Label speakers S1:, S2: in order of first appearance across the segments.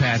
S1: Brad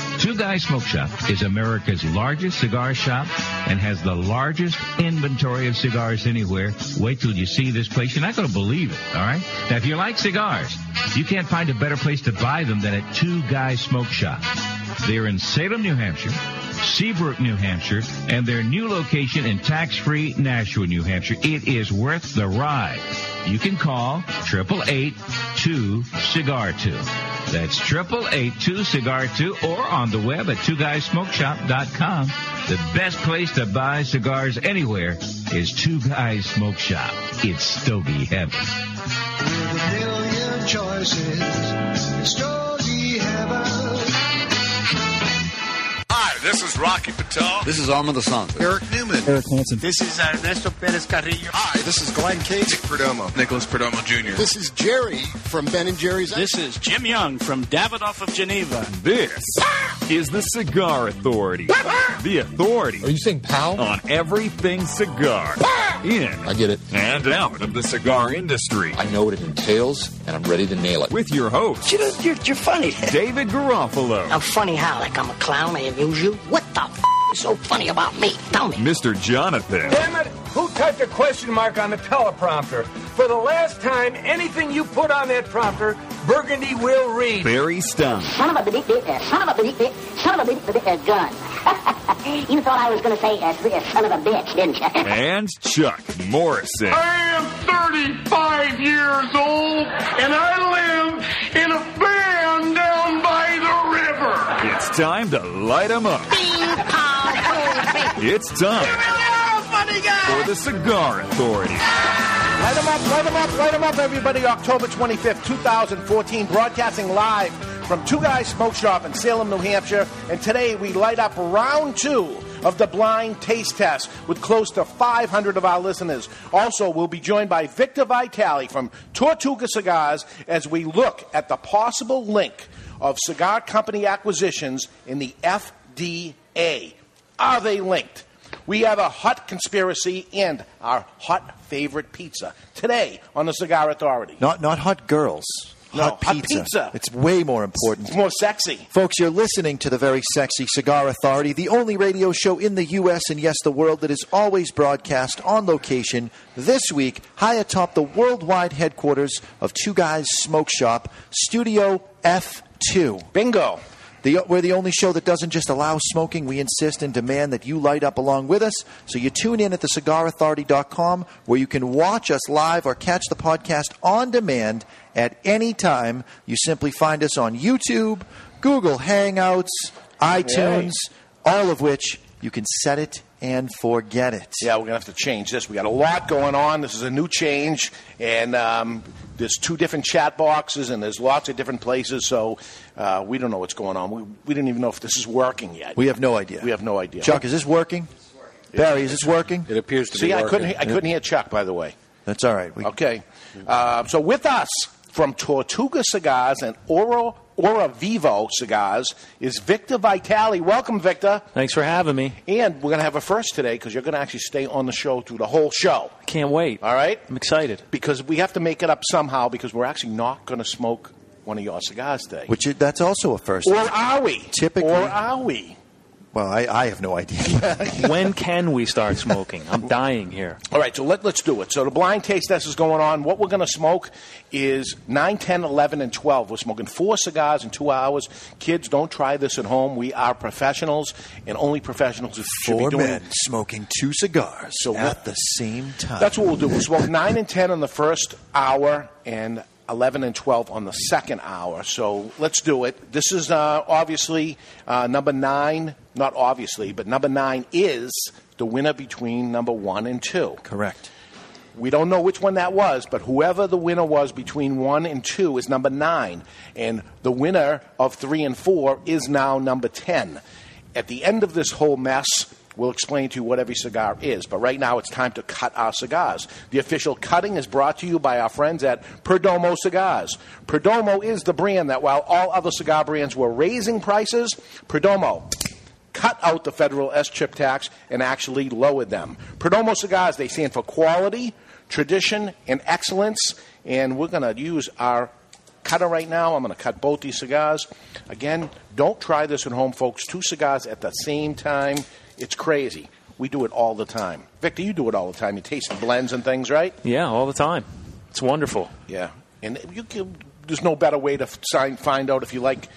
S1: Two Guys Smoke Shop is America's largest cigar shop and has the largest inventory of cigars anywhere. Wait till you see this place. You're not going to believe it, all right? Now, if you like cigars, you can't find a better place to buy them than at Two Guys Smoke Shop. They're in Salem, New Hampshire, Seabrook, New Hampshire, and their new location in tax-free Nashua, New Hampshire. It is worth the ride. You can call 888-2-CIGAR-2. That's 888-2-CIGAR-2 or on the web at two twoguysmokeshop.com. The best place to buy cigars anywhere is Two Guys Smoke Shop. It's Stogie Heaven.
S2: million choices. It's Josie Heaven.
S3: Hi, this is Rocky Patel.
S4: This is Alma the Sun.
S3: Eric Newman.
S4: Eric Hansen.
S3: This is Ernesto Perez Carrillo. Hi, this is Glenn Cage. Nick Perdomo. Nicholas Perdomo Jr.
S5: This is Jerry from Ben and Jerry's. This is Jim Young from Davidoff of Geneva.
S6: This is the Cigar Authority. The authority. Are you saying pal? On everything cigar. In. I get it. And out of the cigar industry. I know what it entails, and I'm ready to nail it. With your host,
S7: You know, you're, you're funny.
S6: David Garofalo.
S7: I'm funny how? Like I'm a clown, I amuse you? What the f*** is so funny about me? Tell me.
S6: Mr. Jonathan.
S8: Damn it! Who typed a question mark on the teleprompter? For the last time, anything you put on that prompter, Burgundy will read.
S6: Barry Stein.
S9: Son of a bitch, uh, son of a bitch, uh, son of a bitch, uh, gun. you thought I was going to say uh, uh, son of a bitch, didn't you?
S6: And Chuck Morrison.
S10: am 35 years old and I live in a van down by the river.
S6: It's time to light 'em up. It's time
S10: funny guy!
S6: for the Cigar Authority.
S11: Light 'em up, light 'em up, light 'em up, everybody. October 25th, 2014, broadcasting live from Two Guys Smoke Shop in Salem, New Hampshire. And today we light up round two of the blind taste test with close to 500 of our listeners. Also, we'll be joined by Victor Vitale from Tortuga Cigars as we look at the possible link of cigar company acquisitions in the FDA. Are they linked? We have a hot conspiracy and our hot favorite pizza today on the Cigar Authority.
S12: Not not hot girls.
S11: No,
S12: hot,
S11: hot
S12: pizza.
S11: pizza.
S12: It's way more important. It's
S11: more sexy.
S12: Folks, you're listening to the very sexy Cigar Authority, the only radio show in the U.S. and yes, the world that is always broadcast on location. This week, high atop the worldwide headquarters of Two Guys Smoke Shop, Studio F2.
S11: Bingo.
S12: The, we're the only show that doesn't just allow smoking. We insist and demand that you light up along with us. So you tune in at thecigarauthority.com where you can watch us live or catch the podcast on demand at any time. You simply find us on YouTube, Google Hangouts, iTunes, all of which you can set it and forget it.
S11: Yeah, we're gonna have to change this. We got a lot going on. This is a new change, and um, there's two different chat boxes, and there's lots of different places. So uh, we don't know what's going on. We, we don't even know if this is working yet.
S12: We have no idea.
S11: We have no idea.
S12: Chuck, is this working? Barry, is this working? It appears
S11: See, I couldn't. he- I couldn't hear Chuck. By the way.
S12: That's all right. We,
S11: Okay. Uh, so with us from Tortuga Cigars and Oro Ora Vivo Cigars is Victor Vitale. Welcome, Victor.
S13: Thanks for having me.
S11: And we're going to have a first today because you're going to actually stay on the show through the whole show.
S13: Can't wait.
S11: All right?
S13: I'm excited.
S11: Because we have to make it up somehow because we're actually not going to smoke one of your cigars today.
S12: Which is, that's also a first.
S11: Or are we?
S12: Typically.
S11: Or are we?
S12: Well, I, I have no idea.
S13: when can we start smoking? I'm dying here.
S11: All right, so let, let's do it. So the blind taste test is going on. What we're going to smoke is 9, 10, 11, and 12. We're smoking four cigars in two hours. Kids, don't try this at home. We are professionals, and only professionals should
S12: Four
S11: be doing
S12: men smoking two cigars
S11: So
S12: at
S11: what-
S12: the same time.
S11: That's what we'll do. We'll smoke 9 and 10 on the first hour and 11 and 12 on the second hour. So let's do it. This is uh, obviously uh, number 9, not obviously, but number 9 is the winner between number 1 and 2.
S12: Correct.
S11: We don't know which one that was, but whoever the winner was between 1 and 2 is number 9. And the winner of 3 and 4 is now number 10. At the end of this whole mess, We'll explain to you what every cigar is, but right now it's time to cut our cigars. The official cutting is brought to you by our friends at Perdomo Cigars. Perdomo is the brand that, while all other cigar brands were raising prices, Perdomo cut out the federal S chip tax and actually lowered them. Perdomo cigars, they stand for quality, tradition, and excellence. And we're going to use our cutter right now. I'm going to cut both these cigars. Again, don't try this at home, folks. Two cigars at the same time. It's crazy. We do it all the time. Victor, you do it all the time. You taste the blends and things, right?
S13: Yeah, all the time. It's wonderful.
S11: Yeah, and you can, there's no better way to f- sign, find out if you like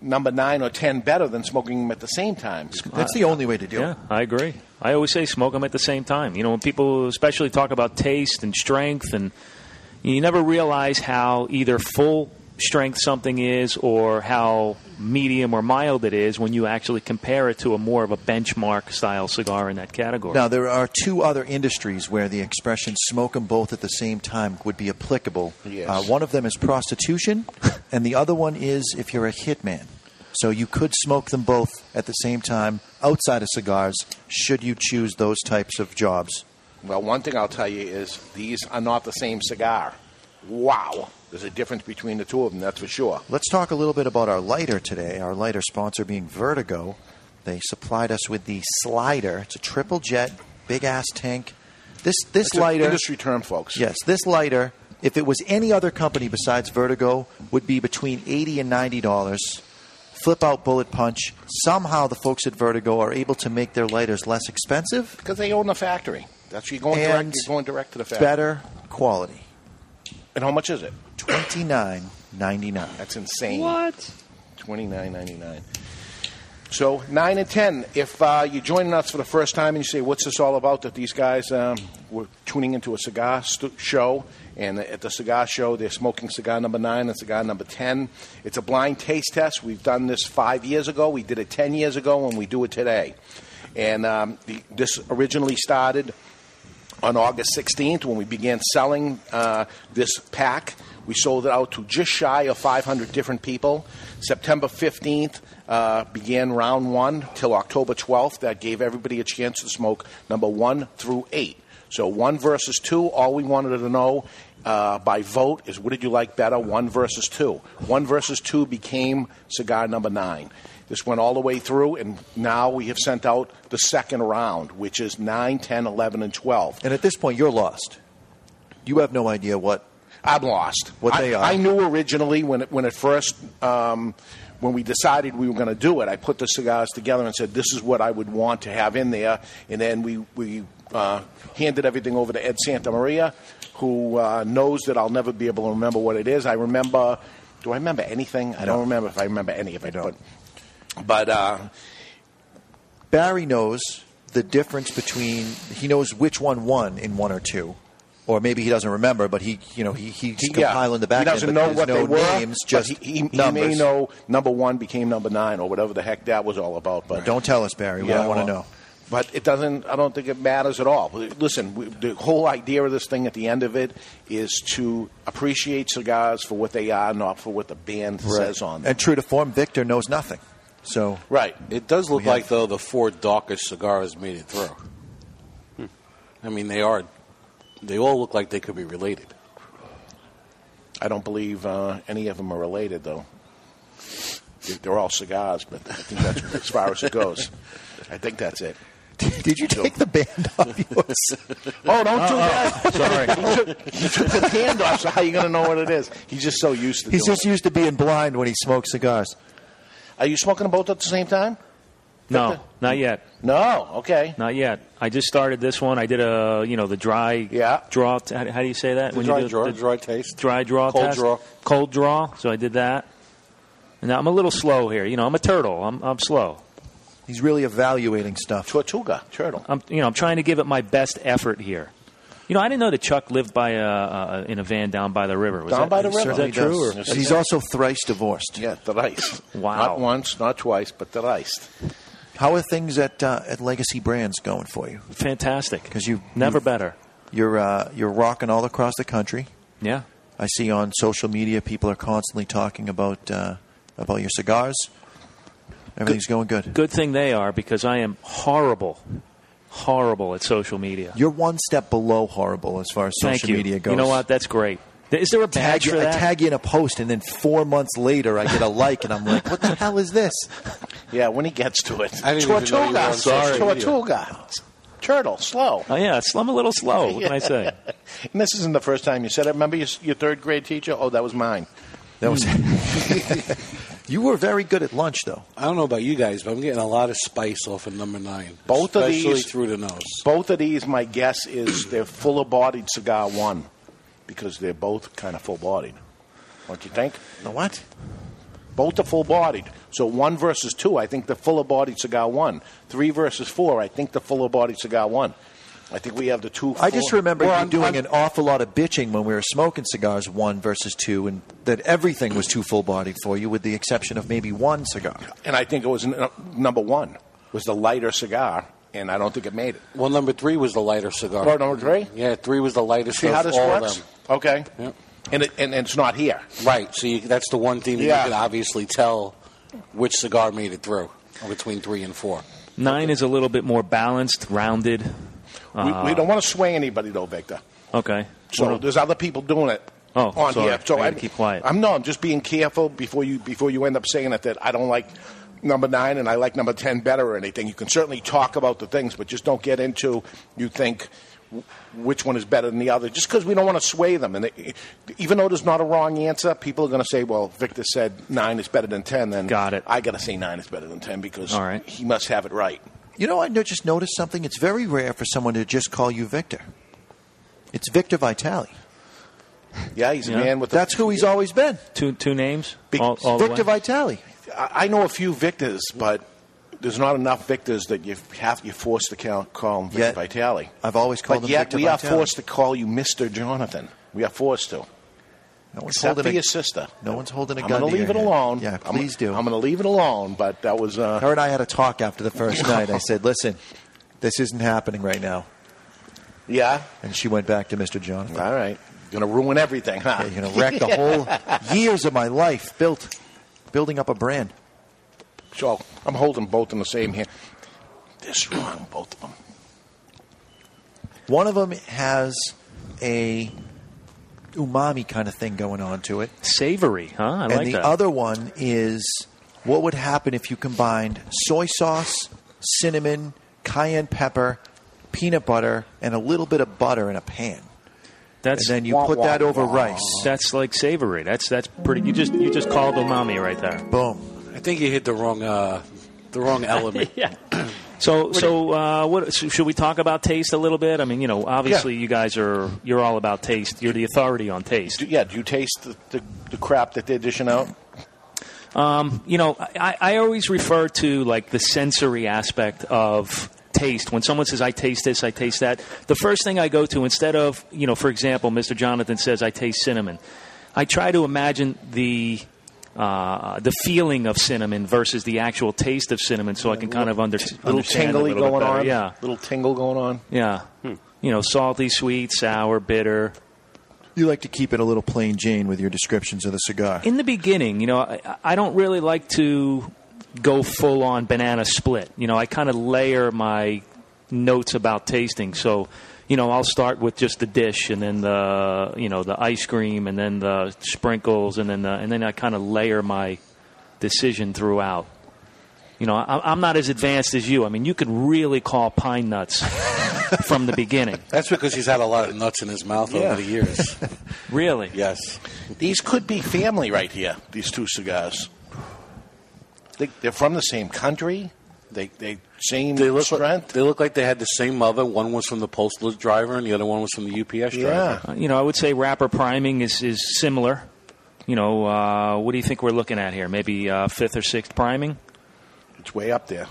S11: number nine or ten better than smoking them at the same time.
S12: That's the only way to do
S13: yeah,
S12: it.
S13: I agree. I always say smoke them at the same time. You know, when people especially talk about taste and strength, and you never realize how either full strength something is or how medium or mild it is when you actually compare it to a more of a benchmark style cigar in that category.
S12: Now, there are two other industries where the expression smoke them both at the same time would be applicable.
S11: Yes.
S12: Uh, one of them is prostitution, and the other one is if you're a hitman. So you could smoke them both at the same time outside of cigars, should you choose those types of jobs.
S11: Well, one thing I'll tell you is these are not the same cigar. Wow. There's a difference between the two of them, that's for sure.
S12: Let's talk a little bit about our lighter today. Our lighter sponsor being Vertigo. They supplied us with the slider. It's a triple jet, big ass tank. This this
S11: It's an
S12: lighter
S11: industry term, folks.
S12: Yes, this lighter. If it was any other company besides Vertigo, would be between eighty and ninety dollars. Flip out bullet punch. Somehow the folks at Vertigo are able to make their lighters less expensive,
S11: Because they own the factory. That's you're going
S12: And
S11: direct. You're going direct to the factory.
S12: better quality.
S11: And how much is it?
S12: Twenty nine ninety nine.
S11: That's insane. What? Twenty nine ninety nine. So nine and ten. If uh, you're joining us for the first time and you say, "What's this all about?" That these guys um, were tuning into a cigar st- show, and at the cigar show they're smoking cigar number nine and cigar number ten. It's a blind taste test. We've done this five years ago. We did it ten years ago, and we do it today. And um, the, this originally started on August 16th when we began selling uh, this pack. We sold it out to just shy of 500 different people. September 15th uh, began round one till October 12th. That gave everybody a chance to smoke number one through eight. So one versus two. All we wanted to know uh, by vote is what did you like better, one versus two. One versus two became cigar number nine. This went all the way through, and now we have sent out the second round, which is 9, 10, 11, and 12.
S12: And at this point, you're lost. You have no idea what
S11: I'm lost.
S12: What
S11: I,
S12: they are.
S11: I knew originally when it, when it first um, when we decided we were going to do it. I put the cigars together and said this is what I would want to have in there, and then we we uh, handed everything over to Ed Santa Maria, who uh, knows that I'll never be able to remember what it is. I remember. Do I remember anything? I don't remember if I remember any of it. But, but uh,
S12: Barry knows the difference between he knows which one won in one or two, or maybe he doesn't remember, but he you know he he's
S11: yeah,
S12: compiling the back
S11: He doesn't
S12: end, but
S11: know
S12: there's
S11: what they
S12: no
S11: were.
S12: names,
S11: but
S12: just
S11: he, he, he
S12: numbers.
S11: may know number one became number nine or whatever the heck that was all about. But
S12: Don't tell us, Barry. We
S11: Yeah,
S12: don't want to
S11: well,
S12: know.
S11: But it doesn't. I don't think it matters at all. Listen, we, the whole idea of this thing at the end of it is to appreciate cigars for what they are, not for what the band says on them.
S12: And true to form, Victor knows nothing. So
S14: Right. It does look
S12: We have-
S14: like though the four darkish cigars made it through.
S13: Hmm.
S14: I mean, they are. They all look like they could be related.
S11: I don't believe uh, any of them are related, though. They- They're all cigars, but I think that's as far as it goes. I think that's it.
S12: Did you take the band off yours?
S11: Oh, don't do
S12: Uh-oh.
S11: that.
S12: Uh, Sorry.
S11: he, took, he took the hand off, so how you going to know what it is? He's just so used to
S12: He's
S11: doing
S12: just used to being blind when he smokes cigars.
S11: it. Are you smoking them both at the same time?
S13: No, not yet.
S11: No, okay.
S13: Not yet. I just started this one. I did a, you know, the dry yeah. draw. T- how, how do you say that?
S14: The dry
S13: you do
S14: draw,
S13: the
S14: dry taste.
S13: Dry draw
S14: Cold
S13: test?
S14: draw.
S13: Cold draw. So I did that. And now I'm a little slow here. You know, I'm a turtle. I'm, I'm slow.
S12: He's really evaluating stuff.
S11: Tortuga, turtle.
S13: I'm, you know, I'm trying to give it my best effort here. You know, I didn't know that Chuck lived by uh, uh, in a van down by the river. Was
S11: Down
S13: that,
S11: by the
S13: is
S11: river.
S13: that true? Or?
S12: And he's also thrice divorced.
S11: Yeah, thrice.
S12: Wow.
S11: Not once, not twice, but thrice.
S12: How are things at uh, at Legacy Brands going for you?
S13: Fantastic.
S12: Because you
S13: Never
S12: you've-
S13: better.
S12: You're uh, you're rocking all across the country.
S13: Yeah.
S12: I see on social media people are constantly talking about uh, about your cigars. Everything's going good.
S13: Good thing they are because I am horrible, horrible at social media.
S12: You're one step below horrible as far as social
S13: Thank you.
S12: media goes.
S13: You know what? That's great. Th- Is there a badge
S12: Tag you,
S13: for that?
S12: I tag you in a post, and then four months later, I get a like, and I'm like, "What the hell is this?"
S11: Yeah, when he gets to it.
S12: I didn't even know you were
S11: Tortuga.
S12: on social media.
S11: Tortuga. Turtle, slow.
S13: Oh, yeah, slum a little slow. What can I say?
S11: and this isn't the first time you said it. Remember your, your third grade teacher? Oh, that was mine. Hmm.
S12: That was. you were very good at lunch, though.
S14: I don't know about you guys, but I'm getting a lot of spice off of number nine.
S11: Both of
S14: especially
S11: these-
S14: through the nose.
S11: Both of these, my guess is they're fuller bodied cigar one because they're both kind of full bodied. Don't you think?
S12: The what?
S11: Both are full bodied. So one versus two, I think the fuller bodied cigar one. Three versus four, I think the fuller bodied cigar one. I think we have the two.
S12: I just
S11: full-
S12: remember you
S11: Well, I'm-
S12: doing
S11: I'm-
S12: an awful lot of bitching when we were smoking cigars, one versus two, and that everything was too full bodied for you, with the exception of maybe one cigar.
S11: And I think it was n- number one was the lighter cigar, and I don't think it made it.
S14: Well, number three was the lighter cigar.
S11: Oh, number three?
S14: Yeah, three was the lightest
S11: See
S14: of
S11: how this
S14: all
S11: works?
S14: of them.
S11: Okay. And, it, and, and it's not here.
S14: Right. So you, that's the one thing that
S11: Yeah.
S14: you can obviously tell which cigar made it through between three and four.
S13: Nine is a little bit more balanced, rounded. Uh,
S11: we, we don't want to sway anybody, though, Victor.
S13: Okay.
S11: So
S13: Well,
S11: there's other people doing it
S13: Oh,
S11: on
S13: sorry.
S11: here. So
S13: I gotta
S11: I'm,
S13: keep quiet.
S11: I'm no, I'm just being careful before you before you end up saying it that I don't like number nine and I like number ten better or anything. You can certainly talk about the things, but just don't get into you think w- which one is better than the other just because we don't want to sway them and they, even though there's not a wrong answer people are going to say well victor said 9 is better than 10 then got it i got to say 9 is better than 10 because
S12: All right.
S11: he must have it right
S12: You know, I no- just noticed something. It's very rare for someone to just call you Victor. It's Victor Vitale.
S11: yeah he's
S13: Yeah.
S11: a man with
S12: That's who he's always been.
S13: Two two names. all, all the
S12: Victor
S13: way?
S12: Vitale.
S11: I I know a few Victors, but there's not enough Victors that you have you forced to call, call him Victor
S12: Yet-
S11: Vitale.
S12: I've always called
S11: but
S12: him
S11: yet
S12: Victor
S11: we
S12: Vitale.
S11: are forced to call you Mister Jonathan. We are forced to.
S12: No one's
S11: Except
S12: holding
S11: for
S12: a-
S11: your sister.
S12: No one's holding a
S11: I'm
S12: gun
S11: gonna
S12: to
S11: leave it
S12: your head.
S11: alone.
S12: Yeah,
S11: I'm-
S12: please do.
S11: I'm going to leave it alone, but that was. Uh,
S12: Her and I had a talk after the first night. I said, "Listen, this isn't happening right now."
S11: Yeah.
S12: And she went back to Mr. Jonathan.
S11: All right, going to ruin everything, huh?
S12: you're going to wreck the whole years of my life built building up a brand.
S11: So I'm holding both in the same hand. This wrong, both of them.
S12: One of them has a umami kind of thing going on to it.
S13: Savory, huh? I
S12: and
S13: like
S12: the
S13: that.
S12: other one is what would happen if you combined soy sauce, cinnamon, cayenne pepper, peanut butter, and a little bit of butter in a pan.
S13: That's
S12: and then you put that over rice.
S13: That's like savory. That's that's pretty. You just you just called umami right there.
S12: Boom.
S14: I think you hit the wrong uh, the wrong element.
S13: yeah. So so uh, what so should we talk about taste a little bit? I mean, you know, obviously you guys are you're all about taste. You're the authority on taste.
S11: yeah. Do you taste the, the, the crap that they're dishing out?
S13: Um, you know, I, I always refer to like the sensory aspect of taste. When someone says, "I taste this," "I taste that," the first thing I go to instead of you know, for example, Mr. Jonathan says, "I taste cinnamon." I try to imagine the uh, the feeling of cinnamon versus the actual taste of cinnamon, so I can kind of under,
S11: Little
S13: understand it
S11: tingly
S13: a little bit
S11: going
S13: better.
S11: on.
S13: Yeah,
S11: Little tingle going on.
S13: yeah. You know, salty, sweet, sour, bitter.
S12: You like to keep it a little plain Jane with your descriptions of the cigar.
S13: in the beginning, you know, I, I don't really like to go full on banana split. You know, I kind of layer my notes about tasting. So, you know, I'll start with just the dish, and then the you know the ice cream, and then the sprinkles, and then the, and then I kind of layer my decision throughout. You know, I, I'm not as advanced as you. I mean, you could really call pine nuts from the beginning.
S14: That's because he's had a lot of nuts in his mouth
S13: Yeah.
S14: over the years.
S13: Really?
S14: Yes.
S11: These could be family right here. These two cigars. They, they're from the same country. They they same
S14: They look
S11: strength.
S14: They look like they had the same mother. One was from the postal driver, and the other one was from the UPS driver.
S13: Uh, You know, I would say wrapper priming is, is similar. You know, uh, what do you think we're looking at here? Maybe uh, fifth or sixth priming?
S11: It's way up there.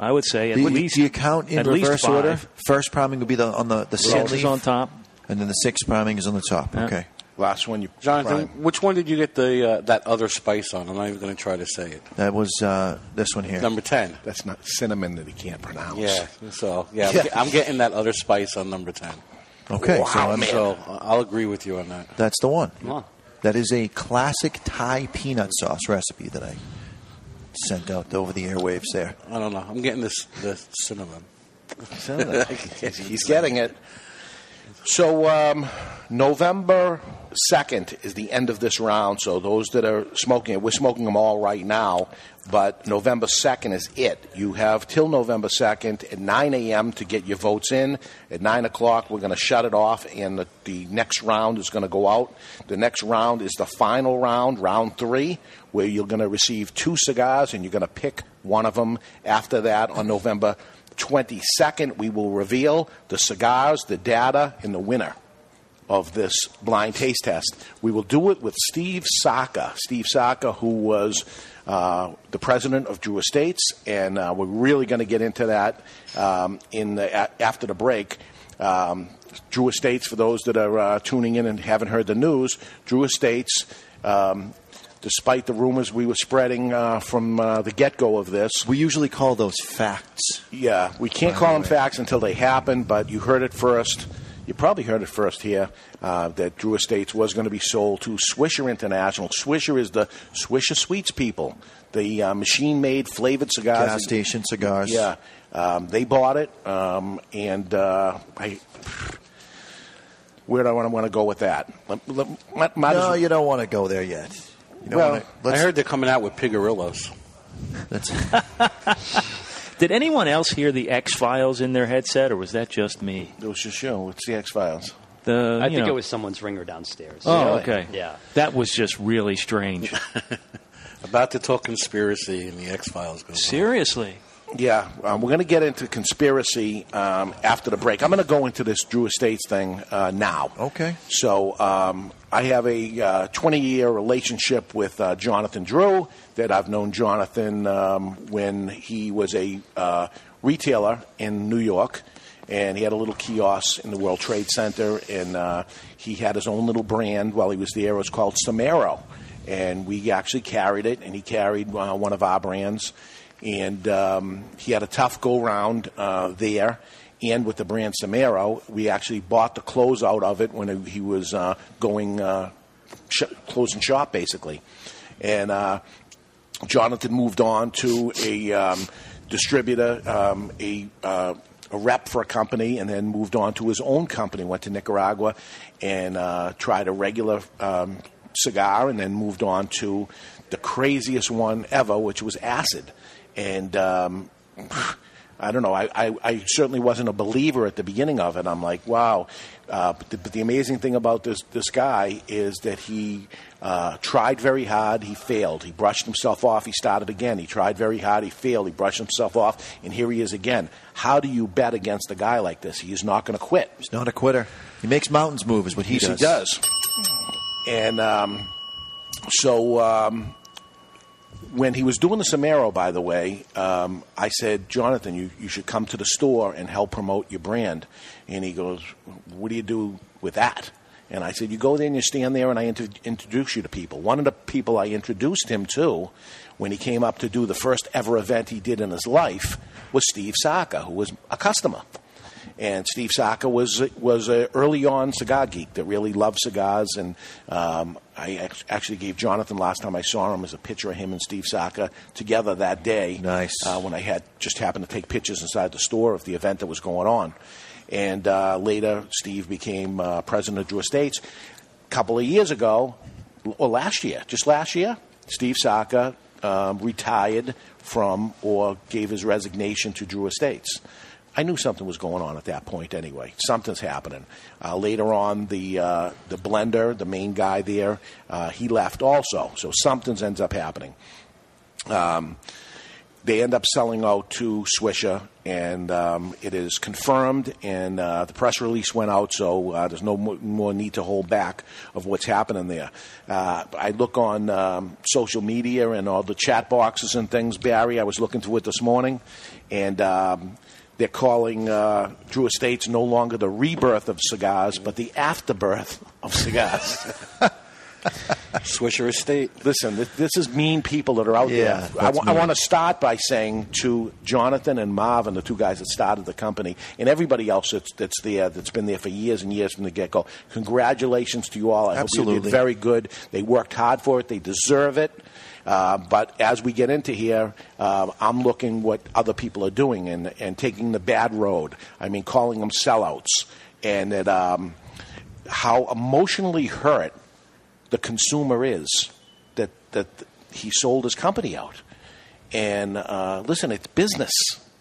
S13: I would say at
S12: do, you,
S13: least.
S12: do you count in
S13: at least
S12: reverse
S13: five.
S12: order? First priming would be the, on the, the
S13: Salt
S12: scent
S13: is
S12: leaf.
S13: on top.
S12: And then the sixth priming is on the top.
S13: Yeah.
S12: Okay.
S11: Last one, you
S14: Jonathan, which one did you get the uh, that other spice on? I'm not even going to try to say it.
S12: That was uh, this one here.
S14: Number ten.
S11: That's not cinnamon that he can't pronounce.
S14: Yeah. So yeah, I'm ge- I'm getting that other spice on number ten.
S12: Okay, so Wow, I'm- man.
S14: so uh, I'll agree with you on that.
S12: That's the one.
S14: Wow.
S12: That is a classic Thai peanut sauce recipe that I sent out over the airwaves there.
S14: I don't know. I'm getting this the cinnamon.
S12: Cinnamon.
S14: I can't eat
S11: He's getting it. So um, November second is the end of this round. So those that are smoking it, we're smoking them all right now. But November second is it. You have till November second at nine a.m. to get your votes in. At nine o'clock, we're going to shut it off, and the, the next round is going to go out. The next round is the final round, round three, where you're going to receive two cigars, and you're going to pick one of them. After that, on November 22nd, we will reveal the cigars, the data, and the winner of this blind taste test. We will do it with Steve Saka. Steve Saka, who was uh, the president of Drew Estates, and uh, we're really going to get into that um, in the, a- after the break. Um, Drew Estates, for those that are uh, tuning in and haven't heard the news, Drew Estates. Um, Despite the rumors we were spreading uh, from uh, the get go of this, we
S12: usually call those facts.
S11: Yeah, we can't call them facts until they happen, but you heard it first. You probably heard it first here uh, that Drew Estates was going to be sold to Swisher International. Swisher is the Swisher Sweets people, the uh, machine made flavored cigars.
S12: Gas station cigars.
S11: Yeah, um, they bought it, um, and uh, I. Where do I want to go with that? Let- let- might- might as
S12: no,
S11: well-
S12: you don't want to go there yet. You don't
S11: Well,
S12: want
S14: I heard they're coming out with pigarillos.
S13: Did anyone else hear the X Files in their headset, or was that just me?
S11: It was just you. It's the X Files.
S13: The
S15: Uh,
S16: I
S13: you
S16: think
S13: know-
S16: it was someone's ringer downstairs.
S13: Oh, okay.
S16: Yeah.
S13: that was just really strange.
S14: About to talk conspiracy and the X Files.
S13: Seriously.
S11: Yeah, um, we're going to get into conspiracy um, after the break. I'm going to go into this Drew Estates thing uh, now.
S12: Okay.
S11: So um, I have a 20 year relationship with uh, Jonathan Drew that I've known Jonathan um, when he was a uh, retailer in New York. And he had a little kiosk in the World Trade Center, and uh, he had his own little brand while he was there. It was called Samaro. And we actually carried it, and he carried uh, one of our brands and um, he had a tough go round uh, there. And with the brand Samaro, we actually bought the clothes out of it when he was uh, going uh, sh- closing shop, basically. And uh, Jonathan moved on to a um, distributor, um, a, uh, a rep for a company, and then moved on to his own company. Went to Nicaragua and uh, tried a regular um, cigar, and then moved on to the craziest one ever, which was acid. And um, I don't know. I, I, I certainly wasn't a believer at the beginning of it. I'm like, wow. Uh, but, the, but the amazing thing about this this guy is that he uh, tried very hard. He failed. He brushed himself off. He started again. He tried very hard. He failed. He brushed himself off. And here he is again. How do you bet against a guy like this? He is not going to quit.
S12: He's not a quitter. He makes mountains move, is what he
S11: Yes,
S12: does.
S11: he does. And um, so um, when he was doing the Samaro, by the way, um, I said, Jonathan, you, you should come to the store and help promote your brand. And he goes, What do you do with that? And I said, You go there and you stand there, and I inter- introduce you to people. One of the people I introduced him to when he came up to do the first ever event he did in his life was Steve Saka, who was a customer and Steve Saka was was a early on cigar geek that really loved cigars, and um, I ac- actually gave Jonathan last time I saw him was a picture of him and Steve Saka together that day. Nice. Uh, when I had just happened to take pictures inside the store of the event that was going on, and uh, later Steve became uh, president of Drew Estates. A couple of years ago, or last year, just last year, Steve Saka um, retired from or gave his resignation to Drew Estates. I knew something was going on at that point anyway. Something's happening. Uh, later on, the uh, the blender, the main guy there, uh, he left also. So something's ends up happening. Um, they end up selling out to Swisher, and um, it is confirmed, and uh, the press release went out, so uh, there's no mo- more need to hold back of what's happening there. Uh, I look on um, social media and all the chat boxes and things, Barry. I was looking through it this morning, and um, they're calling uh, Drew Estates no longer the rebirth of cigars, but the afterbirth of cigars.
S14: Swisher Estate.
S11: Listen, this, this is mean people that are out
S14: Yeah,
S11: there. I
S14: that's mean.
S11: want to start by saying to Jonathan and Marvin, the two guys that started the company, and everybody else that's, that's there, that's been there for years and years from the get go, congratulations to you all. I hope you
S12: Absolutely.
S11: did very good. They worked hard for it, they deserve it. Uh, but as we get into here, uh, I'm looking what other people are doing and, and taking the bad road. I mean, calling them sellouts. And that um, how emotionally hurt the consumer is that that he sold his company out. And uh, listen, it's business.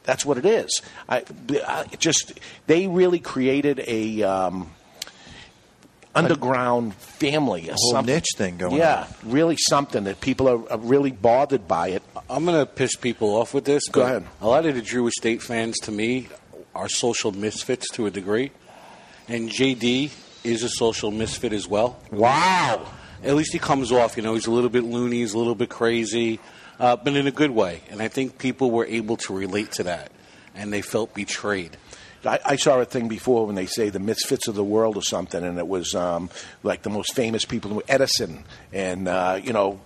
S11: That's what it is. I, I just they really created a um, underground family, a
S12: A whole
S11: something.
S12: niche thing going
S11: yeah, really something that people are, are really bothered by it.
S14: I'm going to piss people off with this.
S11: Go
S14: but
S11: ahead.
S14: A lot of the Drew Estate fans, to me, are social misfits to a degree, and JD is a social misfit as well.
S11: Wow.
S14: At least he comes off. You know, he's a little bit loony, he's a little bit crazy, uh, but in a good way. And I think people were able to relate to that, and they felt betrayed.
S11: I, I saw a thing before when they say the misfits of the world or something, and it was um, like the most famous people, Edison, and uh, you know,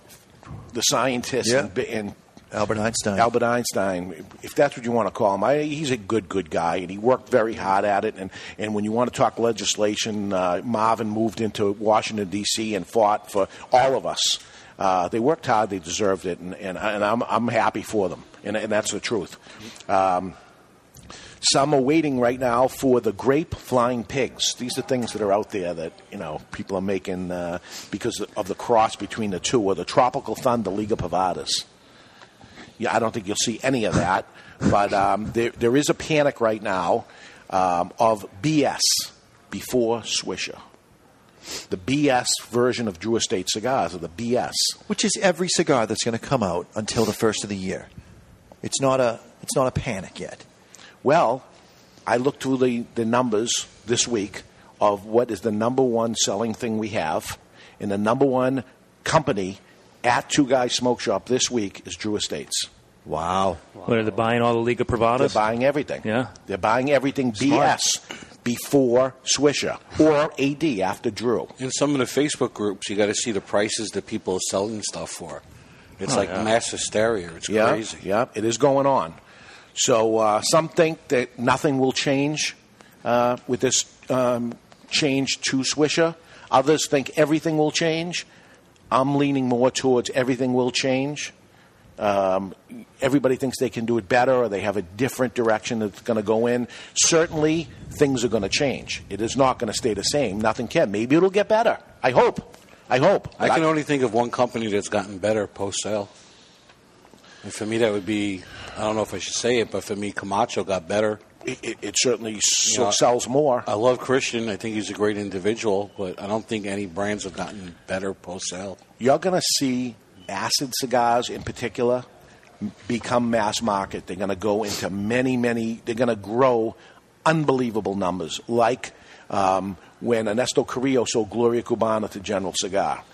S11: the scientists
S12: Yeah.
S11: and, and
S12: Albert Einstein.
S11: Albert Einstein, if that's what you want to call him, I, he's a good, good guy, and he worked very hard at it. And, and when you want to talk legislation, uh, Marvin moved into Washington, D.C., and fought for all of us. Uh, they worked hard, they deserved it, and, and, and I'm, I'm happy for them, and, and that's the truth. Um, some are waiting right now for the grape flying pigs. These are things that are out there that you know people are making uh, because of the cross between the two, or the tropical thunder Liga Pavadas. Yeah, I don't think you'll see any of that, but um, there, there is a panic right now um, of BS before Swisher. The BS version of Drew Estate cigars, or the BS.
S12: Which is every cigar that's going to come out until the first of the year. It's not a it's not a panic yet.
S11: Well, I looked through the, the numbers this week of what is the number one selling thing we have, and the number one company at Two Guys Smoke Shop this week is Drew Estates.
S12: Wow.
S13: What are they buying? All the Liga
S11: They're
S13: Privadas?
S11: buying everything.
S13: Yeah.
S11: They're buying everything BS before Swisher or AD after Drew.
S14: In some of the Facebook groups, you got to see the prices that people are selling stuff for. It's
S11: Oh,
S14: like
S11: yeah.
S14: mass hysteria. It's
S11: yeah,
S14: crazy.
S11: Yeah, it is going on. So uh, some think that nothing will change uh, with this um, change to Swisher. Others think everything will change. I'm leaning more towards everything will change. Um, everybody thinks they can do it better or they have a different direction that's going to go in. Certainly, things are going to change. It is not going to stay the same. Nothing can. Maybe it'll get better. I hope. I hope.
S14: I can only think of one company that's gotten better post sale. And for me, that would be I don't know if I should say it, but for me, Camacho got better.
S11: It, it, it certainly s- sells more.
S14: I love Christian. I think he's a great individual, but I don't think any brands have gotten better post sale.
S11: you're going to see acid cigars in particular m- become mass market. They're going to go into many, many, they're going to grow unbelievable numbers, like um, when Ernesto Carrillo sold Gloria Cubana to General Cigar.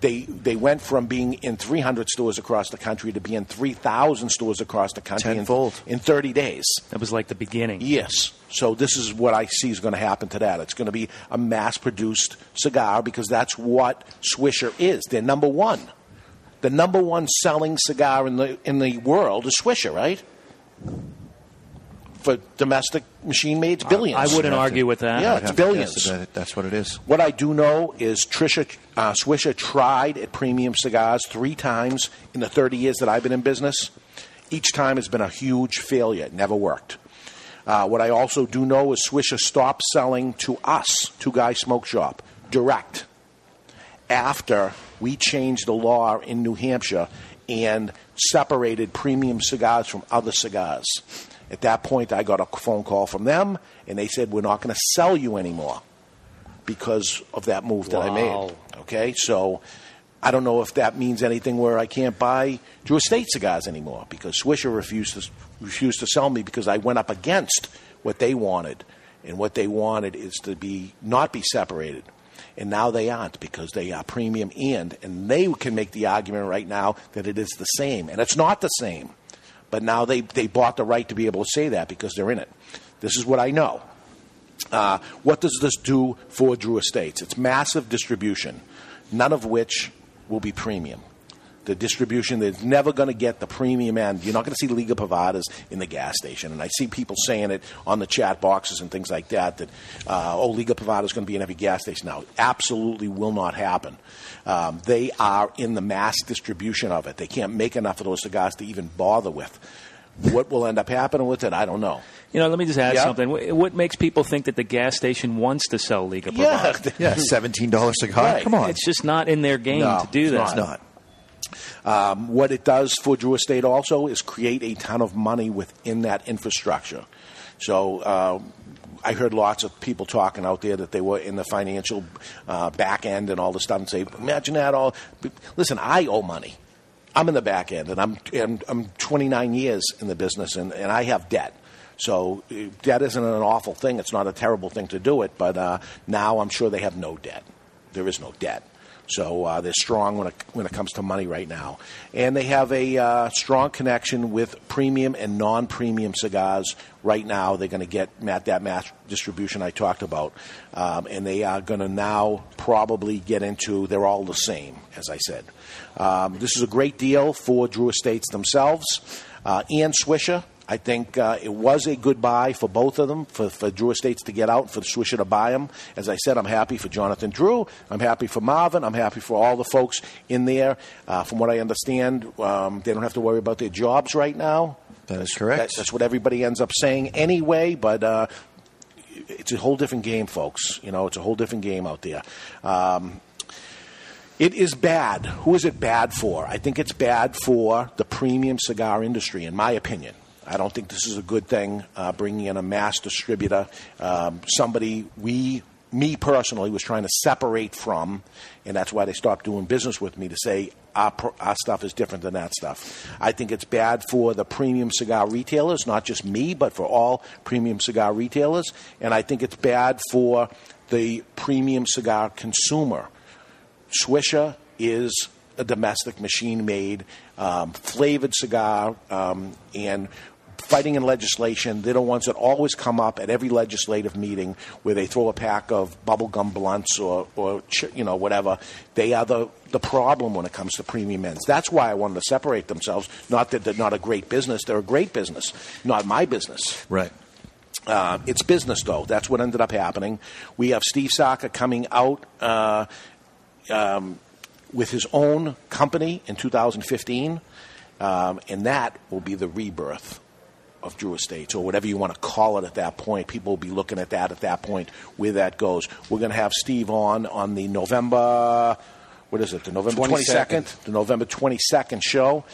S11: They, they went from being in 300 stores across the country to being in 3,000 stores across the country Tenfold. In, in 30 days.
S13: That was like the beginning.
S11: Yes. So this is what I see is going to happen to that. It's going to be a mass-produced cigar because that's what Swisher is. They're number one. The number one selling cigar in the in the world is Swisher, right? For domestic machine made, it's billions.
S13: I wouldn't argue with that.
S11: Yeah, it's billions.
S12: Yes, that- that's what it is.
S11: What I do know is Trisha uh, Swisher tried at Premium Cigars three times in the 30 years that I've been in business. Each time has been a huge failure. It never worked. Uh, what I also do know is Swisher stopped selling to us, Two Guys Smoke Shop, direct after we changed the law in New Hampshire and separated premium cigars from other cigars. At that point, I got a phone call from them, and they said, We're not going to sell you anymore because of that move that I
S13: Wow.
S11: made. Okay, so I don't know if that means anything where I can't buy Drew Estate cigars anymore because Swisher refused to, refused to sell me because I went up against what they wanted. And what they wanted is to be not be separated and now they aren't because they are premium and and they can make the argument right now that it is the same and it's not the same but now they, they bought the right to be able to say that because they're in it this is what i know uh, what does this do for drew estates it's massive distribution none of which will be premium. The distribution, they're never going to get the premium end. You're not going to see Liga Pavadas in the gas station. And I see people saying it on the chat boxes and things like that that, uh, oh, Liga Pavada is going to be in every gas station now. Absolutely will not happen. Um, they are in the mass distribution of it. They can't make enough of those cigars to even bother with. What will end up happening with it, I don't know.
S13: You know, let me just add
S11: Yeah.
S13: something. Wh- What makes people think that the gas station wants to sell Liga
S11: Yeah.
S13: Privada?
S12: Yeah, seventeen dollar cigar.
S11: Right.
S12: Come on,
S13: It's just not in their game
S11: No,
S13: to do that.
S11: it's not. Um, what it does for Drew Estate also is create a ton of money within that infrastructure. So uh, I heard lots of people talking out there that they were in the financial uh, back end and all this stuff and say, imagine that all. Listen, I owe money. I'm in the back end and I'm, and I'm 29 years in the business and, and I have debt. So uh, debt isn't an awful thing. It's not a terrible thing to do it, but uh, now I'm sure they have no debt. There is no debt. So uh, they're strong when it, when it comes to money right now. And they have a uh, strong connection with premium and non premium cigars right now. They're going to get Matt, that match distribution I talked about. Um, and they are going to now probably get into, they're all the same, as I said. Um, this is a great deal for Drew Estates themselves. Uh, Ian Swisher, I think uh, it was a good buy for both of them, for, for Drew Estates to get out, for Swisher to buy them. As I said, I'm happy for Jonathan Drew. I'm happy for Marvin. I'm happy for all the folks in there. Uh, from what I understand, um, they don't have to worry about their jobs right now.
S12: That is correct.
S11: That- that's what everybody ends up saying anyway, but uh, it's a whole different game, folks. You know, it's a whole different game out there. Um, it is bad. Who is it bad for? I think it's bad for the premium cigar industry, in my opinion. I don't think this is a good thing, uh, bringing in a mass distributor, um, somebody we, me personally, was trying to separate from, and that's why they stopped doing business with me to say our, pro- our stuff is different than that stuff. I think it's bad for the premium cigar retailers, not just me, but for all premium cigar retailers, and I think it's bad for the premium cigar consumer. Swisher is a domestic machine-made um, flavored cigar, um, and fighting in legislation, they're the ones that always come up at every legislative meeting where they throw a pack of bubblegum blunts or, or ch- you know whatever. They are the the problem when it comes to premium ends. That's why I wanted to separate themselves. Not that they're not a great business; they're a great business, not my business.
S12: Right.
S11: Uh, it's business, though. That's what ended up happening. We have Steve Saka coming out uh, um, with his own company in 2015, um, and that will be the rebirth of Drew Estates, or whatever you want to call it at that point. People will be looking at that at that point, where that goes. We're going to have Steve on on the November, what is it, the November
S6: 22nd.
S11: 22nd the November 22nd show.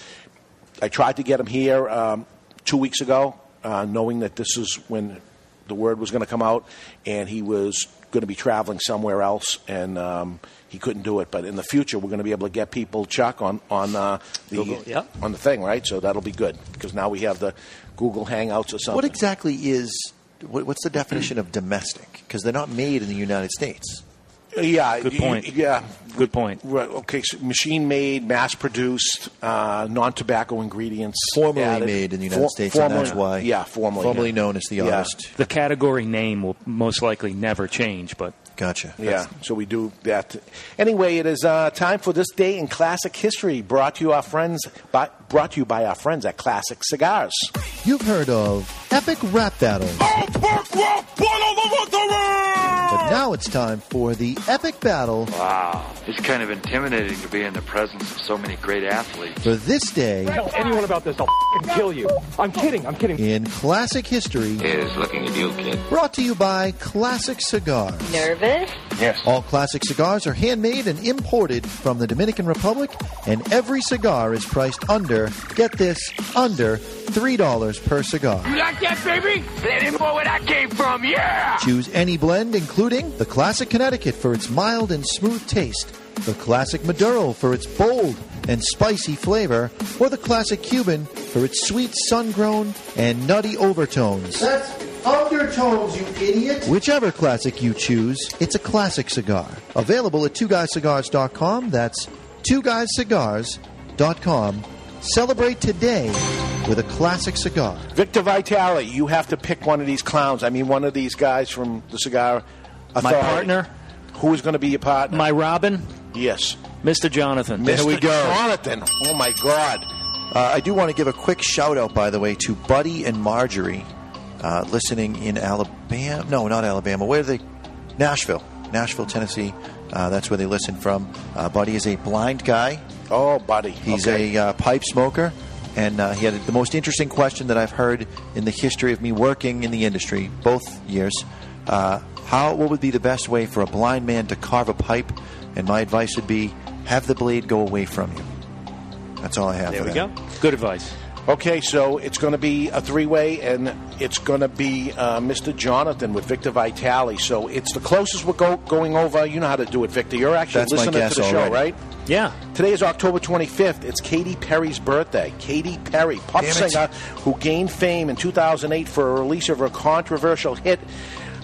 S11: I tried to get him here um, two weeks ago, uh, knowing that this is when the word was going to come out, and he was going to be traveling somewhere else, and um, he couldn't do it. But in the future, we're going to be able to get people Chuck on on uh, the
S12: Google, yeah.
S11: on the thing, right? So that'll be good because now we have the Google Hangouts or something.
S12: What exactly is what, what's the definition of domestic? Because they're not made in the United States.
S11: Yeah.
S12: Good
S11: you-
S12: point.
S11: Yeah.
S13: Good point.
S11: Right. Okay. So machine made, mass produced, uh, non tobacco ingredients.
S12: Formerly
S11: added.
S12: made in the United
S11: For-
S12: States,
S11: formerly-
S12: and that's why.
S11: Yeah, formerly. yeah. Yeah.
S13: The category name will most likely never change, but
S12: gotcha.
S11: Yeah, so we do that. Anyway, it is uh, time for this day in classic history. Brought to you our friends, by, brought to you by our friends at Classic Cigars.
S12: You've heard of epic rap battles. But now it's time for the epic battle
S16: Wow. It's kind of intimidating to be in the presence of so many great athletes.
S12: for this day
S8: Tell anyone about this, I'll f***ing kill you. I'm kidding, I'm kidding.
S12: in classic history.
S16: Is looking at you, kid.
S12: Brought to you by Classic Cigars.
S17: Nervous?
S12: Yes. All classic cigars are handmade and imported from the Dominican Republic, and every cigar is priced under, get this, under $3 per cigar.
S10: You like that, baby? Let him know where that came from, yeah!
S12: Choose any blend, including the Classic Connecticut for its mild and smooth taste, the Classic Maduro for its bold and spicy flavor, or the Classic Cuban for its sweet, sun grown, and nutty overtones.
S18: That's undertones, you idiot.
S12: Whichever classic you choose, it's a classic cigar. Available at twoguyscigars.com. That's twoguyscigars.com. Celebrate today with a classic cigar.
S11: Victor Vitale, you have to pick one of these clowns. I mean, one of these guys from the cigar.
S12: My
S11: Authority.
S12: partner?
S11: Who is going to be your partner?
S13: My Robin. Yes. Mr. Jonathan.
S12: There we go.
S11: Jonathan. Oh my God.
S12: Uh, I do want to give a quick shout out, by the way, to Buddy and Marjorie, uh, listening in Alabama. No, not Alabama. Where are they? Nashville, Nashville, Tennessee. Uh, that's where they listen from. Uh, Buddy is a blind guy.
S11: Oh, buddy.
S12: He's a uh, pipe smoker, and uh, he had the most interesting question that I've heard in the history of me working in the industry, both years. Uh, how? What would be the best way for a blind man to carve a pipe? And my advice would be have the blade go away from you. That's all I have.
S11: There
S12: for
S11: we
S12: that.
S11: go.
S13: Good advice.
S11: Okay, so it's going to be a three-way, and it's going to be uh, Mr. Jonathan with Victor Vitale. So it's the closest we're go- going over. You know how to do it, Victor. You're actually
S12: That's my
S11: listening
S12: guess
S11: to the show,
S12: already.
S11: right?
S13: Yeah.
S11: Today is October 25th. It's Katy Perry's birthday. Katy Perry, pop
S12: Damn it.
S11: singer who gained fame in 2008 for a release of her controversial hit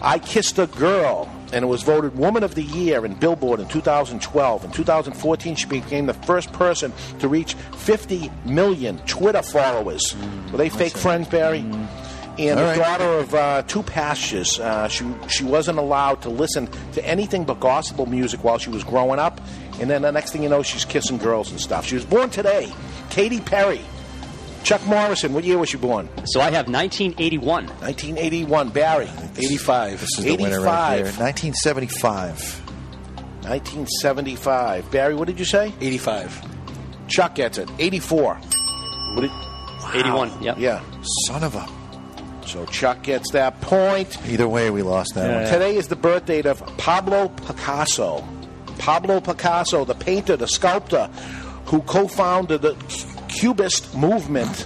S11: I Kissed a Girl and was voted Woman of the Year in Billboard in 2012. In 2014, she became the first person to reach 50 million Twitter followers.
S12: Mm,
S11: Were they fake friends, Barry? And
S12: All
S11: the
S12: right.
S11: daughter of uh, two pastors, uh, she she wasn't allowed to listen to anything but gospel music while she was growing up. And then the next thing you know, she's kissing girls and stuff. She was born today, Katy Perry. Chuck Morrison, what year was you born?
S17: So I have 1981.
S11: 1981. Barry, 85.
S12: This is the winner right here.
S11: 85.
S12: 1975.
S11: 1975. Barry, what did you say? 85. Chuck gets it. 84. What did,
S17: 81, yep.
S11: Yeah.
S12: Son of a.
S11: So Chuck gets that point.
S12: Either way, we lost that one.
S11: Today is the birth date of Pablo Picasso. Pablo Picasso, the painter, the sculptor, who co-founded the Cubist movement.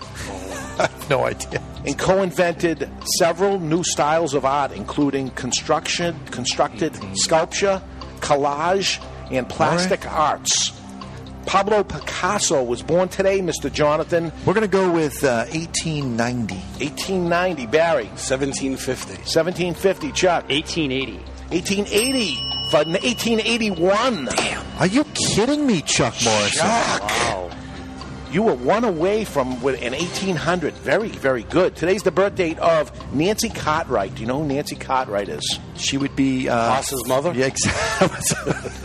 S12: no idea.
S11: And co-invented several new styles of art, including construction, constructed sculpture, collage, and plastic arts. Pablo Picasso was born today, Mr. Jonathan.
S12: We're going to go with uh, 1890.
S11: 1890, Barry. 1750. 1750, Chuck.
S17: 1880.
S11: 1880. For 1881. Damn.
S12: Are you kidding me, Chuck Morrison?
S11: Chuck. You were one away from with an 1800. Very, very good. Today's the birth date of Nancy Cartwright. Do you know who Nancy Cartwright is?
S12: She would be. Uh,
S11: Boss's mother?
S12: Yeah, exactly.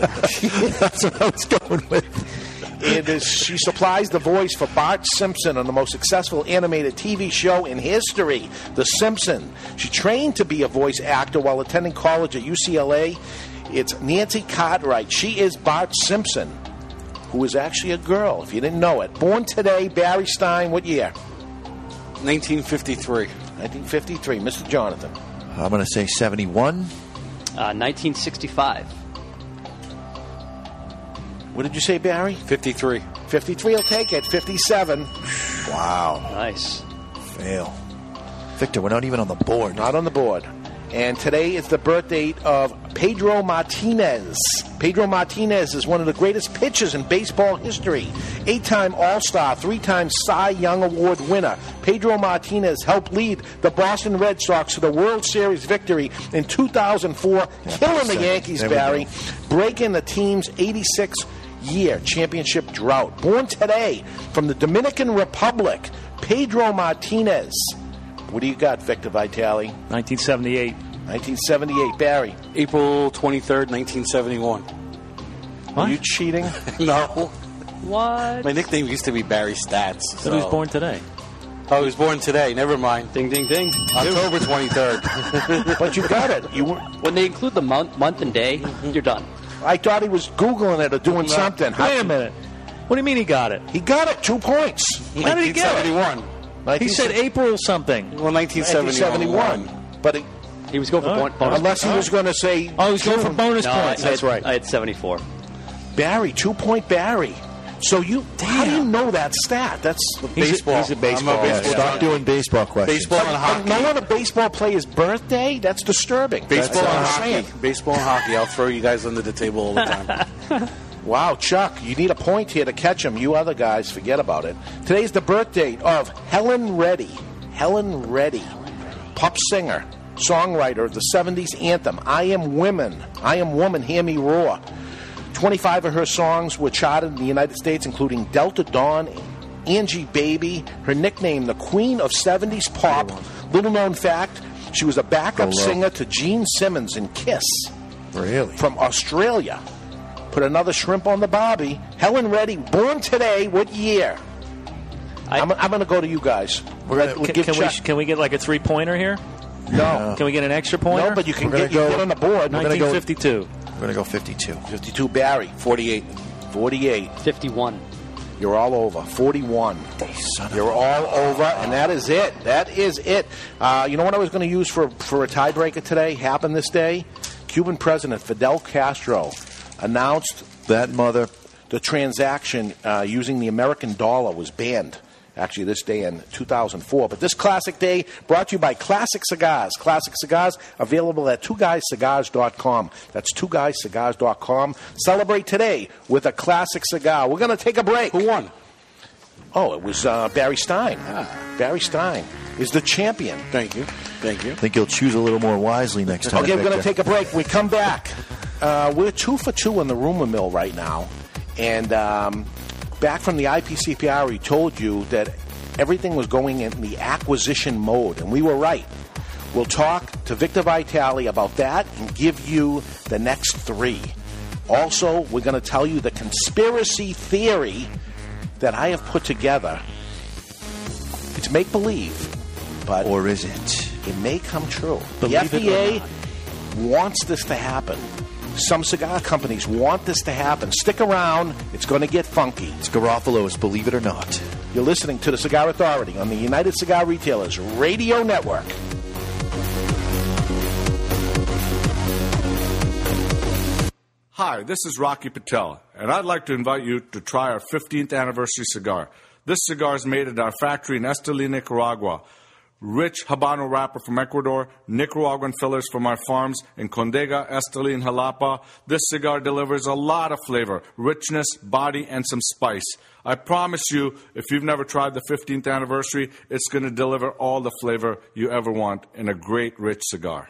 S12: That's what I was going with.
S11: It is, she supplies the voice for Bart Simpson on the most successful animated TV show in history, The Simpson. She trained to be a voice actor while attending college at UCLA. It's Nancy Cartwright. She is Bart Simpson, who is actually a girl, if you didn't know it. Born today, Barry Stein, what year?
S14: 1953.
S11: 1953. Mr. Jonathan.
S12: I'm going to say 71.
S17: Uh, 1965.
S11: What did you say, Barry?
S14: 53.
S11: 53 will take it. 57.
S12: Wow.
S17: Nice.
S12: Fail. Victor, we're not even on the board.
S11: Not on the board. And today is the birth date of Pedro Martinez. Pedro Martinez is one of the greatest pitchers in baseball history. Eight time All Star, three time Cy Young Award winner. Pedro Martinez helped lead the Boston Red Sox to the World Series victory in 2004, killing the
S12: seven.
S11: Yankees,
S12: There we
S11: Barry,
S12: go.
S11: breaking the team's 86 year championship drought. Born today from the Dominican Republic, Pedro Martinez. What do you got, Victor Vitale?
S13: 1978.
S11: 1978, Barry.
S14: April 23rd, 1971.
S11: Are you cheating?
S14: no.
S17: What?
S14: My nickname used to be Barry Stats.
S13: But he was born today.
S14: Oh, he was born today. Never mind.
S17: Ding, ding, ding.
S14: October 23rd.
S11: but you got it. You were...
S17: When they include the month, month and day, you're done.
S11: I thought he was Googling it or doing something.
S13: Wait a minute. What do you mean he got it?
S11: He got it. Two points.
S13: How did he get it?
S14: 1971.
S13: He said April something.
S14: Well, 1971.
S11: But it,
S17: He was going for
S13: All
S17: bon-
S13: right.
S17: bonus
S11: unless he was going to say. Oh, he was
S13: going for bonus
S17: No, I- I
S11: That's
S17: had-
S11: right.
S17: I had 74.
S11: Barry, two point Barry. So you, how do you know that stat? That's
S14: He's a- Baseball. he's a baseball- I'm a baseball
S12: Stop doing baseball questions.
S14: Baseball and
S11: But
S14: hockey.
S11: no on a baseball player's birthday? That's disturbing.
S14: Baseball
S11: That's
S14: and
S11: what I'm
S14: hockey.
S11: saying.
S14: Baseball and hockey. I'll throw you guys under the table all the time.
S11: Wow, Chuck, you need a point here to catch him. You other guys, forget about it. Today's the birth date of Helen Reddy. Helen Reddy, pop singer, songwriter of the 70s anthem, I Am Women, I Am Woman, Hear Me Roar. 25 of her songs were charted in the United States, including Delta Dawn, Angie Baby, her nickname, the Queen of 70s Pop. Little known fact, she was a backup
S12: Go low.
S11: singer to Gene Simmons in Kiss
S12: Really?
S11: from Australia. Put another shrimp on the barbie. Helen Reddy, born today, what year? I, am I'm going to go to you guys. We're gonna,
S13: Uh, Can, can we, can we get like a three pointer here?
S11: No.
S13: Can we get an extra pointer?
S11: No, but you can We're gonna get- you go- get on the board. We're gonna go-
S13: 1952.
S12: We're going to go 52.
S11: 52 Barry. 48. 48. 51. You're all over. 41. You're all over, and that is it. That is it. Uh, you know what I was going to use for, for a tiebreaker today? Happened this day? Cuban President Fidel Castro announced that mother the transaction uh, using the American dollar was banned actually this day in 2004. But this classic day brought to you by Classic Cigars. Classic Cigars available at twoguyscigars.com. That's twoguyscigars.com. Celebrate today with a classic cigar. We're going to take a break. Who won? Oh, it was uh, Barry Stein. Barry Stein is the champion. Ah. Thank you. Thank you.
S12: I think you'll choose a little more wisely next time.
S11: Okay, we're going to
S12: Victor.
S11: take a break. We come back. Uh, we're two for two in the rumor mill right now. And um, back from the IPCPR, we told you that everything was going in the acquisition mode, and we were right. We'll talk to Victor Vitale about that and give you the next three. Also, we're going to tell you the conspiracy theory that I have put together. It's make believe, but
S12: or is it?
S11: It may come true.
S12: Believe
S11: the
S12: it or
S11: FDA wants this to happen. Some cigar companies want this to happen. Stick around; it's going to get funky. It's
S12: Garofalo's, believe it or not.
S11: You're listening to the Cigar Authority on the United Cigar Retailers Radio Network.
S19: Hi, this is Rocky Patel, and I'd like to invite you to try our 15th anniversary cigar. This cigar is made at our factory in Esteli, Nicaragua. Rich Habano wrapper from Ecuador, Nicaraguan fillers from our farms in Condega, Esteli, and Jalapa. This cigar delivers a lot of flavor, richness, body, and some spice. I promise you, if you've never tried the 15th anniversary, it's going to deliver all the flavor you ever want in a great, rich cigar.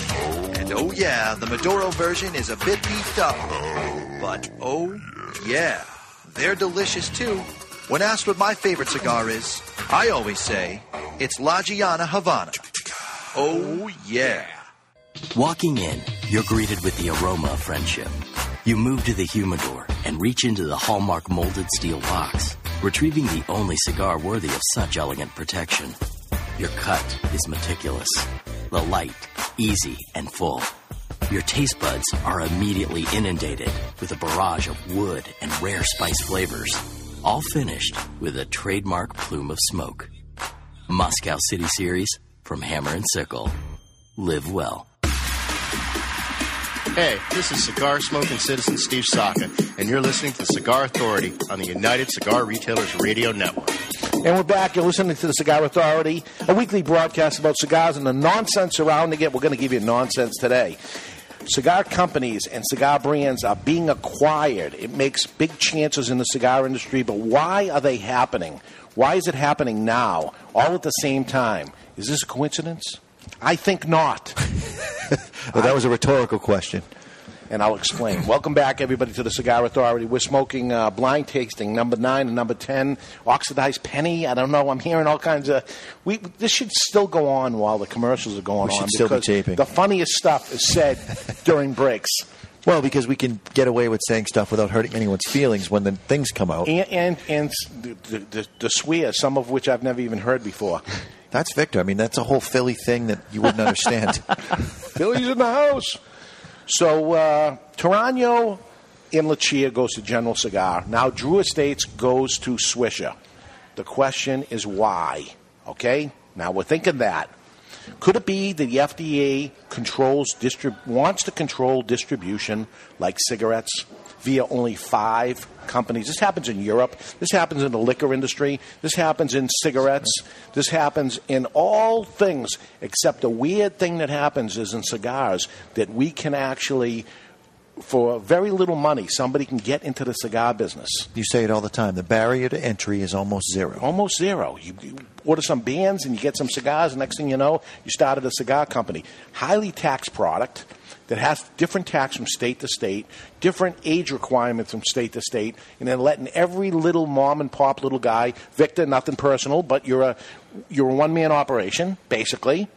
S12: And oh yeah, the Maduro version is a bit beefed up. But oh yeah, they're delicious too. When asked what my favorite cigar is, I always say it's La Giana Havana. Oh yeah.
S20: Walking in, you're greeted with the aroma of friendship. You move to the humidor and reach into the Hallmark molded steel box, retrieving the only cigar worthy of such elegant protection. Your cut is meticulous, the light, easy, and full. Your taste buds are immediately inundated with a barrage of wood and rare spice flavors, all finished with a trademark plume of smoke. Moscow City Series from Hammer and Sickle. Live well.
S21: Hey, this is cigar smoking citizen Steve Saka, and you're listening to the Cigar Authority on the United Cigar Retailers Radio Network.
S11: And we're back. You're listening to the Cigar Authority, a weekly broadcast about cigars and the nonsense surrounding it. We're going to give you nonsense today. Cigar companies and cigar brands are being acquired. It makes big chances in the cigar industry, but why are they happening? Why is it happening now, all at the same time? Is this a coincidence? I think not.
S12: Well, that was a rhetorical question.
S11: and I'll explain. Welcome back, everybody, to the Cigar Authority. We're smoking uh, blind tasting number nine and number ten, oxidized penny. I don't know. I'm hearing all kinds of. We this should still go on while the commercials are going
S12: We should
S11: on.
S12: still be
S11: because
S12: taping.
S11: The funniest stuff is said during breaks.
S12: Well, because we can get away with saying stuff without hurting anyone's feelings when the things come out.
S11: And and, and s- the, the, the, the swears, some of which I've never even heard before.
S12: That's Victor. I mean, that's a whole Philly thing that you wouldn't understand.
S11: Billy's in the house. So uh, Tarano and Lucia goes to General Cigar. Now Drew Estates goes to Swisher. The question is why? Okay. Now we're thinking that. Could it be that the FDA controls distrib- wants to control distribution like cigarettes via only five companies? This happens in Europe. This happens in the liquor industry. This happens in cigarettes. This happens in all things except the weird thing that happens is in cigars that we can actually for very little money somebody can get into the cigar business.
S12: You say it all the time. The barrier to entry is almost zero.
S11: Almost zero. You, you order some bands and you get some cigars, and next thing you know, you started a cigar company. Highly taxed product that has different tax from state to state, different age requirements from state to state, and then letting every little mom and pop little guy, Victor, nothing personal, but you're a you're a one man operation basically.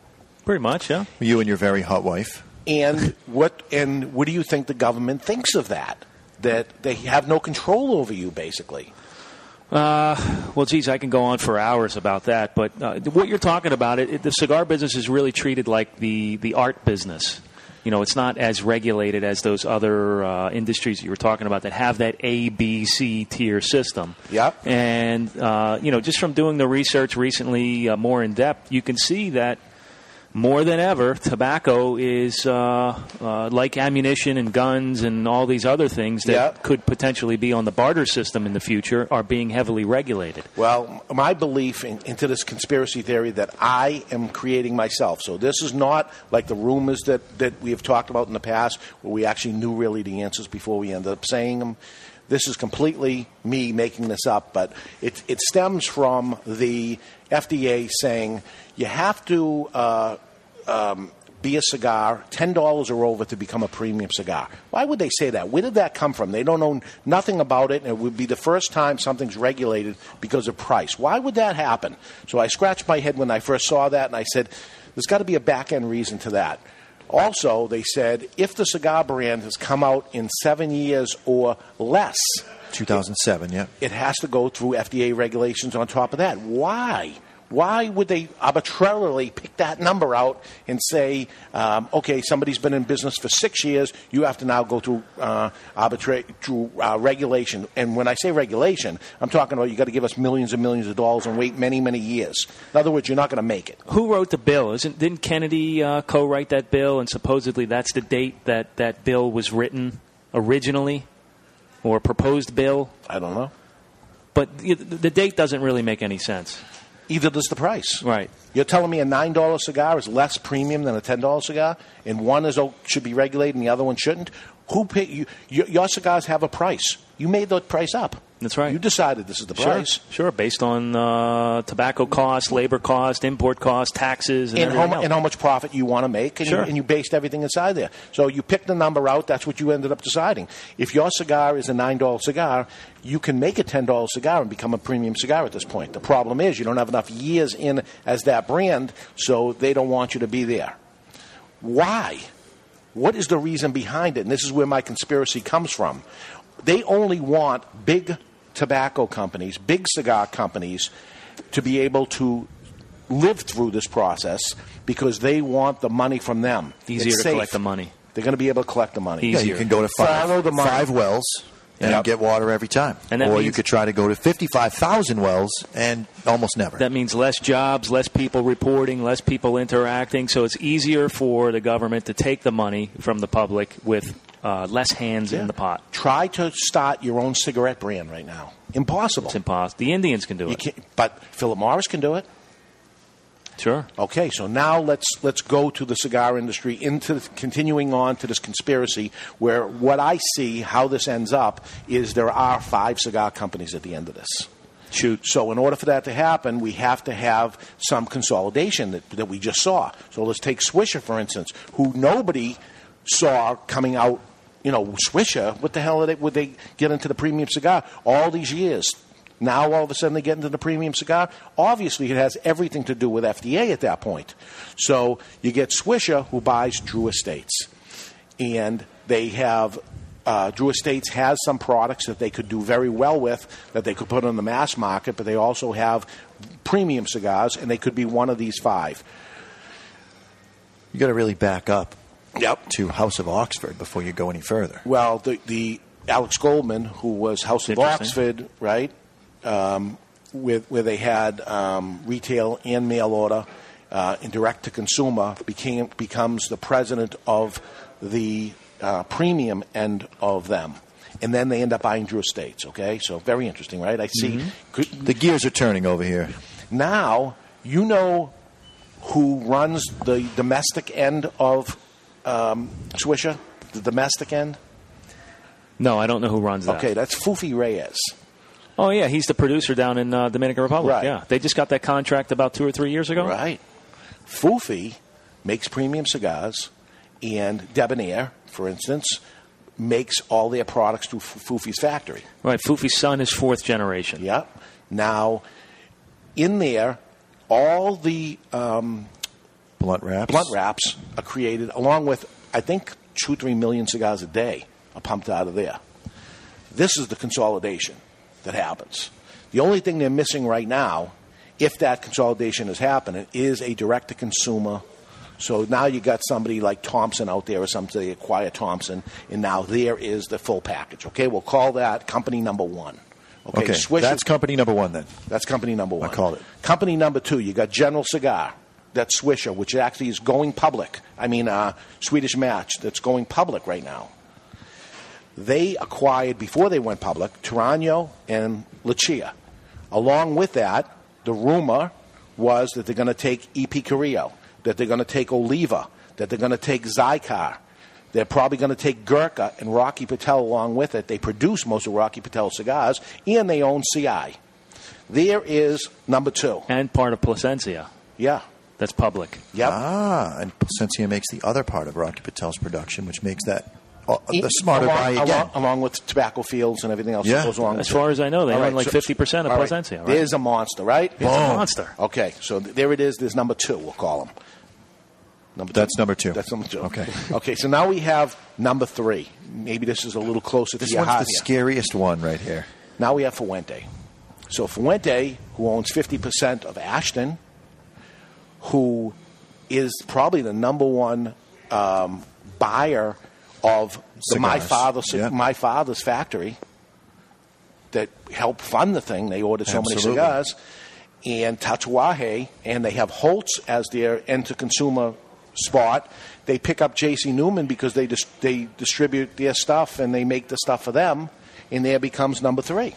S13: Pretty much, yeah.
S12: You and your very hot wife.
S11: And what and what do you think the government thinks of that? That they have no control over you, basically.
S13: Uh, well, geez, I can go on for hours about that. But uh, what you're talking about, it, it, the cigar business is really treated like the, the art business. You know, it's not as regulated as those other uh, industries that you were talking about that have that A, B, C tier system.
S11: Yep.
S13: And, uh, you know, just from doing the research recently uh, more in depth, you can see that more than ever, tobacco is uh, uh, like ammunition and guns and all these other things that could potentially be on the barter system in the future are being heavily regulated.
S11: Well, m- my belief in, into this conspiracy theory that I am creating myself. So this is not like the rumors that, that we have talked about in the past, where we actually knew really the answers before we ended up saying them. This is completely me making this up, but it, it stems from the FDA saying you have to. Uh, um, be a cigar, ten dollars or over to become a premium cigar. Why would they say that? Where did that come from? They don't know nothing about it, and it would be the first time something's regulated because of price. Why would that happen? So I scratched my head when I first saw that, and I said, "There's got to be a back end reason to that." Also, they said if the cigar brand has come out in seven years or less,
S12: 2007, yeah.
S11: it has to go through FDA regulations on top of that. Why? Why would they arbitrarily pick that number out and say, um, okay, somebody's been in business for six years, you have to now go through uh, arbitrary through uh, regulation? And when I say regulation, I'm talking about you got to give us millions and millions of dollars and wait many, many years. In other words, you're not going to make it.
S13: Who wrote the bill? Isn't didn't Kennedy uh, co-write that bill? And supposedly that's the date that that bill was written originally, or proposed bill.
S11: I don't know.
S13: But the, the date doesn't really make any sense.
S11: Either does the price.
S13: Right.
S11: You're telling me a $9 cigar is less premium than a $10 cigar, and one is o- should be regulated and the other one shouldn't? Who pay, you, your, your cigars have a price. You made that price up. That's right. You decided this is the
S13: sure,
S11: price.
S13: sure. Based on uh, tobacco cost, labor cost, import cost, taxes, and,
S11: And how,
S13: everything
S11: mu-
S13: else.
S11: and how much profit you want to make, and,
S13: Sure.
S11: you, and you based everything inside there. So you picked the number out, that's what you ended up deciding. If your cigar is a $9 cigar, you can make a $10 cigar and become a premium cigar at this point. The problem is you don't have enough years in as that brand, so they don't want you to be there. Why? What is the reason behind it? And this is where my conspiracy comes from. They only want big tobacco companies, big cigar companies, to be able to live through this process because they want the money from them.
S13: Easier
S11: It's
S13: to
S11: safe.
S13: collect the money.
S11: They're going to be able to collect the money.
S12: Yeah, you can go to five,
S11: Follow the money.
S12: five wells and
S11: Yep.
S12: get water every time.
S13: And that
S12: or you
S13: means-
S12: could try to go to 55,000 wells and almost never.
S13: That means less jobs, less people reporting, less people interacting. So it's easier for the government to take the money from the public with uh, less hands in the pot.
S11: Try to start your own cigarette brand right now. Impossible. It's
S13: impossible. The Indians can do
S11: it. But Philip Morris can do it.
S13: Sure.
S11: Okay, so now let's let's go to the cigar industry into continuing on to this conspiracy where what I see how this ends up is there are five cigar companies at the end of this. Shoot. So in order for that to happen, we have to have some consolidation that, that we just saw. So let's take Swisher for instance, who nobody saw coming out. You know, Swisher. What the hell are they, would they get into the premium cigar all these years? Now all of a sudden they get into the premium cigar. Obviously, it has everything to do with FDA at that point. So you get Swisher, who buys Drew Estates, and they have. Uh, Drew Estates has some products that they could do very well with that they could put on the mass market, but they also have premium cigars, and they could be one of these five.
S12: You got to really back up.
S11: Yep.
S12: To House of Oxford before you go any further.
S11: Well, the, the Alex Goldman, who was House of
S12: Interesting.
S11: Oxford, right, um, with, where they had um, retail and mail order uh, and direct to consumer, became becomes the president of the uh, premium end of them. And then they end up buying Drew Estates, okay? So very interesting, right? I see.
S12: Mm-hmm. The gears are turning over here.
S11: Now, you know who runs the domestic end of um, Swisher? The domestic end?
S13: No, I don't know who runs that.
S11: Okay, that's Fufi Reyes.
S13: Oh yeah, he's the producer down in uh, Dominican Republic.
S11: Right.
S13: Yeah, they just got that contract about two or three years ago.
S11: Right. Fufi makes premium cigars, and Debonair, for instance, makes all their products through F- Fufi's factory.
S13: Right. Fufi's son is fourth generation.
S11: Yeah. Now, in there, all the um,
S12: blunt wraps
S11: blunt wraps are created along with I think two three million cigars a day are pumped out of there. This is the consolidation that happens. The only thing they're missing right now, if that consolidation is happening, is a direct to consumer. So now you got somebody like Thompson out there or somebody acquire Thompson, and now there is the full package. Okay, we'll call that company number one. Okay,
S12: Okay,
S11: Swisher-
S12: that's company number one then.
S11: that's company number one.
S12: I called it.
S11: Company number two, you got General Cigar, that's Swisher, which actually is going public. I mean, uh, Swedish Match, that's going public right now. They acquired, before they went public, Tarano and Lucia. Along with that, the rumor was that they're going to take EP Carrillo, that they're going to take Oliva, that they're going to take Zycar. They're probably going to take Gurkha and Rocky Patel along with it. They produce most of Rocky Patel cigars, and they own CI. There is number two.
S13: And part of Placencia.
S11: Yeah.
S13: That's public.
S11: Yep.
S12: Ah, and Placencia makes the other part of Rocky Patel's production, which makes that uh, the smarter
S11: E- along,
S12: buy again.
S11: Along, along with tobacco fields and everything else
S12: Yeah.
S11: that goes along.
S12: As
S11: with it.
S12: far as I know, they
S11: All
S12: own like 50% of
S11: all
S12: Placencia, right?
S11: There's a monster, right?
S12: It's a Boom. monster.
S11: Okay, so th- there it is. There's number two, we'll call him.
S12: That's number two.
S11: That's number two.
S12: Okay.
S11: okay, so now we have number three. Maybe this is a little closer
S12: This
S11: to your
S12: one's the
S11: heart. here.
S12: scariest one right here.
S11: Now we have Fuente. So Fuente, who owns 50% of Ashton, who is probably the number one um, buyer of the my
S12: Cigars.
S11: father's
S12: Yeah.
S11: my father's factory that helped fund the thing. They ordered so
S12: Absolutely.
S11: many cigars and Tatuaje, and they have Holtz as their end-to-consumer spot. They pick up J.C. Newman because they dis- they distribute their stuff and they make the stuff for them, and there becomes number three.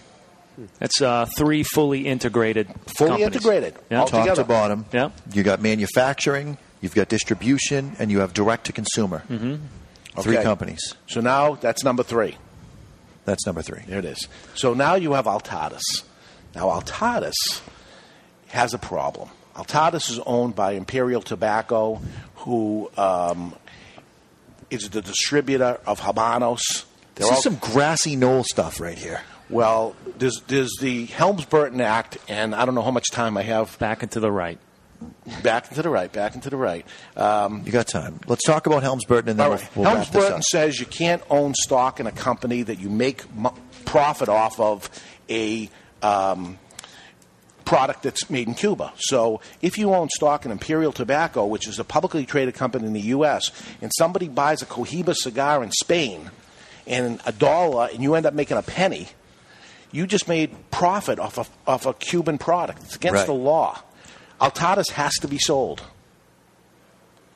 S13: That's uh, three fully integrated.
S11: Fully
S13: companies.
S11: integrated,
S13: Yeah.
S12: Top to bottom.
S13: Yeah.
S12: You got manufacturing, you've got distribution, and you have direct to consumer.
S11: Mhm.
S12: Three
S11: Okay.
S12: companies.
S11: So now that's number three.
S12: That's number three.
S11: There it is. So now you have Altadis. Now Altadis has a problem. Altadis is owned by Imperial Tobacco, who um, is the distributor of Habanos.
S12: This is some grassy knoll stuff right here.
S11: Well, there's, there's the Helms Burton Act, and I don't know how much time I have.
S13: Back into the right.
S11: Back into the right, back into the right. Um,
S12: you got time. Let's talk about Helms Burton, and then
S11: All right.
S12: we'll, we'll
S11: Helms
S12: wrap this
S11: Burton
S12: up.
S11: says you can't own stock in a company that you make mo- profit off of a um, product that's made in Cuba. So if you own stock in Imperial Tobacco, which is a publicly traded company in the U.S., and somebody buys a Cohiba cigar in Spain and a dollar, and you end up making a penny, you just made profit off of, off a Cuban product. It's against
S12: Right.
S11: the law. Altadas has to be sold.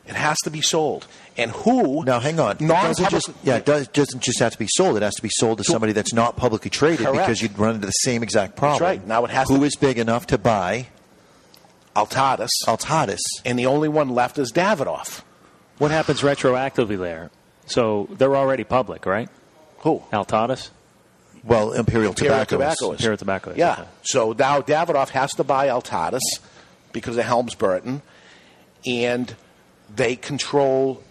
S11: It has to be sold. And who? Now, hang on. Non
S12: Does it just, yeah, it does, doesn't just have to be sold. It has to be sold to somebody that's not publicly traded
S11: Correct.
S12: because you'd run into the same exact problem.
S11: right. Now it has
S12: Who
S11: to-
S12: is big enough to buy
S11: Altadis.
S12: Altadis.
S11: And the only one left is Davidoff.
S13: What happens retroactively there? So they're already public, right?
S11: Who?
S13: Altadas?
S12: Well, Imperial,
S11: Tobacco is.
S13: Imperial Tobacco is,
S11: Yeah.
S13: okay.
S11: So now Davidoff has to buy Altadis because of Helms Burton, and they control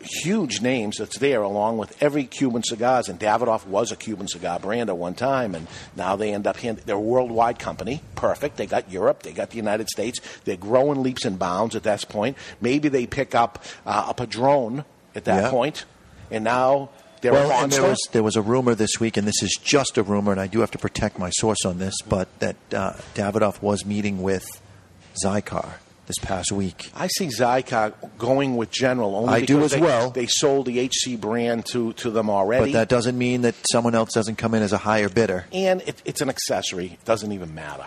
S11: huge names that's there along with every Cuban cigars. And Davidoff was a Cuban cigar brand at one time, and now they end up hand- they're a worldwide company. Perfect. They got Europe. They got the United States. They're growing leaps and bounds at this point. Maybe they pick up uh, a Padron at that
S12: Yeah.
S11: point, and now. They're
S12: well,
S11: a
S12: and there
S11: monster.
S12: was there was a rumor this week, and this is just a rumor, and I do have to protect my source on this, but that uh, Davidoff was meeting with Zycar this past week.
S11: I see Zycar going with General only
S12: I do
S11: because they,
S12: as well.
S11: They sold the HC brand to, to them already.
S12: But that doesn't mean that someone else doesn't come in as a higher bidder,
S11: and it, it's an accessory. It doesn't even matter.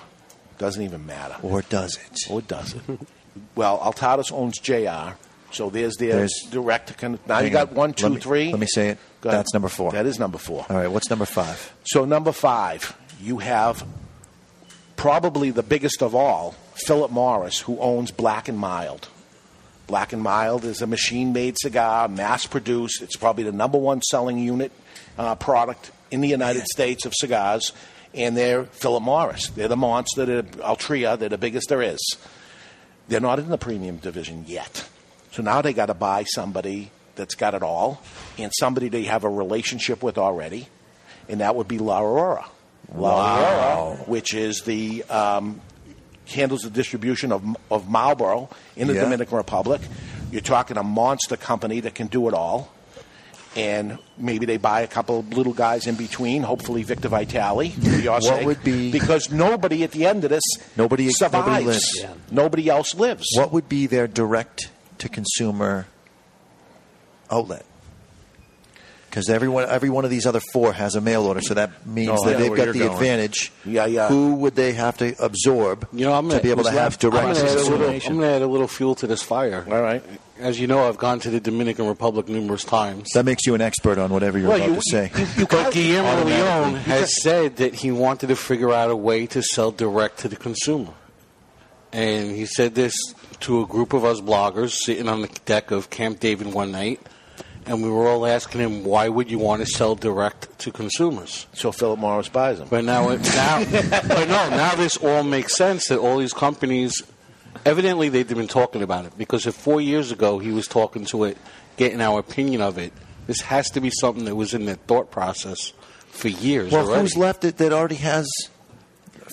S11: Doesn't even matter.
S12: or does it?
S11: Or does it? well, Altadas owns JR, so there's their
S12: There's-
S11: direct. Con- now you
S12: Hang
S11: got
S12: on.
S11: one,
S12: Let
S11: two,
S12: me-
S11: three.
S12: Let me say it.
S11: Go ahead.
S12: That's number four.
S11: That is number four.
S12: All right. What's number five?
S11: So number five, you have probably the biggest of all, Philip Morris, who owns Black and Mild. Black and Mild is a machine-made cigar, mass-produced. It's probably the number one selling unit uh, product in the United States of cigars, and they're Philip Morris. They're the monster. They're Altria. They're the biggest there is. They're not in the premium division yet. So now they got to buy somebody that's got it all, and somebody they have a relationship with already and that would be La Aurora. La
S12: Wow.
S11: Aurora, which is the um, handles the distribution of of Marlboro in the
S12: Yeah.
S11: Dominican Republic. You're talking a monster company that can do it all, and maybe they buy a couple of little guys in between. Hopefully, Victor Vitali. for your
S12: What
S11: sake,
S12: would be-
S11: because nobody at the end of this
S12: Nobody-
S11: survives.
S12: nobody lives. Yeah.
S11: Nobody else lives.
S12: What would be their direct to consumer outlet? Because everyone, every one of these other four has a mail order, so that means
S14: No, Oh, I
S12: that
S14: know
S12: they've
S14: where
S12: got
S14: you're
S12: the
S14: going. uh,
S12: advantage.
S11: Yeah, yeah.
S12: Who would they have to absorb
S14: You know, I'm gonna,
S12: to be able to
S14: who's
S12: have
S14: left? I'm
S12: direct
S14: gonna add a
S12: to
S14: little-
S12: consumer?
S14: I'm going to add a little fuel to this fire.
S11: All right.
S14: As you know, I've gone to the Dominican Republic numerous times.
S12: That makes you an expert on whatever you're
S14: Well,
S12: about
S14: you-
S12: to say.
S14: but Guillermo
S12: Automatically.
S14: Leone
S12: You
S14: has said that he wanted to figure out a way to sell direct to the consumer. And he said this to a group of us bloggers sitting on the deck of Camp David one night. And we were all asking him, why would you want to sell direct to consumers?
S11: So Philip Morris buys them.
S14: But now, it, now but no, now this all makes sense that all these companies, evidently they've been talking about it because if four years ago he was talking to it, getting our opinion of it, this has to be something that was in their thought process for years
S12: Well,
S14: already.
S12: who's left that, that already has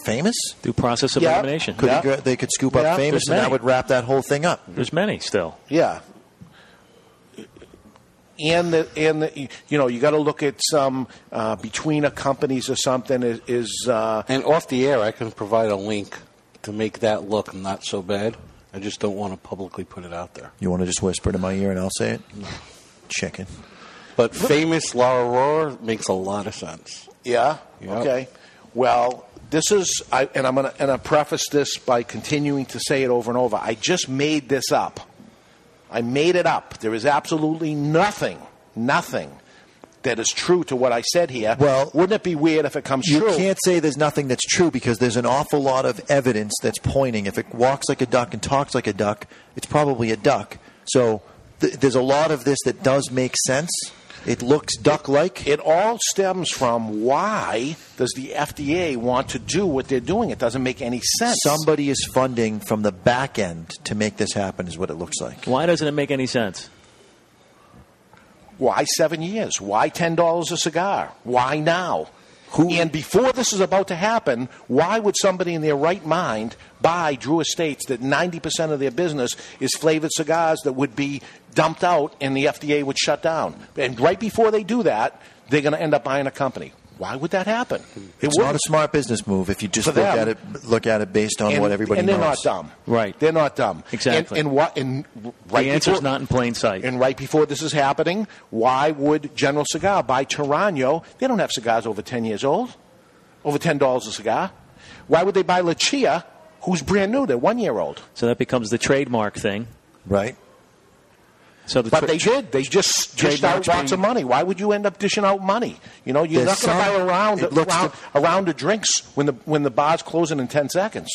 S12: famous?
S13: Through process of
S12: Yeah.
S13: elimination.
S12: Could he gra- they could scoop
S13: Yeah.
S12: up famous,
S13: There's
S12: and that
S13: many.
S12: would wrap that whole thing up.
S13: There's many still.
S11: Yeah. And the and the, you know you got to look at some uh, between a companies or something is, is uh,
S14: and off the air, I can provide a link to make that look not so bad. I just don't want to publicly put it out there.
S12: You want to just whisper it in my ear and I'll say it? Chicken.
S14: But famous La Aurora makes a lot of sense.
S11: yeah
S14: Yep.
S11: okay well this is I, and I'm gonna and I preface this by continuing to say it over and over I just made this up I made it up there is absolutely nothing nothing that is true to what I said here well wouldn't it be weird if it comes
S12: You
S11: true
S12: can't say there's nothing that's true because there's an awful lot of evidence that's pointing. If it walks like a duck and talks like a duck, it's probably a duck. So th- there's a lot of this that does make sense. It looks duck like.
S11: It all stems from why does the FDA want to do what they're doing? It doesn't make any sense.
S12: Somebody is funding from the back end to make this happen, is what it looks like.
S13: Why doesn't it make any sense?
S11: Why seven years? Why ten dollars a cigar? Why now? and before this is about to happen, why would somebody in their right mind buy Drew Estates that 90% of their business is flavored cigars that would be dumped out and the FDA would shut down? And right before they do that, they're going to end up buying a company. Why would that happen? It
S12: It's not a
S11: wouldn't.
S12: smart business move if you just
S11: For
S12: look
S11: them.
S12: at it look at it based on
S11: and,
S12: what everybody
S11: and they're
S12: knows.
S11: not dumb. Right. They're not dumb.
S12: Exactly.
S11: And, and what? And right
S13: the answer's
S11: before-
S13: not in plain sight.
S11: And right before this is happening, why would General Cigar buy Tarano? They don't have cigars over ten years old, over ten dollars a cigar. Why would they buy La Chia, who's brand new? They're one year old.
S13: So that becomes the trademark thing.
S12: Right.
S13: So the
S11: But
S13: tra-
S11: they did. They just dished out
S13: Trademarks
S11: lots of
S13: being-
S11: money. Why would you end up dishing out money? You know, you're
S13: There's
S11: not going
S13: some-
S11: to buy a round,
S13: it looks
S11: round- a round of drinks when the when the bar's closing in ten seconds.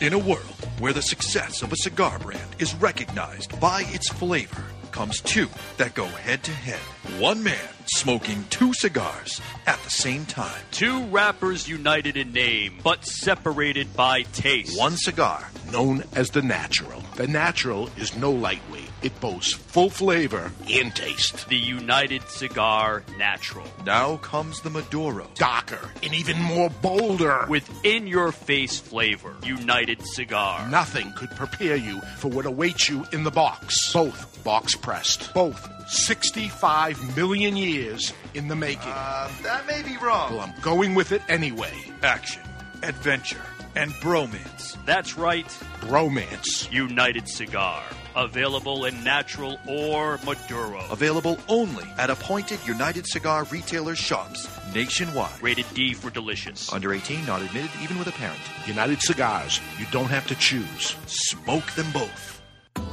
S22: In a world where the success of a cigar brand is recognized by its flavor, comes two that go head to head. One man smoking two cigars at the same time.
S23: Two rappers united in name, but separated by taste.
S22: One cigar, known as the natural. The natural is no lightweight, it boasts full flavor and taste.
S23: The United Cigar Natural.
S22: Now comes the Maduro, darker and even more bolder.
S23: With in your face flavor. United Cigar.
S22: Nothing could prepare you for what awaits you in the box. Both box pressed. Both 65 million years in the making. that may be wrong. Well, I'm going with it anyway.
S23: Action, adventure, and bromance. That's right.
S22: Bromance.
S23: United Cigar. Available in natural or Maduro.
S22: Available only at appointed United Cigar retailer shops nationwide.
S23: Rated D E for delicious.
S22: Under 18, not admitted even with a parent. United Cigars. You don't have to choose. Smoke them both.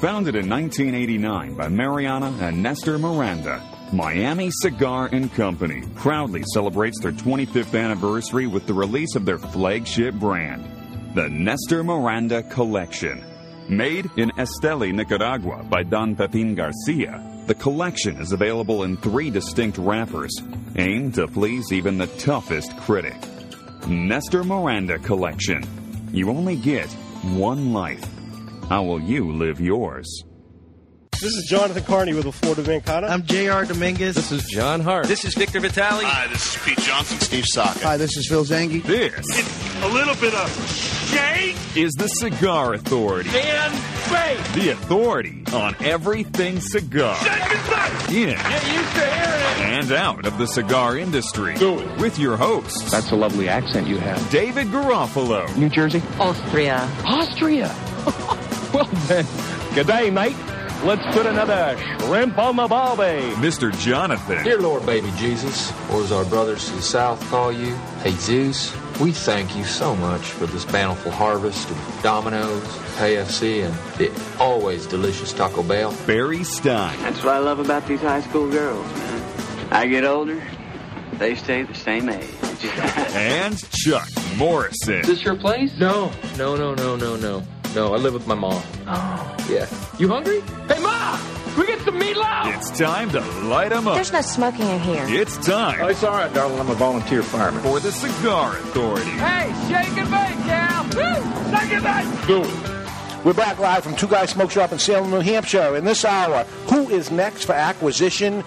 S6: Founded in 1989 by Mariana and Nestor Miranda, Miami Cigar and Company proudly celebrates their 25th anniversary with the release of their flagship brand, the Nestor Miranda Collection. Made in Esteli, Nicaragua by Don Pepin Garcia, the collection is available in three distinct wrappers, aimed to please even the toughest critic. Nestor Miranda Collection. You only get one life. How will you live yours?
S1: This is Jonathan Carney with the Florida Vancana. I'm J.R. Dominguez. This is John Hart.
S24: This is Victor Vitale. Hi, this is Pete Johnson. Steve Saka.
S7: Hi, this is Phil Zangi.
S6: This
S10: A little bit of shake.
S6: is the Cigar Authority,
S10: Dan Faith.
S6: the authority on everything cigar. In
S10: used to hearing
S6: and out of the cigar industry. Do it. With your hosts. That's a lovely accent you have. David Garofalo. New Jersey.
S8: Austria. Austria. well then, good day, mate. Let's put another shrimp on the barbie.
S6: Mr. Jonathan.
S9: Dear Lord, baby Jesus, or as our brothers to the south call you, hey Zeus, we thank you so much for this bountiful harvest of Domino's, KFC, and the always delicious Taco Bell.
S6: Barry Stein.
S25: That's what I love about these high school girls, man. I get older, they stay the same age.
S6: and Chuck Morrison.
S9: Is this your place? No, no, no, no, no, no. No, I live with my mom.
S8: Oh.
S9: Yeah. You hungry? Hey, Mom! We get some meatloaf!
S6: It's time to light 'em up.
S8: no smoking in here.
S6: It's time. it's all right, darling. I'm a volunteer fireman. For the Cigar Authority.
S10: Hey, shake and bake, Cal. Woo! Shake and bake.
S11: Do it. We're back live from Two Guys Smoke Shop in Salem, New Hampshire. In this hour, who is next for acquisition?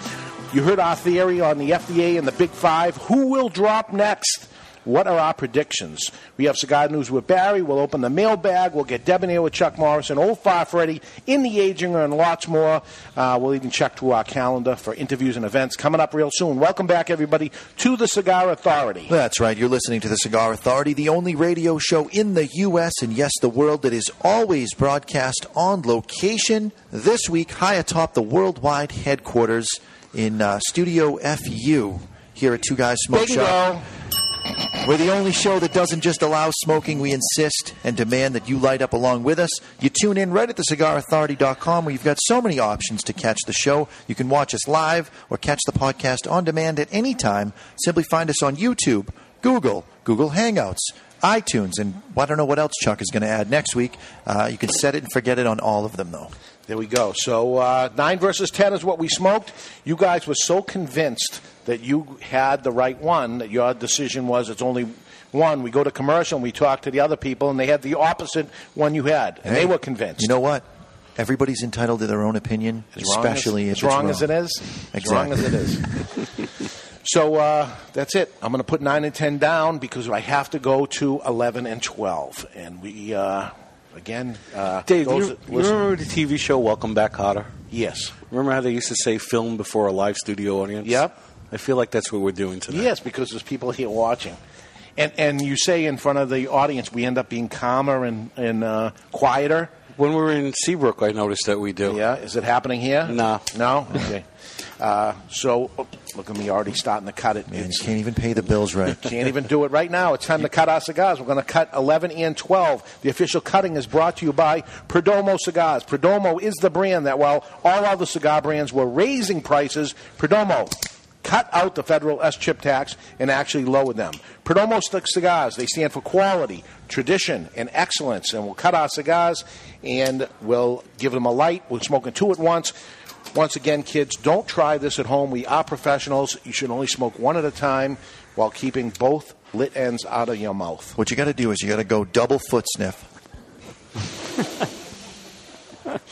S11: You heard our theory on the FDA and the Big Five. Who will drop next? What are our predictions? We have cigar news with Barry. We'll open the mailbag. We'll get debonair with Chuck Morrison, Old Fire Freddy, in the aging and lots more. Uh, we'll even check to our calendar for interviews and events coming up real soon. Welcome back, everybody, to the Cigar Authority.
S12: That's right. You're listening to the Cigar Authority, the only radio show in the U.S. and yes, the world that is always broadcast on location. This week, high atop the worldwide headquarters in uh, Studio FU here at Two Guys Smoke
S11: Bingo.
S12: Shop. We're the only show that doesn't just allow smoking. We insist and demand that you light up along with us. You tune in right at thecigarauthority.com where you've got so many options to catch the show. You can watch us live or catch the podcast on demand at any time. Simply find us on YouTube, Google, Google Hangouts, iTunes, and I don't know what else Chuck is going to add next week. Uh, you can set it and forget it on all of them, though.
S11: There we go. So uh, nine versus ten is what we smoked. You guys were so convinced that you had the right one that your decision was it's only one. We go to commercial and we talk to the other people, and they had the opposite one you had, and
S12: Hey,
S11: they were convinced.
S12: You know what? Everybody's entitled to their own opinion,
S11: As wrong as-
S12: especially
S11: as,
S12: if
S11: wrong
S12: it's
S11: as it is. As wrong as it is.
S12: Exactly.
S11: So uh, that's it. I'm going to put nine and ten down because I have to go to eleven and twelve, and we uh, again. Uh,
S14: Dave,
S11: those
S14: you,
S11: that
S14: you
S11: listen-
S14: remember the TV show Welcome Back, Cotter?
S11: Yes.
S14: Remember how they used to say film before a live studio audience? Yep. I feel like that's what we're doing today.
S11: Yes, because there's people here watching. And, and you say in front of the audience, we end up being calmer and, and uh, quieter.
S14: When we were in Seabrook, I noticed that we do.
S11: Yeah, is it happening here?
S14: No.
S11: No? Okay. uh, so, oh, look at me already starting to cut it.
S12: Man, you can't even pay the bills right.
S11: Can't even do it right now. It's time to cut our cigars. We're going to cut 11 and 12. The official cutting is brought to you by Perdomo Cigars. Perdomo is the brand that, while all other cigar brands were raising prices, Perdomo cut out the federal S chip tax and actually lowered them. Perdomo Stick Cigars, they stand for quality, tradition, and excellence. And we'll cut our cigars and we'll give them a light. We're smoking two at once. Once again, kids, don't try this at home. We are professionals. You should only smoke one at a time while keeping both lit ends out of your mouth.
S12: What you got to do is you got to go double foot sniff.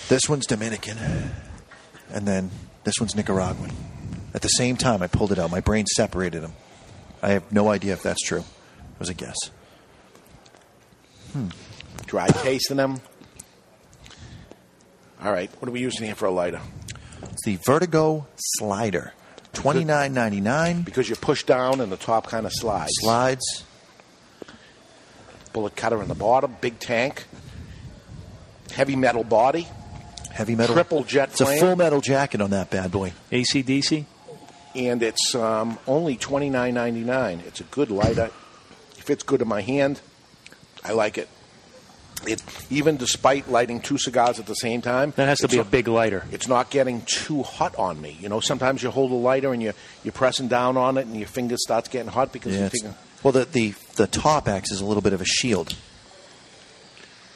S12: this one's Dominican, and then this one's Nicaraguan. At the same time, I pulled it out. My brain separated them. I have no idea if that's true. It was a guess.
S11: Dry tasting them. All right, what are we using here for a lighter?
S12: It's the Vertigo Slider, twenty nine ninety nine.
S11: Because you push down and the top kind of slides.
S12: Slides.
S11: Bullet cutter in the bottom, big tank, heavy metal body,
S12: Heavy metal.
S11: Triple jet
S12: It's a
S11: plane.
S12: full metal jacket on that bad boy.
S11: ACDC, and it's um, only twenty nine ninety nine. It's a good lighter. It fits good in my hand. I like it. It even despite lighting two cigars at the same time.
S13: That has to
S11: it's
S13: be a big lighter.
S11: It's not getting too hot on me. You know, sometimes you hold a lighter and you you're pressing down on it, and your finger starts getting hot because
S12: Yeah,
S11: you're
S12: it's-
S11: thinking.
S12: well, the, the the top acts as a little bit of a shield.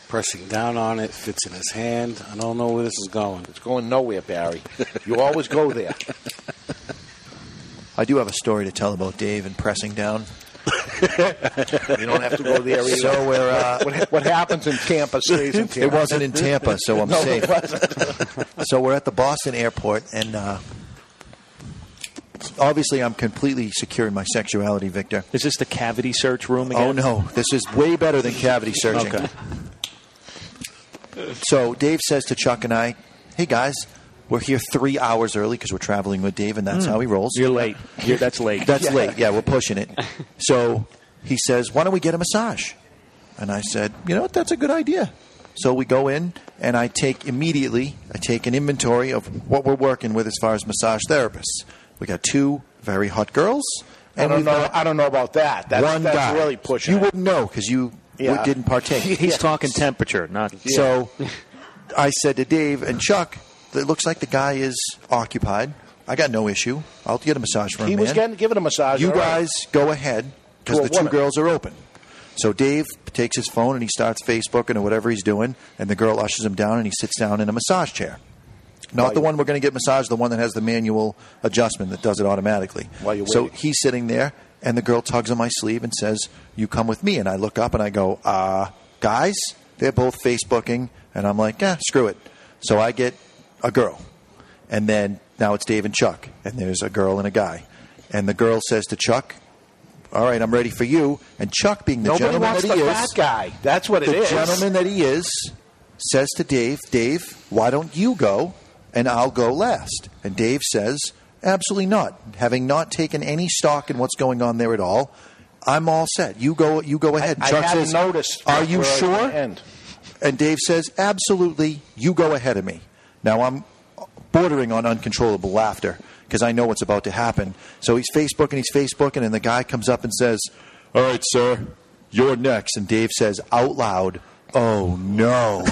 S14: Pressing down on it, fits in his hand. I don't know where this is going. It's
S11: going nowhere, Barry. You always go there.
S12: I do have a story to tell about Dave and pressing down.
S11: You don't have to go there either.
S12: So we're, uh,
S11: what, what happens in Tampa stays in Tampa.
S12: It wasn't in Tampa, so I'm
S11: No, it
S12: safe.
S11: wasn't.
S12: so we're at the Boston airport, and uh, obviously, I'm completely secure in my sexuality, Victor.
S13: Is this the cavity search room again?
S12: Oh, no. This is way better than cavity searching.
S13: Okay.
S12: So Dave says to Chuck and I, hey, guys. We're here three hours early because we're traveling with Dave, and that's
S13: Mm.
S12: how he rolls. You're late.
S13: You're- that's late.
S12: That's
S13: Yeah.
S12: late. Yeah, we're pushing it. So he says, Why don't we get a massage? And I said, You know what? That's a good idea. So we go in, and I take immediately, I take an inventory of what we're working with as far as massage therapists. We got two very hot girls.
S11: I don't
S12: we've
S11: know.
S12: got
S11: I don't know about that. That's,
S12: one
S11: that's
S12: guy.
S11: really pushing.
S12: You
S11: it.
S12: wouldn't know because you
S11: Yeah.
S12: w- didn't partake.
S11: He's talking
S13: temperature, not
S12: so. I said to Dave and Chuck, "It looks like the guy is occupied. I got no issue. I'll get a massage for him."
S11: He was getting given a massage.
S12: You
S11: all right.
S12: guys go ahead because
S11: To a
S12: the two
S11: woman.
S12: girls are open. So Dave takes his phone and he starts Facebooking or whatever he's doing, and the girl ushers him down and he sits down in a massage chair. Not
S11: While
S12: the
S11: you-
S12: one we're going to get massaged, the one that has the manual adjustment that does it automatically.
S11: While you're
S12: so
S11: waiting.
S12: he's sitting there, and the girl tugs on my sleeve and says, You come with me. And I look up and I go, Uh, guys, they're both Facebooking. And I'm like, Yeah, screw it. So I get a girl. And then now it's Dave and Chuck, and there's a girl and a guy. And the girl says to Chuck, all right, I'm ready for you. And Chuck, being the
S11: Nobody
S12: gentleman
S11: wants
S12: that he
S11: the
S12: is,
S11: fat guy. That's what it
S12: the
S11: is.
S12: gentleman that he is, says to Dave, Dave, why don't you go and I'll go last? And Dave says, absolutely not. Having not taken any stock in what's going on there at all, I'm all set. You go. You go ahead.
S11: I
S12: Chuck
S11: hadn't
S12: says,
S11: noticed
S12: Are you
S11: where it
S12: sure?
S11: would end.
S12: And Dave says, absolutely. You go ahead of me. Now I'm bordering on uncontrollable laughter because I know what's about to happen. So he's Facebooking, he's Facebooking, and the guy comes up and says, All right, sir, you're next. And Dave says out loud, Oh no.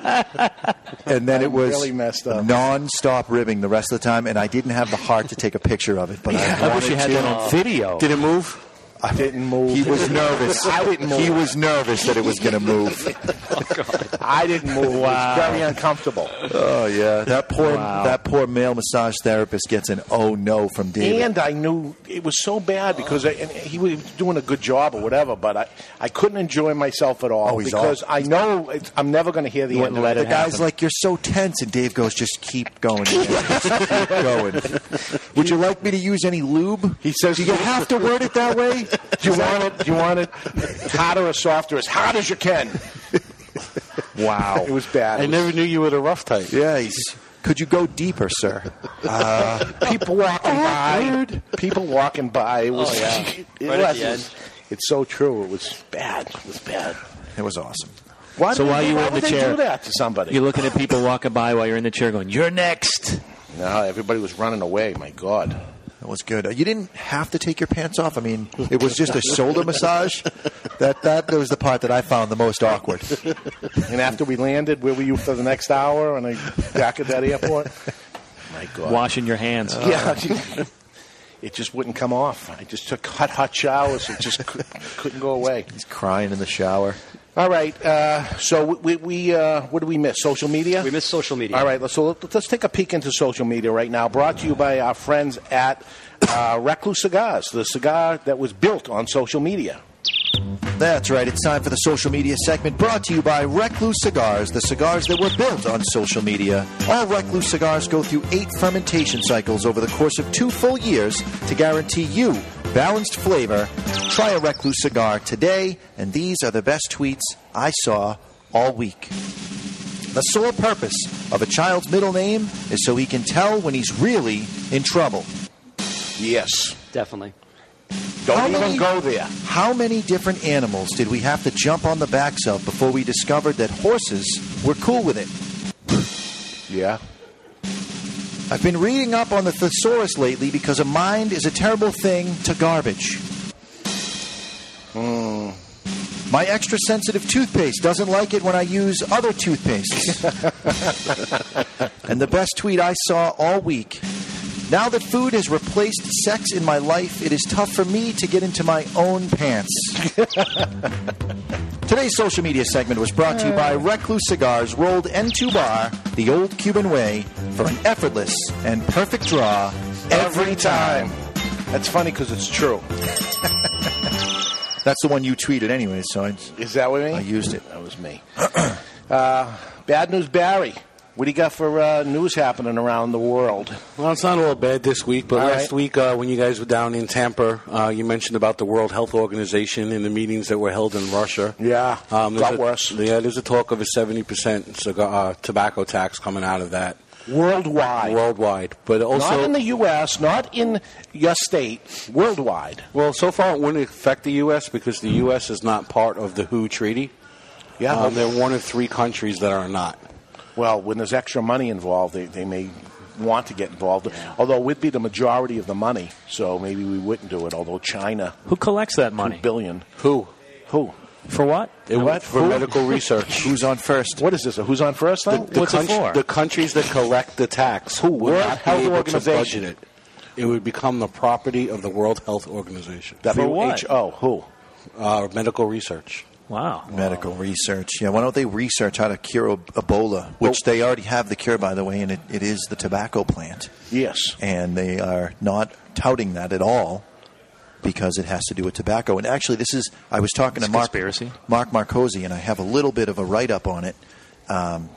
S12: and then
S11: I
S12: it was
S11: really messed up.
S12: non-stop ribbing the rest of the time, and I didn't have the heart to take a picture of it. But I,
S11: I wish
S12: wanted
S11: you had
S12: to.
S11: that on video.
S12: Did it move? I
S11: didn't move.
S12: He was nervous.
S11: I didn't move.
S12: He was nervous that it was going to move.
S11: I didn't move.
S12: Wow.
S11: It was very uncomfortable.
S12: Oh yeah, that poor
S11: Wow.
S12: that poor male massage therapist gets an oh no from David.
S11: And I knew it was so bad because I, and he was doing a good job or whatever, but I, I couldn't enjoy myself at all
S12: Oh, he's
S11: because
S12: off.
S11: I know it's, I'm never going to hear the end. of
S12: the guy's like, "You're so tense," and Dave goes, "Just keep going, man. just keep going." Would you like me to use any lube? He says, "Do you have to word it that way?"
S11: Do you want it? Do you want it harder or softer? As hard as you can.
S12: Wow,
S11: It was bad.
S12: I
S11: It was-
S12: never knew you were the rough type. Yeah, he's- could you go deeper, sir? Uh,
S11: people walking by. People walking by. It was.
S12: Oh, yeah.
S11: it
S12: Right at
S11: was-
S12: the end.
S11: It's so true. It was bad. It was bad.
S12: it was awesome.
S11: Why
S13: so
S11: do they
S13: while
S11: do-
S13: you were
S11: why
S13: in the
S11: would they
S13: chair,
S11: do that to somebody?
S13: You're looking at people walking by while you're in the chair, going, "You're next."
S11: No, everybody was running away. My God.
S12: That was good. Uh, You didn't have to take your pants off. I mean, it was just a shoulder massage. That that was the part that I found the most awkward.
S11: and after we landed, where were you for the next hour? And I back at that airport. My God.
S13: Washing your hands.
S11: Yeah. it just wouldn't come off. I just took hot, hot showers. It just cou- couldn't go away.
S12: He's crying in the shower.
S11: All right. Uh, so we, we uh, what do we miss? Social media. We miss social media. All right. Let's, so let- let's take a peek into social media right now. Brought to you by our friends at uh, Recluse Cigars, the cigar that was built on social media.
S12: That's right. It's time for the social media segment brought to you by Recluse Cigars, the cigars that were built on social media. All Recluse cigars go through eight fermentation cycles over the course of two full years to guarantee you balanced flavor. Try a Recluse cigar today, and these are the best tweets I saw all week. The sole purpose of a child's middle name is so he can tell when he's really in trouble.
S11: Yes.
S25: Definitely.
S11: Don't even go there.
S12: How many different animals did we have to jump on the backs of before we discovered that horses were cool with it?
S11: Yeah.
S12: I've been reading up on the thesaurus lately because a mind is a terrible thing to garbage. Mm. My extra sensitive toothpaste doesn't like it when I use other toothpastes. and the best tweet I saw all week. Now that food has replaced sex in my life, it is tough for me to get into my own pants. Today's social media segment was brought to you
S11: Uh.
S12: by Recluse Cigars Rolled N2 Bar, the old Cuban way, for an effortless and perfect draw every time.
S11: That's funny because it's true.
S12: That's the one you tweeted anyway, so I,
S11: Is that what I mean?
S12: I used it.
S11: That was me. Uh, bad news, Barry. What do you got for uh, news happening around the world?
S14: Well, it's not all bad this week, but
S11: All
S14: last
S11: right.
S14: week uh, when you guys were down in Tampa, uh, you mentioned about the World Health Organization and the meetings that were held in Russia.
S11: Yeah,
S14: um, there's
S11: got
S14: a-
S11: worse.
S14: Yeah, there's a talk of a 70% cigar, uh, tobacco tax coming out of that.
S11: Worldwide.
S14: Worldwide. But also.
S11: not in the U.S., not in your state, worldwide.
S14: Well, so far it wouldn't affect the U.S. because the U.S. is not part of the WHO treaty.
S11: Yeah.
S14: Um, they're one of three countries that are not.
S11: Well, when there's extra money involved, they, they may want to get involved. Although we'd be the majority of the money, so maybe we wouldn't do it. Although China,
S13: who collects that money?
S11: billion.
S14: Who?
S11: Who?
S13: For what?
S11: what?
S14: For
S11: Who?
S14: medical research.
S12: Who's on first?
S11: What is this? A who's on first?
S14: The,
S11: Thing?
S14: the country- The countries that collect the tax
S11: Who?
S14: would
S11: World
S14: not be
S11: Health
S14: able
S11: Organization.
S14: to budget it. It would become the property of the World Health Organization.
S11: WHO. Who?
S14: Uh, medical research.
S13: Wow.
S12: Medical research. Yeah, why don't they research how to cure Eb- Ebola, which
S11: Oh.
S12: they already have the cure, by the way, and it, it is the tobacco plant.
S11: Yes.
S12: And they are not touting that at all because it has to do with tobacco. And actually, this is, I was talking to Mark, Mark Marcosi, and I have a little bit of a write up on it. Um,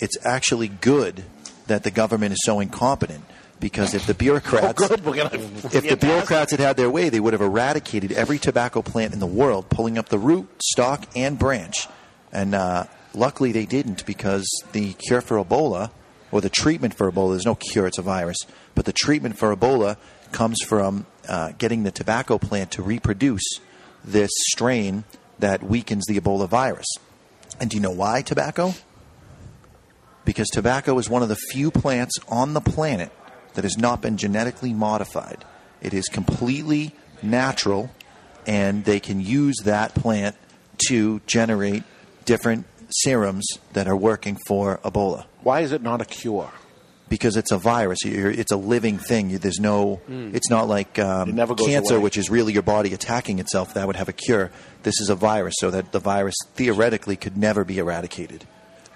S12: it's actually good that the government is so incompetent because if the bureaucrats
S11: Oh, good. We're gonna.
S12: if the bureaucrats had had their way, they would have eradicated every tobacco plant in the world, pulling up the root, stalk, and branch. And uh, luckily, they didn't because the cure for Ebola, or the treatment for Ebola, there's no cure; it's a virus. But the treatment for Ebola comes from uh, getting the tobacco plant to reproduce this strain that weakens the Ebola virus. And do you know why tobacco? because tobacco is one of the few plants on the planet that has not been genetically modified. It is completely natural, and they can use that plant to generate different serums that are working for Ebola.
S11: Why is it not a cure?
S12: Because it's a virus. You're- It's a living thing. You- There's no.
S11: Mm.
S12: It's not like um,
S11: It never goes
S12: cancer,
S11: away.
S12: which is really your body attacking itself. That would have a cure. This is a virus, so that the virus theoretically could never be eradicated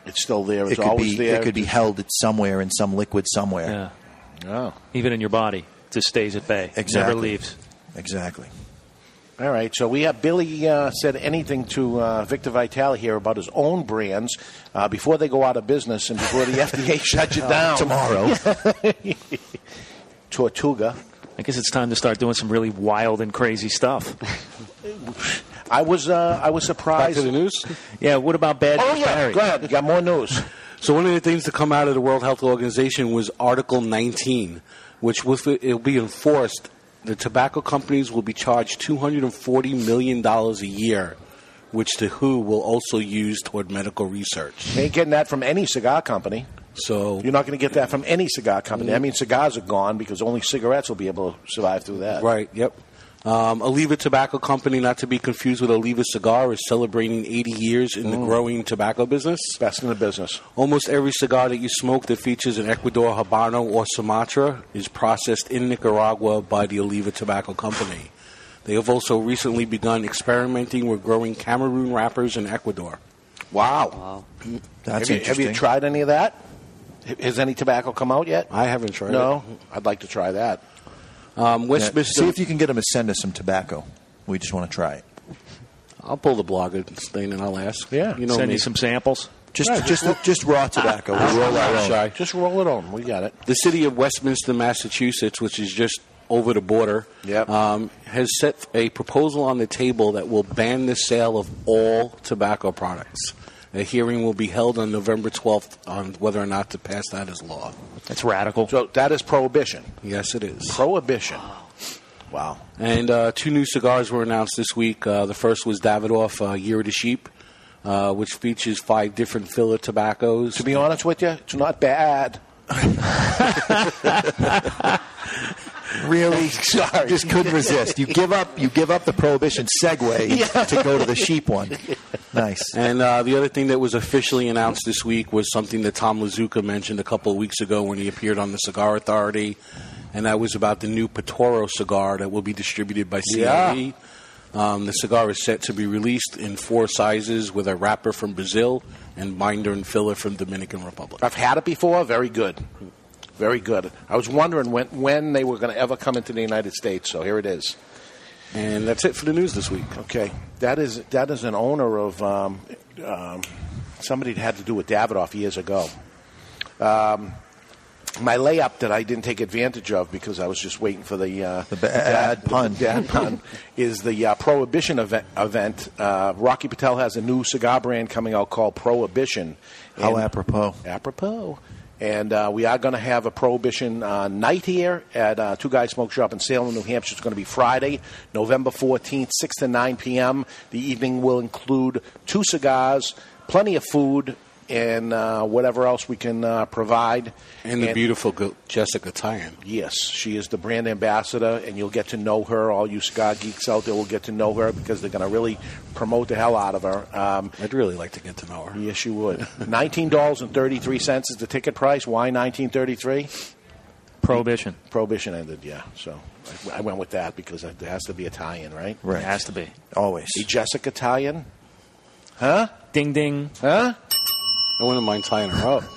S11: It's still there. It's
S12: it could
S11: always
S12: be
S11: there.
S12: it could be held at somewhere in some liquid somewhere.
S13: Yeah.
S11: Oh.
S13: Even in your body, it just stays at bay.
S12: Exactly.
S13: Never leaves.
S12: Exactly.
S11: All right, so we have Billy uh, said anything to uh, Victor Vitale here about his own brands uh, before they go out of business and before the FDA shuts you
S13: Uh,
S11: down
S13: tomorrow.
S11: Tortuga.
S13: I guess it's time to start doing some really wild and crazy stuff.
S11: I was uh, I was surprised.
S14: Back to the news.
S13: Yeah. What about bad?
S11: Oh yeah, go ahead. You got more news.
S14: So one of the things to come out of the World Health Organization was Article 19, which will it'll be enforced. The tobacco companies will be charged 240 million dollars a year, which the WHO will also use toward medical research.
S11: You ain't getting that from any cigar company.
S14: So
S11: you're not going to get that from any cigar company. I mean, cigars are gone because only cigarettes will be able to survive through that.
S14: Right. Yep. Um, Oliva Tobacco Company, not to be confused with Oliva Cigar, is celebrating 80 years in the
S11: Mm.
S14: growing tobacco business.
S11: Best in the business.
S14: Almost every cigar that you smoke that features an Ecuador Habano or Sumatra is processed in Nicaragua by the Oliva Tobacco Company. They have also recently begun experimenting with growing Cameroon wrappers in Ecuador. Mm.
S11: Wow. wow.
S14: That's
S11: have you, Have
S14: interesting.
S11: you tried any of that? H- Has any tobacco come out yet?
S14: I haven't tried
S11: No, I'd like to try that.
S14: Um,
S12: See if you can get them to send us some tobacco. We just want to try it.
S14: I'll pull the blog thing and I'll ask.
S11: Yeah.
S14: You know
S13: Send
S14: me.
S13: you some samples.
S12: Just, just, just raw tobacco.
S14: We'll roll our own.
S11: Sorry. Just roll it on. We got it.
S14: the city of Westminster, Massachusetts, which is just over the border, um, has set a proposal on the table that will ban the sale of all tobacco products. A hearing will be held on November 12th on whether or not to pass that as law.
S13: That's radical.
S11: So that is prohibition.
S14: Yes, it is.
S11: Prohibition. Wow.
S14: And uh, two new cigars were announced this week. Uh, the first was Davidoff uh, Year of the Sheep, uh, which features five different filler tobaccos.
S11: To be honest with you, it's not bad.
S12: Really,
S11: Sorry.
S12: just couldn't resist. You give up. You give up the prohibition segue
S14: Yeah.
S12: to go to the sheep one. Nice.
S14: And uh, the other thing that was officially announced this week was something that Tom Lazuka mentioned a couple of weeks ago when he appeared on the Cigar Authority, and that was about the new Patoro cigar that will be distributed by CLE.
S11: Yeah.
S14: Um, the cigar is set to be released in four sizes with a wrapper from Brazil and binder and filler from Dominican Republic.
S11: I've had it before. Very good. Very good. I was wondering when, when they were going to ever come into the United States, so here it is.
S14: And that's it for the news this week.
S11: Okay. That is that is an owner of um, um, somebody that had to do with Davidoff years ago. Um, my layup that I didn't take advantage of because I was just waiting for the uh, the bad pun. bad pun is the uh, Prohibition event. event. Uh, Rocky Patel has a new cigar brand coming out called Prohibition.
S12: How
S11: And-
S12: apropos.
S11: Apropos. And uh, we are going to have a prohibition uh, night here at uh, Two Guys Smoke Shop in Salem, New Hampshire. It's going to be Friday, November 14th, 6 to 9 p.m. The evening will include two cigars, plenty of food, and uh, whatever else we can uh, provide.
S14: And the beautiful Go- Jessica Tyan.
S11: Yes, she is the brand ambassador, and you'll get to know her. All you cigar geeks out there will get to know her because they're going to really promote the hell out of her. Um,
S14: I'd really like to get to know her.
S11: Yes, you would. Nineteen dollars and thirty-three cents is the ticket price. Why nineteen thirty-three?
S13: Prohibition.
S11: Prohibition ended. Yeah, so I, I went with that because it has to be Italian, right?
S12: Right. It
S13: has to be.
S12: Always.
S11: Is Jessica Italian? Huh?
S13: Ding ding.
S11: Huh?
S14: I wouldn't mind tying her up.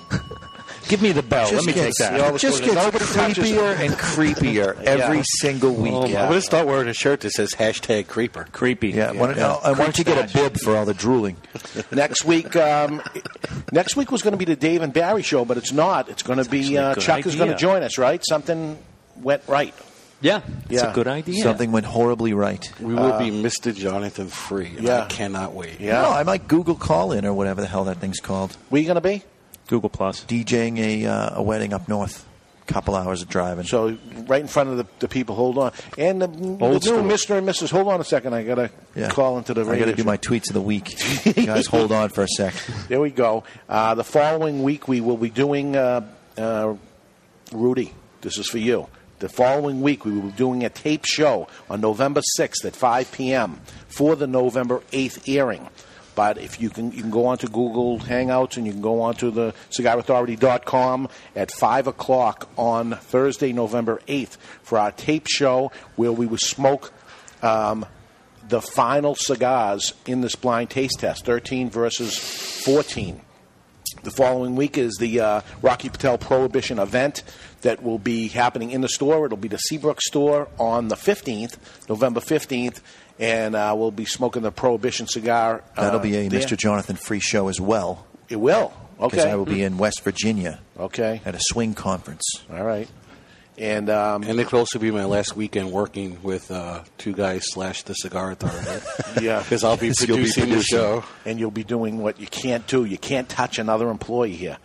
S12: Give me the bell.
S14: Just
S12: Let me
S14: gets-
S12: take
S14: you
S12: that.
S14: always
S12: It just
S14: go to-
S12: gets
S14: nobody touches
S12: creepier
S14: it.
S12: and creepier every
S14: Yeah.
S12: single week.
S14: Oh, I'm going to start wearing a shirt that says hashtag creeper.
S13: Creepy.
S12: Yeah, why don't- uh, why don't you get a bib for all the drooling?
S11: next week, um, next week was going to be the Dave and Barry show, but it's not. It's going to be uh,
S12: good
S11: Chuck is going to
S12: idea.
S11: join us, right? Something went right.
S12: Yeah,
S11: it's a Yeah. good idea.
S12: Something went horribly right.
S14: We will be Mr. Jonathan Free. and
S12: Uh, yeah.
S14: I cannot wait.
S12: No, I might Google call in or whatever the hell that thing's called.
S11: Where you going to be?
S13: Google Plus.
S12: DJing a, uh, a wedding up north. Couple hours of driving.
S11: So right in front of the, the people. Hold on, Uh, and the, the new
S12: school.
S11: Mister and Mrs. Hold on a second. I got to
S12: Yeah.
S11: call into the
S12: I
S11: radio.
S12: got to do
S11: show.
S12: my tweets of the week. You guys, hold on for a sec.
S11: There we go. Uh, the following week, we will be doing, uh, uh, Rudy, this is for you. The following week, we will be doing a tape show on November 6th at 5 p.m. for the November 8th airing. But if you can, you can go onto Google Hangouts and you can go onto the cigarauthority.com at 5 o'clock on Thursday, November 8th for our tape show where we will smoke um, the final cigars in this blind taste test 13 versus 14. The following week is the uh, Rocky Patel Prohibition event that will be happening in the store. It'll be the Seabrook store on the 15th, November 15th, and uh, we'll be smoking the Prohibition cigar. uh,
S12: That'll be a
S11: there.
S12: Mr. Jonathan Free show as well.
S11: It will.
S12: Because
S11: Okay.
S12: I will be in West Virginia.
S11: Okay.
S12: At a swing conference.
S11: All right. And um,
S14: and it could also be my last weekend working with uh, two guys slash the cigar authority.
S11: Yeah,
S14: because I'll be producing the show.
S11: and you'll be doing what you can't do. You can't touch another employee here.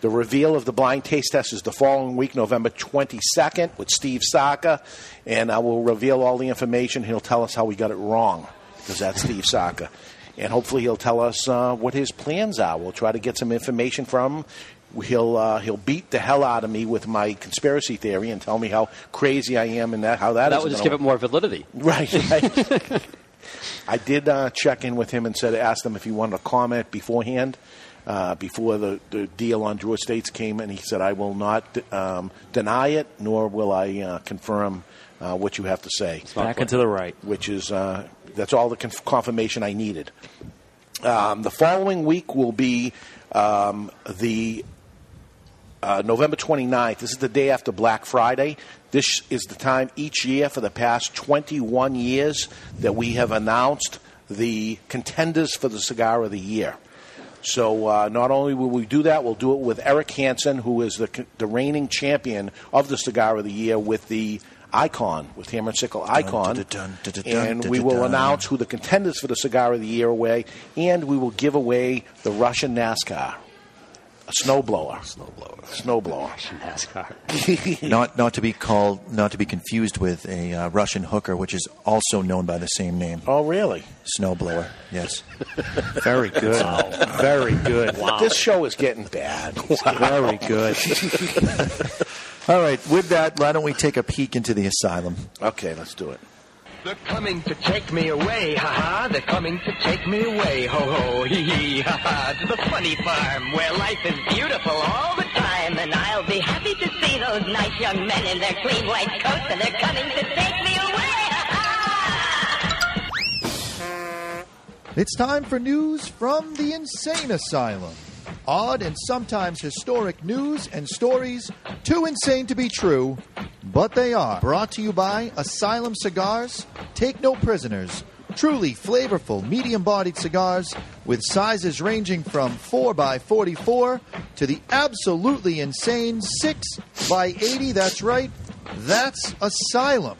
S11: The reveal of the blind taste test is the following week, November 22nd, with Steve Saka, and I will reveal all the information. He'll tell us how we got it wrong, because that's Steve Saka, and hopefully he'll tell us uh, what his plans are. We'll try to get some information from. him. He'll uh, he'll beat the hell out of me with my conspiracy theory and tell me how crazy I am and that how that
S18: that
S11: is
S18: would just
S11: gonna
S18: give it more validity.
S11: Right. right. I did uh, check in with him and said, asked him if he wanted to comment beforehand, uh, before the, the deal on Drew Estates came, and he said, I will not um, deny it, nor will I uh, confirm uh, what you have to say.
S13: Back into the right.
S11: Which is, uh, that's all the conf- confirmation I needed. Um, the following week will be um, the uh, November 29th. This is the day after Black Friday. This is the time each year for the past 21 years that we have announced the contenders for the cigar of the year. So uh, not only will we do that, we'll do it with Eric Hansen, who is the, the reigning champion of the cigar of the year with the Icon, with Hammer and Sickle Icon.
S12: Dun, dun, dun, dun,
S11: And
S12: dun,
S11: we
S12: dun,
S11: will
S12: dun.
S11: announce who the contenders for the Cigar of the Year away, and we will give away the Russian NASCAR, a snowblower. Snowblower. Snowblower. Russian NASCAR.
S12: not not to be called, not to be confused with a uh, Russian hooker, which is also known by the same name,
S11: Oh, really?
S12: snowblower. Yes,
S11: Very good.
S12: very good.
S11: This show is getting bad.
S12: Very good. All right, with that, why don't we take a peek into the asylum?
S11: Okay, let's do it.
S7: They're coming to take me away, ha ha. They're coming to take me away, ho ho, hee hee, ha ha. To the funny farm where life is beautiful all the time. And I'll be happy to see those nice young men in their clean white coats, and they're coming to take me away.
S12: It's time for news from the insane asylum. odd and sometimes historic news and stories too insane to be true, but they are. Brought to you by Asylum Cigars, Take No Prisoners. Truly flavorful, medium bodied cigars with sizes ranging from 4x44 to the absolutely insane 6x80. That's right, that's Asylum.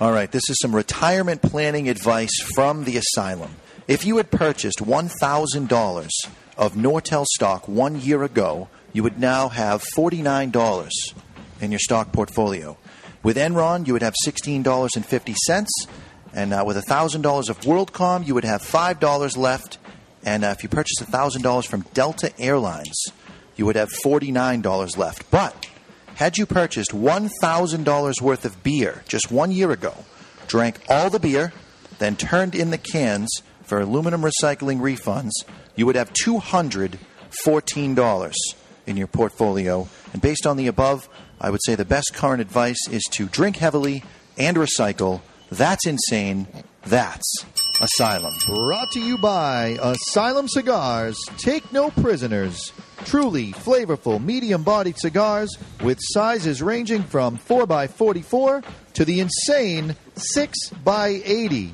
S12: All right, this is some retirement planning advice from the asylum. If you had purchased $1,000 of Nortel stock one year ago, you would now have $49 in your stock portfolio. With Enron, you would have $16.50. And uh, with $1,000 of WorldCom, you would have $5 left. And uh, if you purchased $1,000 from Delta Airlines, you would have $49 left. But had you purchased $1,000 worth of beer just one year ago, drank all the beer, then turned in the cans for aluminum recycling refunds, you would have $214 in your portfolio. And based on the above, I would say the best current advice is to drink heavily and recycle. That's insane. That's Asylum. Brought to you by Asylum Cigars. Take no prisoners. Truly flavorful, medium bodied cigars with sizes ranging from 4x44 to the insane 6x80.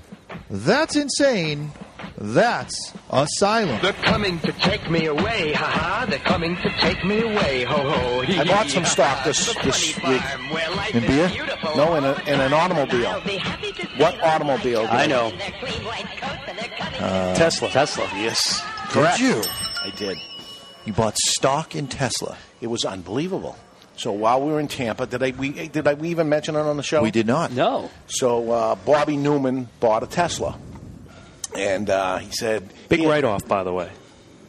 S12: That's insane. That's Asylum.
S7: They're coming to take me away, haha. They're coming to take me away, ho ho. hee,
S11: I bought
S7: hee,
S11: some
S7: ha,
S11: stock
S7: ha.
S11: this
S7: The
S11: this
S7: funny
S11: week
S7: farm where life
S11: in
S7: is
S11: beer.
S7: beautiful
S11: No, in,
S7: all
S11: a,
S7: the
S11: in an
S7: time, and
S11: automobile.
S7: I'll be happy to see
S11: What
S7: them.
S11: automobile?
S7: I know.
S12: Uh,
S18: Tesla. Tesla, yes.
S11: Correct.
S12: Did you?
S18: I did.
S12: You bought stock in Tesla.
S11: It was unbelievable. So while we were in Tampa, did I we did I we even mention it on the show?
S12: We did not.
S18: No.
S11: So uh, Bobby Newman bought a Tesla, and uh, he said,
S13: Big write off, by the way.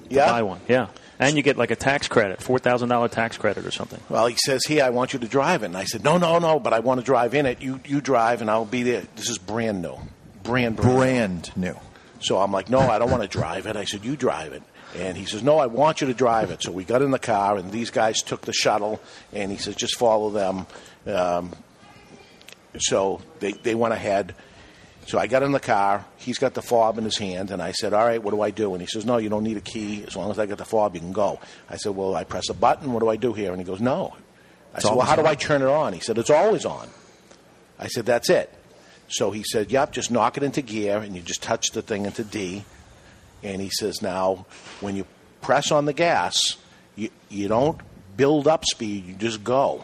S13: to
S11: Yeah?
S13: buy one. Yeah. And you get like a tax credit, four thousand dollar tax credit or something.
S11: "Well, he says, hey, I want you to drive it." And I said, "No, no, no, but I want to drive in it. You you drive, and I'll be there. This is brand new, brand brand,
S12: brand new."
S11: So I'm like, "No, I don't want to drive it." I said, "You drive it." And he says, "No, I want you to drive it." So we got in the car, and these guys took the shuttle, and he says, "Just follow them." Um, so they they went ahead. So I got in the car. He's got the fob in his hand, and I said, "All right, what do I do?" And he says, "No, you don't need a key. As long as I got the fob, you can go." I said, "Well, I press a button. What do I do here?" And he goes, "No." I
S12: It's
S11: said, "Well,
S12: always
S11: how do
S12: on.
S11: I turn it on?" He said, "It's always on." I said, "That's it." So he said, "Yep, just knock it into gear, and you just touch the thing into D." And he says, "Now, when you press on the gas, you you don't build up speed. You just go.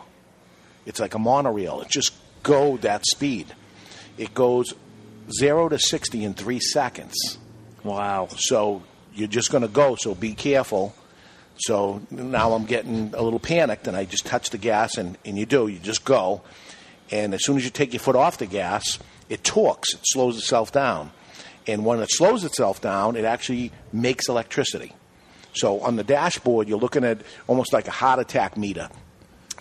S11: It's like a monorail. It just go that speed. It goes zero to sixty in three seconds.
S13: Wow.
S11: So you're just going to go. So be careful." So now I'm getting a little panicked, and I just touch the gas, and, and you do, you just go. And as soon as you take your foot off the gas, it torques, it slows itself down. And when it slows itself down, it actually makes electricity. So on the dashboard, you're looking at almost like a heart attack meter.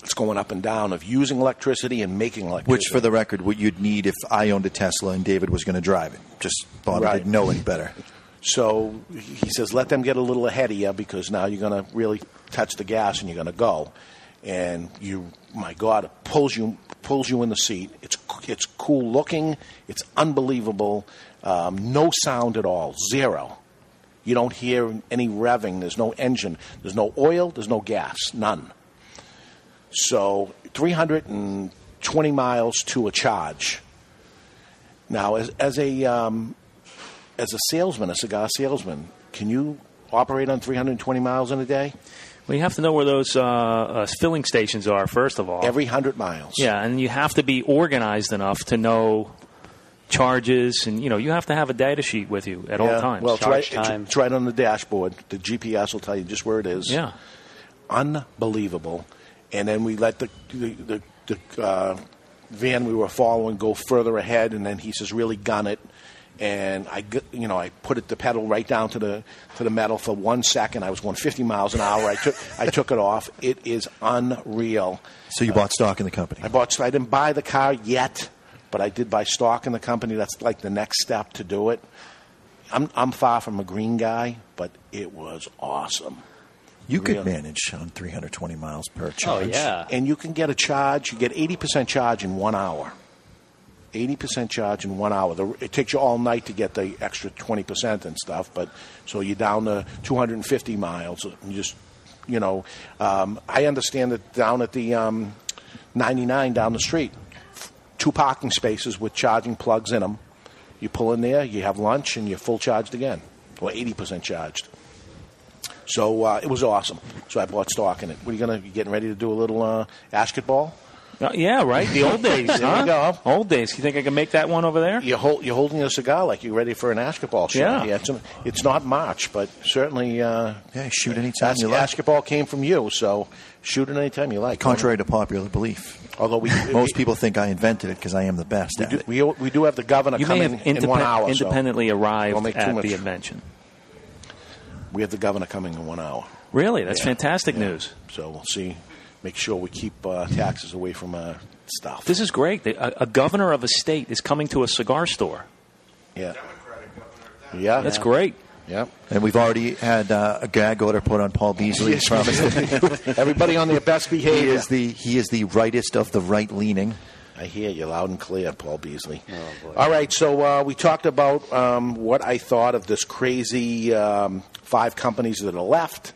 S11: It's going up and down of using electricity and making electricity.
S12: Which, for the record, what you'd need if I owned a Tesla and David was going to drive it. Just thought I
S11: Right.
S12: didn't know any better.
S11: So he says, let them get a little ahead of you because now you're going to really touch the gas and you're going to go. And you, my God, it pulls you pulls you in the seat. It's it's cool looking. It's unbelievable. Um, no sound at all. Zero. You don't hear any revving. There's no engine. There's no oil. There's no gas. None. So 320 miles to a charge. Now, as as a um, as a salesman, a cigar salesman, can you operate on 320 miles in a day?
S13: Well, you have to know where those uh, uh, filling stations are first of all.
S11: Every 100 miles.
S13: Yeah, and you have to be organized enough to know charges, and you know you have to have a data sheet with you at all
S11: Yeah,
S13: times.
S11: Well, it's right, it's- it's right on the dashboard. The GPS will tell you just where it is.
S13: Yeah.
S11: Unbelievable. And then we let the, the, the, the uh, van we were following go further ahead, and then he says, really gun it. And I, gu- you know, I put it the pedal right down to the to the metal for one second. I was going 50 miles an hour. I took I took it off. It is unreal.
S12: So you bought stock in the company.
S11: I bought. I didn't buy the car yet, but I did buy stock in the company. That's like the next step to do it. I'm I'm far from a green guy, but it was awesome.
S12: You could
S11: Really.
S12: manage on 320 miles per charge.
S11: And you can get a charge. You get eighty percent charge in one hour. 80% charge in one hour. The, it takes you all night to get the extra 20% and stuff, but so you're down to 250 miles. You just, you know, um, I understand that down at the um, 99 down the street, two parking spaces with charging plugs in them. You pull in there, you have lunch, and you're full charged again, or 80% charged. So uh, it was awesome. So I bought stock in it. What are you gonna you getting ready to do a little uh, basketball?
S13: Uh, yeah, right. The old days,
S11: there
S13: huh?
S11: you go.
S13: Old days. You think I can make that one over there?
S11: You hold, you're holding a cigar like you're ready for an basketball shot.
S13: Yeah.
S11: it's, it's not March, but certainly. Uh,
S12: yeah, shoot anytime
S11: bas-
S12: you like.
S11: Basketball came from you, so shoot it anytime you like.
S12: Contrary to popular belief,
S11: although we
S12: most people think I invented it because I am the best
S11: we
S12: at
S11: do,
S12: it.
S11: we, we do have the governor
S12: You may
S11: come in
S12: have
S11: in one
S12: independ-
S11: hour. so
S12: independently
S13: arrived
S11: won't make too
S13: at
S11: much.
S13: the invention.
S11: We have the governor coming in one hour.
S13: Really? That's
S11: Yeah.
S13: fantastic
S11: Yeah.
S13: news.
S11: So we'll see. Make sure we keep uh, taxes away from uh, stuff.
S13: This is great. The- A, a governor of a state is coming to a cigar store.
S11: Yeah. Yeah.
S13: That's great.
S11: Yeah.
S12: And we've already had uh, a gag order put on Paul Beasley.
S11: Yes, we
S12: promised
S11: did. Everybody on their best behavior.
S12: He is the he is the rightest of the right leaning.
S11: I hear you loud and clear, Paul Beasley.
S12: Oh,
S13: Oh,
S11: All right, so uh, we talked about um, what I thought of this crazy um, five companies that are left,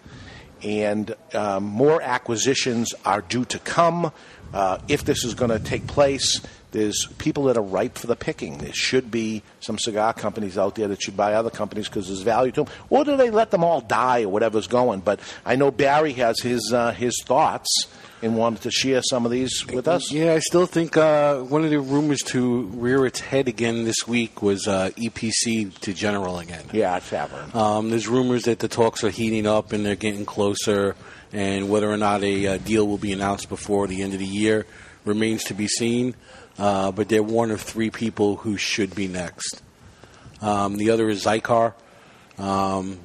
S11: and um, more acquisitions are due to come. Uh, if this is going to take place, there's people that are ripe for the picking. There should be some cigar companies out there that should buy other companies because there's value to them. Or do they let them all die or whatever's going? But I know Barry has his uh, his thoughts and wanted to share some of these with us.
S14: Yeah, I still think uh, one of the rumors to rear its head again this week was uh, EPC to General again.
S11: Yeah, it's happening.
S14: Um, there's rumors that the talks are heating up and they're getting closer, and whether or not a uh, deal will be announced before the end of the year remains to be seen. Uh, but they're one of three people who should be next. Um, the other is Zycar. Um,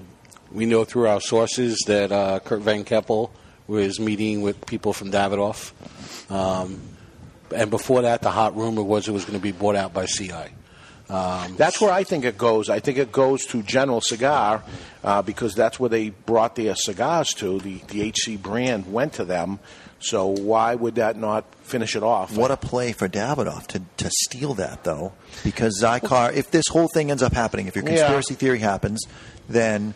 S14: we know through our sources that uh, Kurt Van Keppel was meeting with people from Davidoff. Um, and before that, the hot rumor was it was going to be bought out by CI. Um,
S11: That's where I think it goes. I think it goes to General Cigar uh, because that's where they brought their cigars to. The, the HC brand went to them. So why would that not finish it off?
S12: What a play for Davidoff to, to steal that, though, because Zycar, if this whole thing ends up happening, if your
S11: Yeah.
S12: conspiracy theory happens, then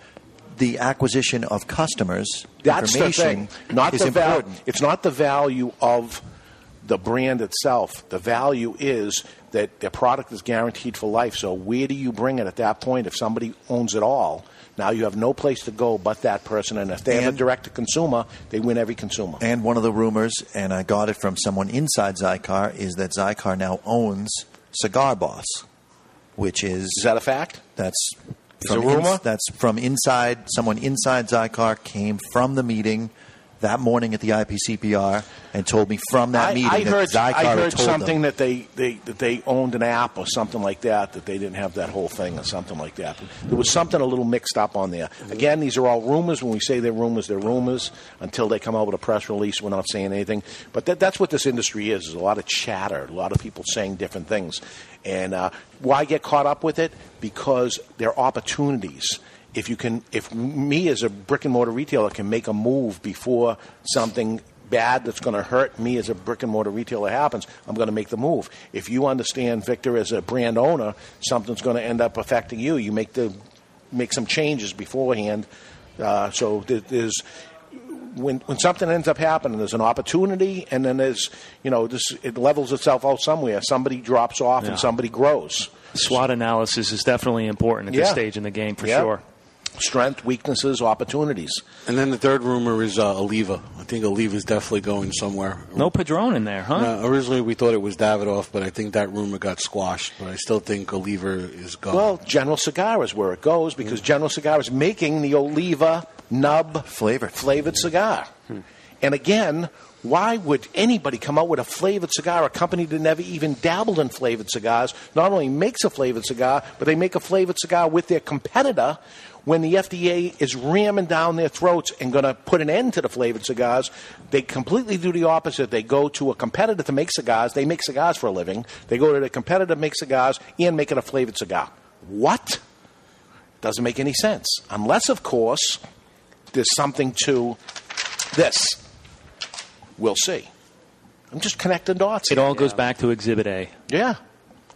S12: the acquisition of customers'
S11: That's the
S12: information
S11: thing. Not
S12: is
S11: the val-
S12: important.
S11: It's not the value of the brand itself. The value is that their product is guaranteed for life. So where do you bring it at that point if somebody owns it all? Now you have no place to go but that person. And if they have a
S12: And-
S11: direct to consumer, they win every consumer.
S12: And one of the rumors, and I got it from someone inside Zycar, is that Zycar now owns Cigar Boss, which is is
S11: that a fact?
S12: That's
S11: Is it a rumor?
S12: that's from inside. Someone inside Zycar came from the meeting that morning at the IPCPR and told me from that
S11: I,
S12: meeting
S11: I
S12: that
S11: heard,
S12: Zycar
S11: I
S12: had
S11: heard
S12: told
S11: something
S12: them.
S11: that they, they that they owned an app or something like that that they didn't have that whole thing or something like that. There was something a little mixed up on there. Again, these are all rumors. When we say they're rumors, they're rumors until they come out with a press release. We're not saying anything, but that, that's what this industry is: is a lot of chatter, a lot of people saying different things. And uh, why get caught up with it? Because there are opportunities if you can if me as a brick and mortar retailer can make a move before something bad that's going to hurt me as a brick and mortar retailer happens i'm going to make the move if you understand victor as a brand owner something's going to end up affecting you you make the make some changes beforehand uh, so there- there's when when something ends up happening, there's an opportunity, and then there's you know this it levels itself out somewhere. Somebody drops off,
S13: Yeah.
S11: and somebody grows.
S13: SWOT analysis is definitely important at this
S11: Yeah.
S13: stage in the game for
S11: Yeah.
S13: sure.
S11: Strength, weaknesses, opportunities.
S14: And then the third rumor is uh, Oliva. I think Oliva is definitely going somewhere.
S13: No Padron in there, huh?
S14: Uh, originally, we thought it was Davidoff, but I think that rumor got squashed. But I still think Oliva is gone.
S11: Well, General Cigar is where it goes because General Cigar is making the Oliva nub
S12: flavored
S11: flavored cigar. And again, why would anybody come out with a flavored cigar? A company that never even dabbled in flavored cigars not only makes a flavored cigar, but they make a flavored cigar with their competitor when the FDA is ramming down their throats and going to put an end to the flavored cigars. They completely do the opposite. They go to a competitor to make cigars. They make cigars for a living. They go to the competitor to make cigars and make it a flavored cigar. What? Doesn't make any sense. Unless, of course, there's something to this. We'll see. I'm just connecting dots.
S13: It all goes back to Exhibit A.
S11: Yeah.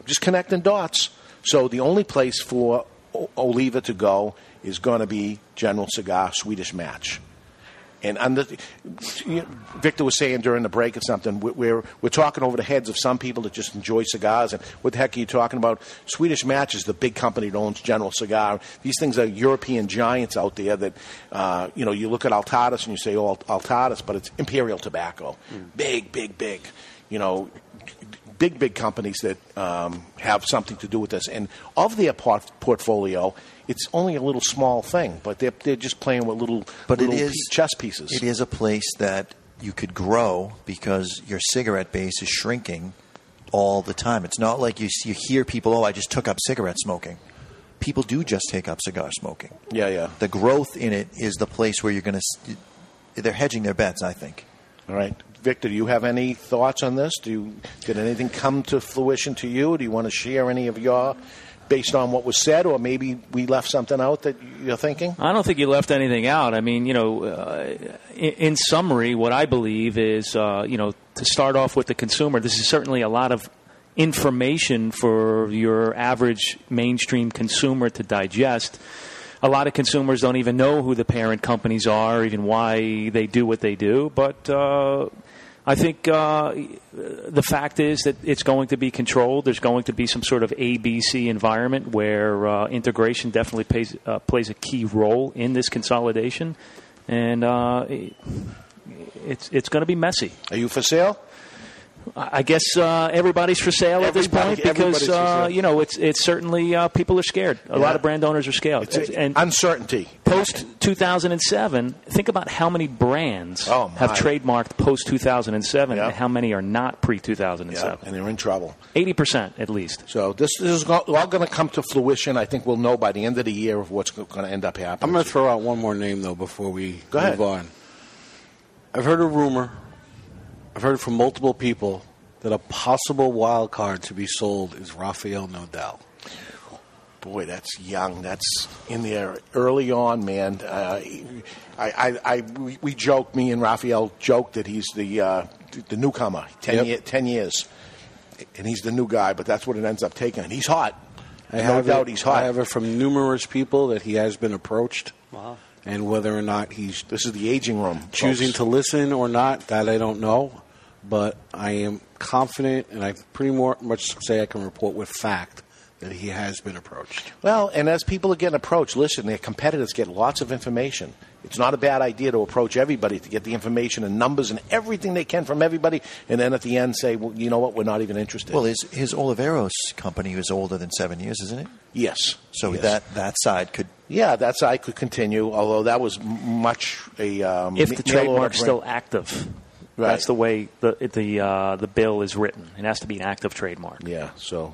S11: Just connecting dots. So the only place for O- Oliva to go is going to be General Cigar Swedish Match. And under, you know, Victor was saying during the break or something, we- we're, we're talking over the heads of some people that just enjoy cigars. And what the heck are you talking about? Swedish Match is the big company that owns General Cigar. These things are European giants out there that, uh, you know, you look at Altadis and you say, oh, Altadis, but it's Imperial Tobacco.
S14: Hmm.
S11: Big, big, big. You know, big, big companies that um, have something to do with this. And of their port- portfolio, it's only a little small thing, but they're, they're just playing with little,
S12: But it
S11: little
S12: is-
S11: pe- chess pieces.
S12: It is a place that you could grow because your cigarette base is shrinking all the time. It's not like you you hear people, "Oh, I just took up cigarette smoking." People do just take up cigar smoking.
S11: Yeah, yeah.
S12: The growth in it is the place where you're going to. They're hedging their bets, I think.
S11: All right. Victor, do you have any thoughts on this? Do you, did anything come to fruition to you? Do you want to share any of your, based on what was said, or maybe we left something out that you're thinking?
S13: I don't think you left anything out. I mean, you know, uh, in, in summary, what I believe is, uh, you know, to start off with the consumer, this is certainly a lot of information for your average mainstream consumer to digest. A lot of consumers don't even know who the parent companies are, or even why they do what they do, but. Uh, I think uh, the fact is that it's going to be controlled. There's going to be some sort of ABC environment where uh, integration definitely plays, uh, plays a key role in this consolidation, and uh, it- it's it's going to be messy.
S11: Are you for sale?
S13: I I guess uh, everybody's for sale at this
S11: Everybody-
S13: point because
S11: everybody's for
S13: uh,
S11: sale.
S13: you know it's it's certainly uh, people are scared. A lot
S11: Yeah.
S13: of brand owners are scared.
S11: It's-
S13: and
S11: uncertainty
S13: post 2007. Think about how many brands
S11: Oh, my.
S13: have trademarked post 2007 and how many are not pre 2007.
S11: and they're in trouble.
S13: Eighty percent at least.
S11: So this, this is all going to come to fruition. I think we'll know by the end of the year of what's going to end up happening.
S14: I'm going to throw out one more name though before we
S11: Go ahead.
S14: move on. I've heard a rumor. I've heard from multiple people that a possible wild card to be sold is Rafael Nadal.
S11: Boy, that's young. That's in there early on, man. Uh, I, I, I, we, we joke, me and Raphael joke that he's the uh, the newcomer, 10,
S14: Yep.
S11: year, 10 years. And he's the new guy, but that's what it ends up taking. And he's hot.
S14: I
S11: no
S14: have
S11: doubt
S14: it,
S11: he's hot.
S14: I have it from numerous people that he has been approached. Wow. And whether or not he's
S11: this is the aging room
S14: choosing
S11: folks.
S14: to listen or not, that I don't know. But I am confident, and I pretty more, much say I can report with fact that he has been approached.
S11: Well, and as people are getting approached, listen, their competitors get lots of information. It's not a bad idea to approach everybody to get the information and numbers and everything they can from everybody, and then at the end say, well, you know what, we're not even interested.
S12: Well, his his Oliveros company is older than seven years, isn't it?
S11: yes.
S12: So
S11: Yes.
S12: that that side could
S11: Yeah, that side could continue, although that was m- much a. Um,
S13: If
S11: mail
S13: the
S11: order
S13: trademark's
S11: brand.
S13: still active,
S11: Right.
S13: that's the way the the uh, the bill is written. It has to be an active trademark.
S11: Yeah, so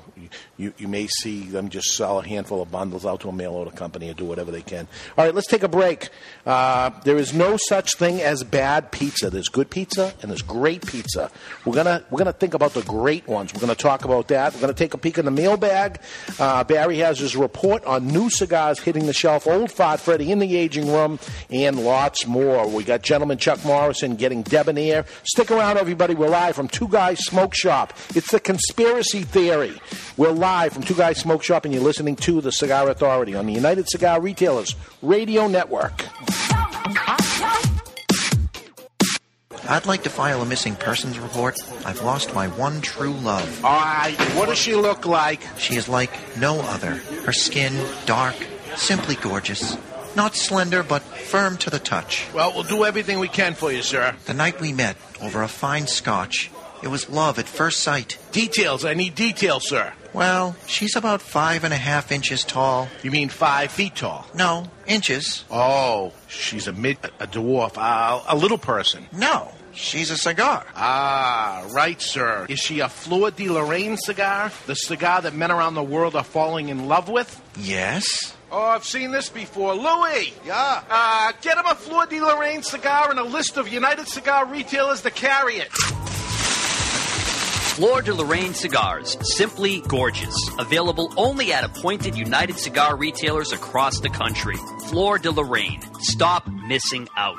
S11: you, you may see them just sell a handful of bundles out to a mail order company and do whatever they can. All right, let's take a break. Uh, there is no such thing as bad pizza. There's good pizza and there's great pizza. We're gonna we're gonna think about the great ones. We're gonna talk about that. We're gonna take a peek in the mailbag. Uh, Barry has his report on new cigars hitting the shelf, old fart Freddy in the aging room, and lots more. We got gentleman Chuck Morrison getting debonair. Stick around, everybody. We're live from Two Guys Smoke Shop. It's the conspiracy theory. We're live from Two Guys Smoke Shop, and you're listening to the Cigar Authority on the United Cigar Retailers Radio Network.
S12: I'd like to file a missing persons report. I've lost my one true love.
S11: All right, what does she look like?
S12: She is like no other. Her skin, dark, simply gorgeous. Not slender, but firm to the touch.
S11: Well, we'll do everything we can for you, sir.
S12: The night we met, over a fine scotch, it was love at first sight.
S11: Details, I need details, sir.
S12: Well, she's about five and a half inches tall.
S11: You mean five feet tall?
S12: No, inches.
S11: Oh, she's a mid, a dwarf, uh, a little person.
S12: No, she's a cigar.
S11: Ah, right, sir. Is she a Fleur de Lorraine cigar? The cigar that men around the world are falling in love with?
S12: Yes?
S11: Oh, I've seen this before. Louis! Yeah? Uh, get him a Fleur de Lorraine cigar and a list of United Cigar retailers to carry it.
S18: Fleur de Lorraine cigars, simply gorgeous. Available only at appointed United Cigar retailers across the country. Fleur de Lorraine. Stop missing out.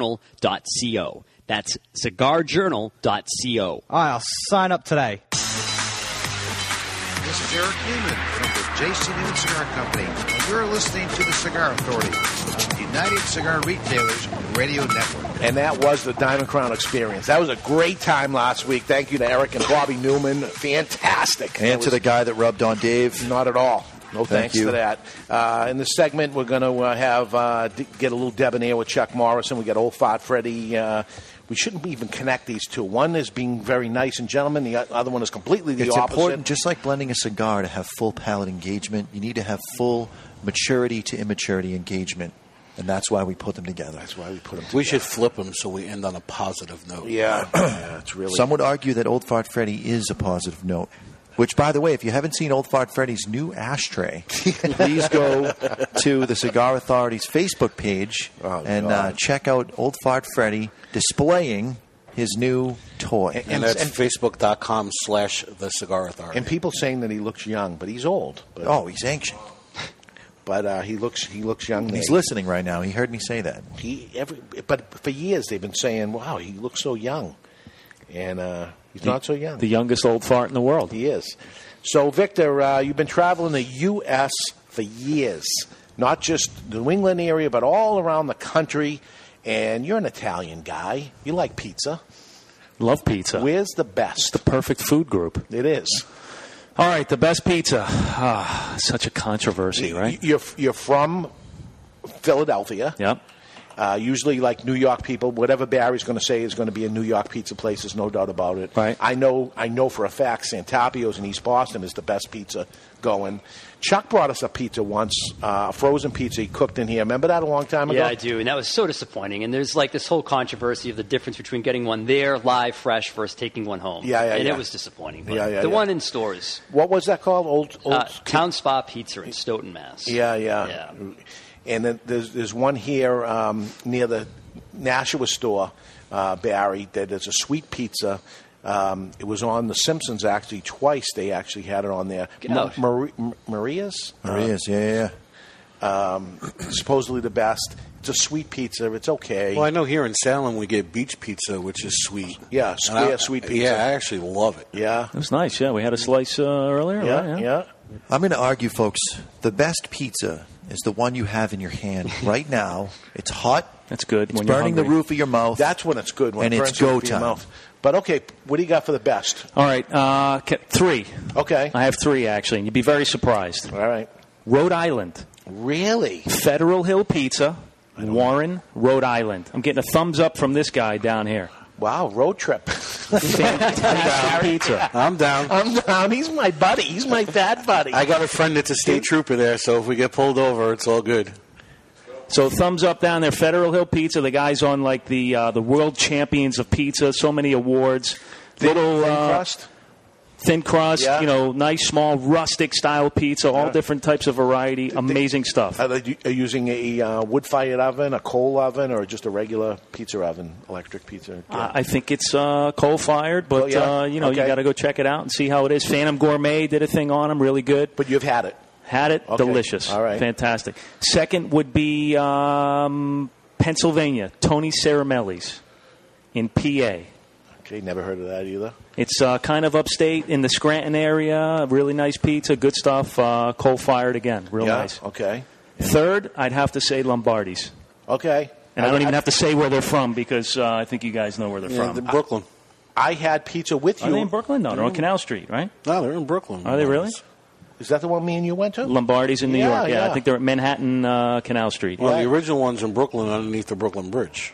S15: www.cigarjournal.co. That's cigarjournal.co.
S26: I'll sign up today.
S27: This is Eric Newman from the J.C. Newman Cigar Company, and you're listening to The Cigar Authority, the United Cigar Retailers Radio Network.
S11: And that was the Diamond Crown experience. That was a great time last week. Thank you to Eric and Bobby Newman. Fantastic.
S12: And to the guy that rubbed on Dave.
S11: Not at all. No
S12: Thank
S11: thanks
S12: you.
S11: to that. Uh, in this segment, we're going to uh, have uh, d- get a little debonair with Chuck Morrison. We got old fart Freddie. Uh, we shouldn't even connect these two. One is being very nice and gentleman. The o- other one is completely the
S12: it's
S11: opposite.
S12: important, just like blending a cigar, to have full palate engagement. You need to have full maturity to immaturity engagement, and that's why we put them together. That's
S11: why we put them.
S14: We should flip them so we end on a positive note.
S11: Yeah, yeah it's really.
S12: Some would argue that Old Fart Freddy is a positive note. Which, by the way, if you haven't seen Old Fart Freddy's new ashtray, please go to the Cigar Authority's Facebook page
S11: Oh,
S12: and uh,
S14: God.
S12: check out Old Fart Freddy displaying his new toy.
S14: And, that's facebook.com slash the cigar authority.
S11: and people saying that he looks young, but he's old. But,
S12: oh, he's ancient.
S11: But uh, he looks he looks young.
S12: He's
S11: there.
S12: listening right now. He heard me say that.
S11: He every but for years they've been saying, "Wow, he looks so young," and uh, he's not so young.
S13: The youngest old fart in the world.
S11: He is. So, Victor, uh, you've been traveling the U.S. for years, not just the New England area, but all around the country. And you're an Italian guy. You like pizza.
S13: Love pizza.
S11: Where's the best? The
S13: perfect food group.
S11: It is.
S13: All right, the best pizza. Ah, such a controversy, right?
S11: You're, you're from Philadelphia.
S13: Yep.
S11: Uh, usually, like New York people, whatever Barry's going to say is going to be a New York pizza place. There's no doubt about it. Right. I know. I know for a fact Santapio's in East Boston is the best pizza going. Chuck brought us a pizza once, uh, a frozen pizza he cooked in here. Remember that a long time ago?
S15: Yeah, I do, and that was so disappointing. And there's like this whole controversy of the difference between getting one there live, fresh, versus taking one home.
S11: Yeah, yeah,
S15: and
S11: yeah.
S15: it was disappointing. But
S11: Yeah, yeah,
S15: the
S11: yeah.
S15: one in stores,
S11: What was that called? Old, old
S15: uh, Town Spa Pizza in Stoughton, Mass.
S11: Yeah, yeah. And then there's there's one here um, near the Nashua store, uh, Barry. That is a sweet pizza. Um, it was on The Simpsons actually twice. They actually had it on there.
S12: Get out.
S11: Mari- M- Maria's.
S12: Maria's, yeah, yeah,
S11: Um, supposedly the best. It's a sweet pizza. It's okay.
S14: Well, I know here in Salem we get beach pizza, which is sweet.
S11: yeah,
S14: And I-
S11: square sweet pizza.
S14: Yeah, I actually love it.
S11: Yeah.
S13: It was nice. Yeah, we had a slice uh, earlier. right,
S12: I'm going to argue, folks, the best pizza is the one you have in your hand right now. It's hot.
S13: That's good.
S12: It's
S11: when you're
S12: burning the
S11: hungry.
S12: roof of your mouth.
S11: That's when it's good. When
S12: And
S11: it
S12: it's
S11: burns through
S12: go
S11: your
S12: time.
S11: mouth. But okay, what do you got for the best?
S13: All right, uh, ca- three.
S11: Okay.
S13: I have three actually, and you'd be very surprised.
S11: All right.
S13: Rhode Island.
S11: Really?
S13: Federal Hill Pizza, Warren, Rhode Island. I'm getting a thumbs up from this guy down here.
S11: Wow, road trip.
S13: Fantastic pizza.
S14: I'm down.
S11: I'm down. He's my buddy. He's my bad buddy.
S14: I got a friend that's a state trooper there, so if we get pulled over, it's all good.
S13: So thumbs up down there, Federal Hill Pizza. The guy's on like the uh, the world champions of pizza. So many awards. Little
S11: Thin
S13: uh,
S11: crust?
S13: thin crust.
S11: Yeah.
S13: You know, nice small rustic style pizza. All
S11: Yeah.
S13: different types of variety. Amazing stuff.
S11: Are they are using a uh, wood-fired oven, a coal oven, or just a regular pizza oven, electric pizza?
S13: Uh, I think it's uh, coal fired, but
S11: Oh, yeah?
S13: uh, you know you
S11: Okay.
S13: got to go check it out and see how it is. Phantom Gourmet did a thing on them, really good.
S11: But you've had it,
S13: had it,
S11: Okay.
S13: delicious,
S11: All right.
S13: fantastic. Second would be um, Pennsylvania, Tony Ceramelli's in PA.
S11: Okay, never heard of that either.
S13: It's uh, kind of upstate in the Scranton area. Really nice pizza, good stuff. Uh, coal fired again, real
S11: Yeah,
S13: nice.
S11: Okay.
S13: Third, I'd have to say Lombardi's,
S11: Okay.
S13: and I, don't even have to say where they're from because uh, I think you guys know where they're
S11: Yeah,
S13: from.
S11: they're Brooklyn. I had pizza with you. Mm.
S13: Are they in Brooklyn? No, they're on Canal Street, right?
S14: No, they're in Brooklyn.
S13: Are they really?
S11: Is that the one me and you went to?
S13: Lombardi's in New
S11: Yeah,
S13: York. Yeah,
S11: yeah.
S13: I think they're at Manhattan uh, Canal Street.
S14: Well, the original one's in Brooklyn, underneath the Brooklyn Bridge.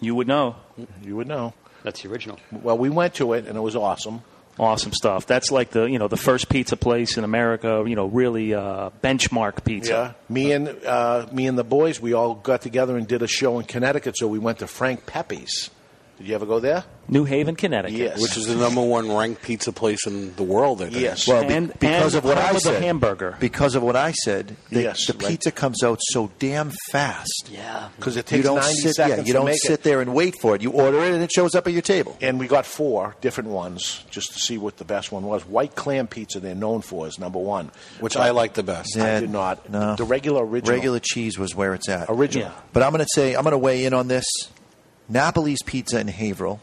S13: You would know.
S11: You would know.
S15: That's the original.
S11: Well, we went to it, and it was awesome.
S13: Awesome stuff. That's like the you know the first pizza place in America. You know, really uh, benchmark pizza.
S11: Yeah. Me and uh, me and the boys, we all got together and did a show in Connecticut. So we went to Frank Pepe's. Did you ever go there?
S13: New Haven, Connecticut.
S11: Yes.
S14: Which is the number one ranked pizza place in the world, I think.
S12: Well, be- because of what I
S13: with a
S12: said.
S13: hamburger.
S12: Because of what I said. The,
S13: Yes,
S12: the
S13: right.
S12: pizza comes out so damn fast.
S15: Yeah.
S11: Because it
S12: you
S11: takes
S12: don't
S11: 90
S12: sit,
S11: seconds.
S12: Yeah,
S11: to
S12: you don't
S11: make
S12: sit
S11: it.
S12: there and wait for it. You order it and it shows up at your table.
S11: And we got four different ones just to see what the best one was. White clam pizza they're known for is number one,
S14: Which
S11: But
S14: I like the best.
S11: I did not.
S12: No.
S11: The regular original.
S12: Regular cheese was where it's at.
S11: Original. Yeah.
S12: But I'm going to say, I'm going to weigh in on this. Napoli's Pizza in Haverhill,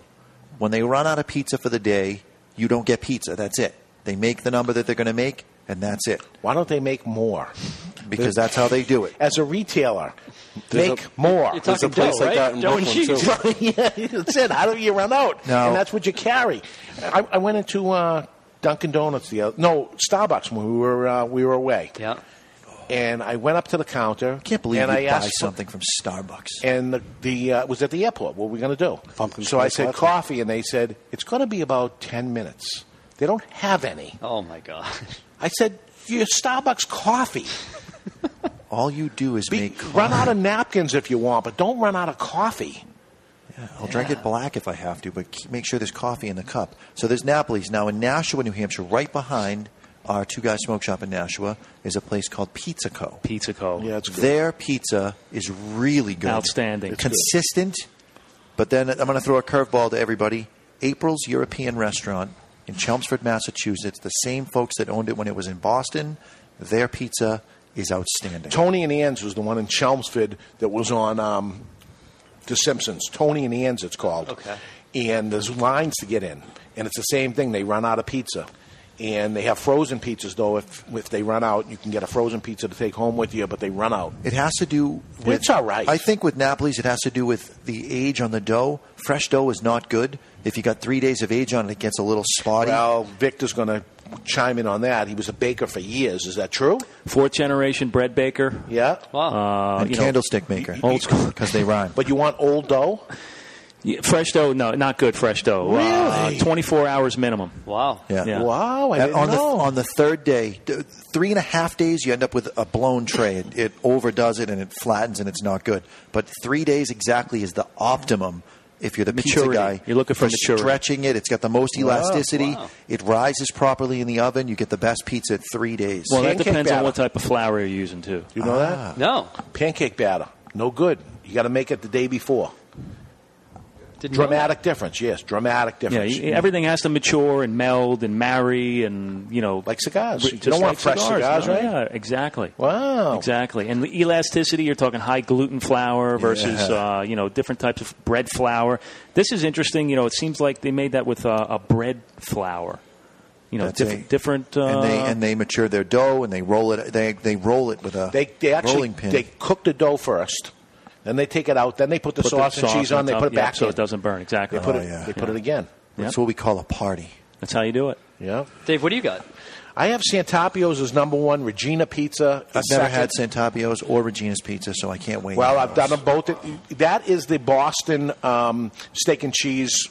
S12: when they run out of pizza for the day, you don't get pizza. That's it. They make the number that they're going to make, and that's it.
S11: Why don't they make more?
S12: Because that's how they do it.
S11: As a retailer,
S12: There's
S11: make
S12: a-
S11: more.
S12: You're There's a talking place dough, like right? that in Dough and Brooklyn,
S11: cheese. yeah, that's it. How do you run out?
S12: No.
S11: And that's what you carry. I, I went into uh, Dunkin' Donuts the other, no Starbucks when we were uh, we were away.
S15: Yeah.
S11: And I went up to the counter.
S12: I can't believe
S11: and
S12: you
S11: I
S12: buy
S11: asked for-
S12: something from Starbucks.
S11: and the, the uh, it was at the airport. What were we going to do?
S14: Pumpkin
S11: so I
S14: spice
S11: said
S14: latte.
S11: coffee, and they said it's going to be about ten minutes. They don't have any.
S15: Oh my god!
S11: I said your Starbucks coffee.
S12: All you do is make.
S11: Run out of napkins if you want, but don't run out of coffee.
S12: I'll drink it black if I have to, but keep, make sure there's coffee in the cup. So there's Napoli's now in Nashua, New Hampshire, right behind our Two Guys Smoke Shop in Nashua is a place called Pizza Co.
S13: Pizza Co.
S12: Yeah, it's good. Their pizza is really good,
S13: Outstanding. It's good.
S12: consistent. But then I'm going to throw a curveball to everybody. April's European Restaurant in Chelmsford, Massachusetts, the same folks that owned it when it was in Boston, their pizza is outstanding.
S11: Tony and Ann's was the one in Chelmsford that was on um, The Simpsons. Tony and Ann's, it's called. Okay. And there's lines to get in, and it's the same thing. They run out of pizza, and they have frozen pizzas though. If if they run out, you can get a frozen pizza to take home with you, but they run out.
S12: It has to do with.
S11: It's all right.
S12: I think with Napoli's, it has to do with the age on the dough. Fresh dough is not good. If you got three days of age on it, it gets a little spotty.
S11: Well, Victor's going to chime in on that. He was a baker for years. Is that true?
S13: Fourth generation bread baker.
S11: Yeah.
S13: Uh,
S12: and
S13: you know,
S12: candlestick maker. Old school. Because they rhyme.
S11: But you want old dough?
S13: Yeah, fresh dough, no, not good fresh dough. Uh, 24 hours minimum.
S15: Wow.
S12: Yeah.
S11: Wow, I
S12: And
S11: didn't
S12: on
S11: know.
S12: The, on the third day, th- three and a half days, you end up with a blown tray. It, it overdoes it and it flattens and it's not good. But three days exactly is the optimum. If you're the
S13: Maturity.
S12: pizza guy,
S13: You're looking for maturity.
S12: stretching it. It's got the most
S11: Oh,
S13: Wow,
S12: elasticity.
S13: wow.
S12: It rises properly in the oven. You get the best pizza at three days.
S13: Well, that depends on what type of flour you're using, too.
S11: You know that?
S15: No.
S11: Pancake batter. No good. You got to make it the day before.
S15: know
S11: dramatic difference, yes. Dramatic
S13: Yeah,
S11: difference.
S13: you- everything has to mature and meld and marry and you know like
S11: cigars.
S13: Just
S11: You don't want fresh cigars,
S13: no,
S11: right?
S13: Yeah, exactly.
S11: Wow,
S13: exactly. And the elasticity, you're talking high gluten flour versus
S11: Yeah.
S13: uh, you know different types of bread flour. This is interesting. You know, it seems like they made that with uh, a bread flour. You know,
S12: That's
S13: different.
S12: a-
S13: different uh,
S12: and they and they mature their dough and they roll it. They they roll it with a
S11: They, they actually
S12: rolling pin.
S11: they cook the dough first, then they take it out, then they put the
S13: Put the
S11: sauce and
S13: sauce
S11: cheese
S13: on
S11: on, they
S13: top,
S11: put it
S13: yeah,
S11: back
S13: so
S11: in.
S13: it doesn't burn, exactly.
S11: They put
S13: Oh,
S11: it,
S13: yeah.
S11: they put
S13: Yeah.
S11: it again.
S13: That's Yep.
S12: what we call a party.
S13: That's how you do it.
S11: Yeah.
S15: Dave, what do you got?
S11: I have Santapio's as number one, Regina Pizza.
S12: I've
S11: is
S12: never
S11: second.
S12: had Santapio's or Regina's Pizza, so I can't wait.
S11: Well, I've done them both. That is the Boston um, steak and cheese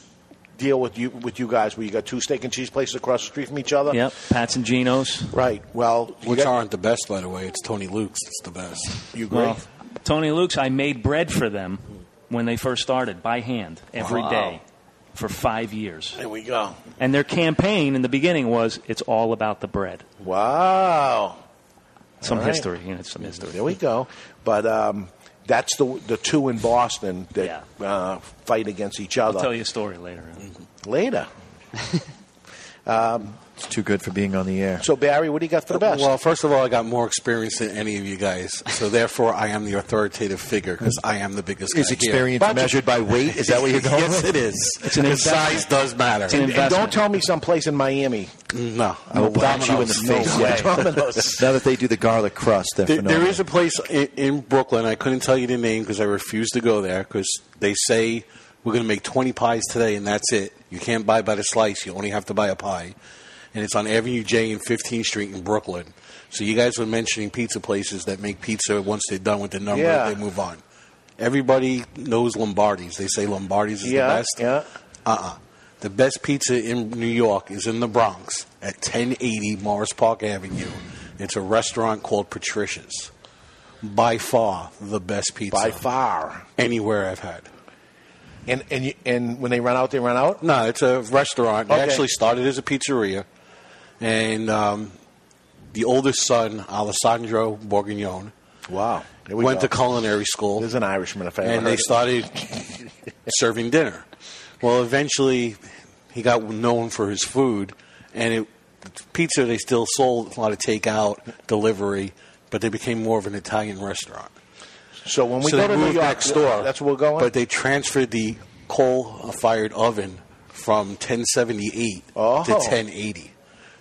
S11: deal with you with you guys, where you got two steak and cheese places across the street from each other.
S13: Yep, Pats and Geno's.
S11: Right. Well, you
S14: Which
S11: got-
S14: aren't the best, by the way. It's Tony Luke's. It's the best.
S11: You
S13: Well, Tony Luke's, I made bread for them when they first started by hand every
S11: Wow.
S13: day for five years.
S11: There we go.
S13: And their campaign in the beginning was it's all about the bread.
S11: Wow.
S13: Some
S11: All right.
S13: history. You know, some history.
S11: There we go. But um, that's the the two in Boston that uh, fight against each
S13: I'll
S11: other.
S13: tell you a story later.
S11: later. um,
S12: It's too good for being on the air.
S11: so Barry, what do you got for the best?
S14: Well, first of all, I got more experience than any of you guys, so therefore I am the authoritative figure because I am the biggest.
S12: Is
S14: guy
S12: experience
S14: here.
S12: measured by weight? Is that what you're going
S14: yes, it
S12: with?
S14: is.
S12: It's an
S14: 'Cause
S12: investment.
S14: size does matter.
S11: And- and, don't tell me someplace in Miami.
S14: No,
S12: I will bat you in the face. now that they do the garlic crust, they're
S14: There,
S12: phenomenal.
S14: there is a place in, in Brooklyn. I couldn't tell you the name because I refused to go there because they say we're going to make 20 pies today and that's it. You can't buy by the slice. You only have to buy a pie. And it's on Avenue J and 15th Street in Brooklyn. So you guys were mentioning pizza places that make pizza once they're done with the number,
S11: Yeah.
S14: they move on. Everybody knows Lombardi's. They say Lombardi's is the
S11: Yeah,
S14: best. Yeah. Uh-uh. The best pizza in New York is in the Bronx at 1080 Morris Park Avenue. It's a restaurant called Patricia's. By far the best pizza.
S11: By far.
S14: Anywhere I've had.
S11: And and you, and when they run out, they run out.
S14: No, it's a restaurant.
S11: Okay.
S14: It actually started as a pizzeria. And um, the oldest son, Alessandro Borgignon,
S11: Wow. There we
S14: went
S11: go.
S14: to culinary school.
S11: There's an Irishman if I ever
S14: And they
S11: heard of it.
S14: started serving dinner. Well, eventually, he got known for his food, and it, pizza they still sold a lot of takeout, delivery, but they became more of an Italian restaurant.
S11: So when we
S14: so
S11: go
S14: they
S11: to New
S14: moved
S11: York,
S14: next door,
S11: that's where we're going?
S14: But they transferred the coal-fired oven from 1078
S11: Oh.
S14: to 1080.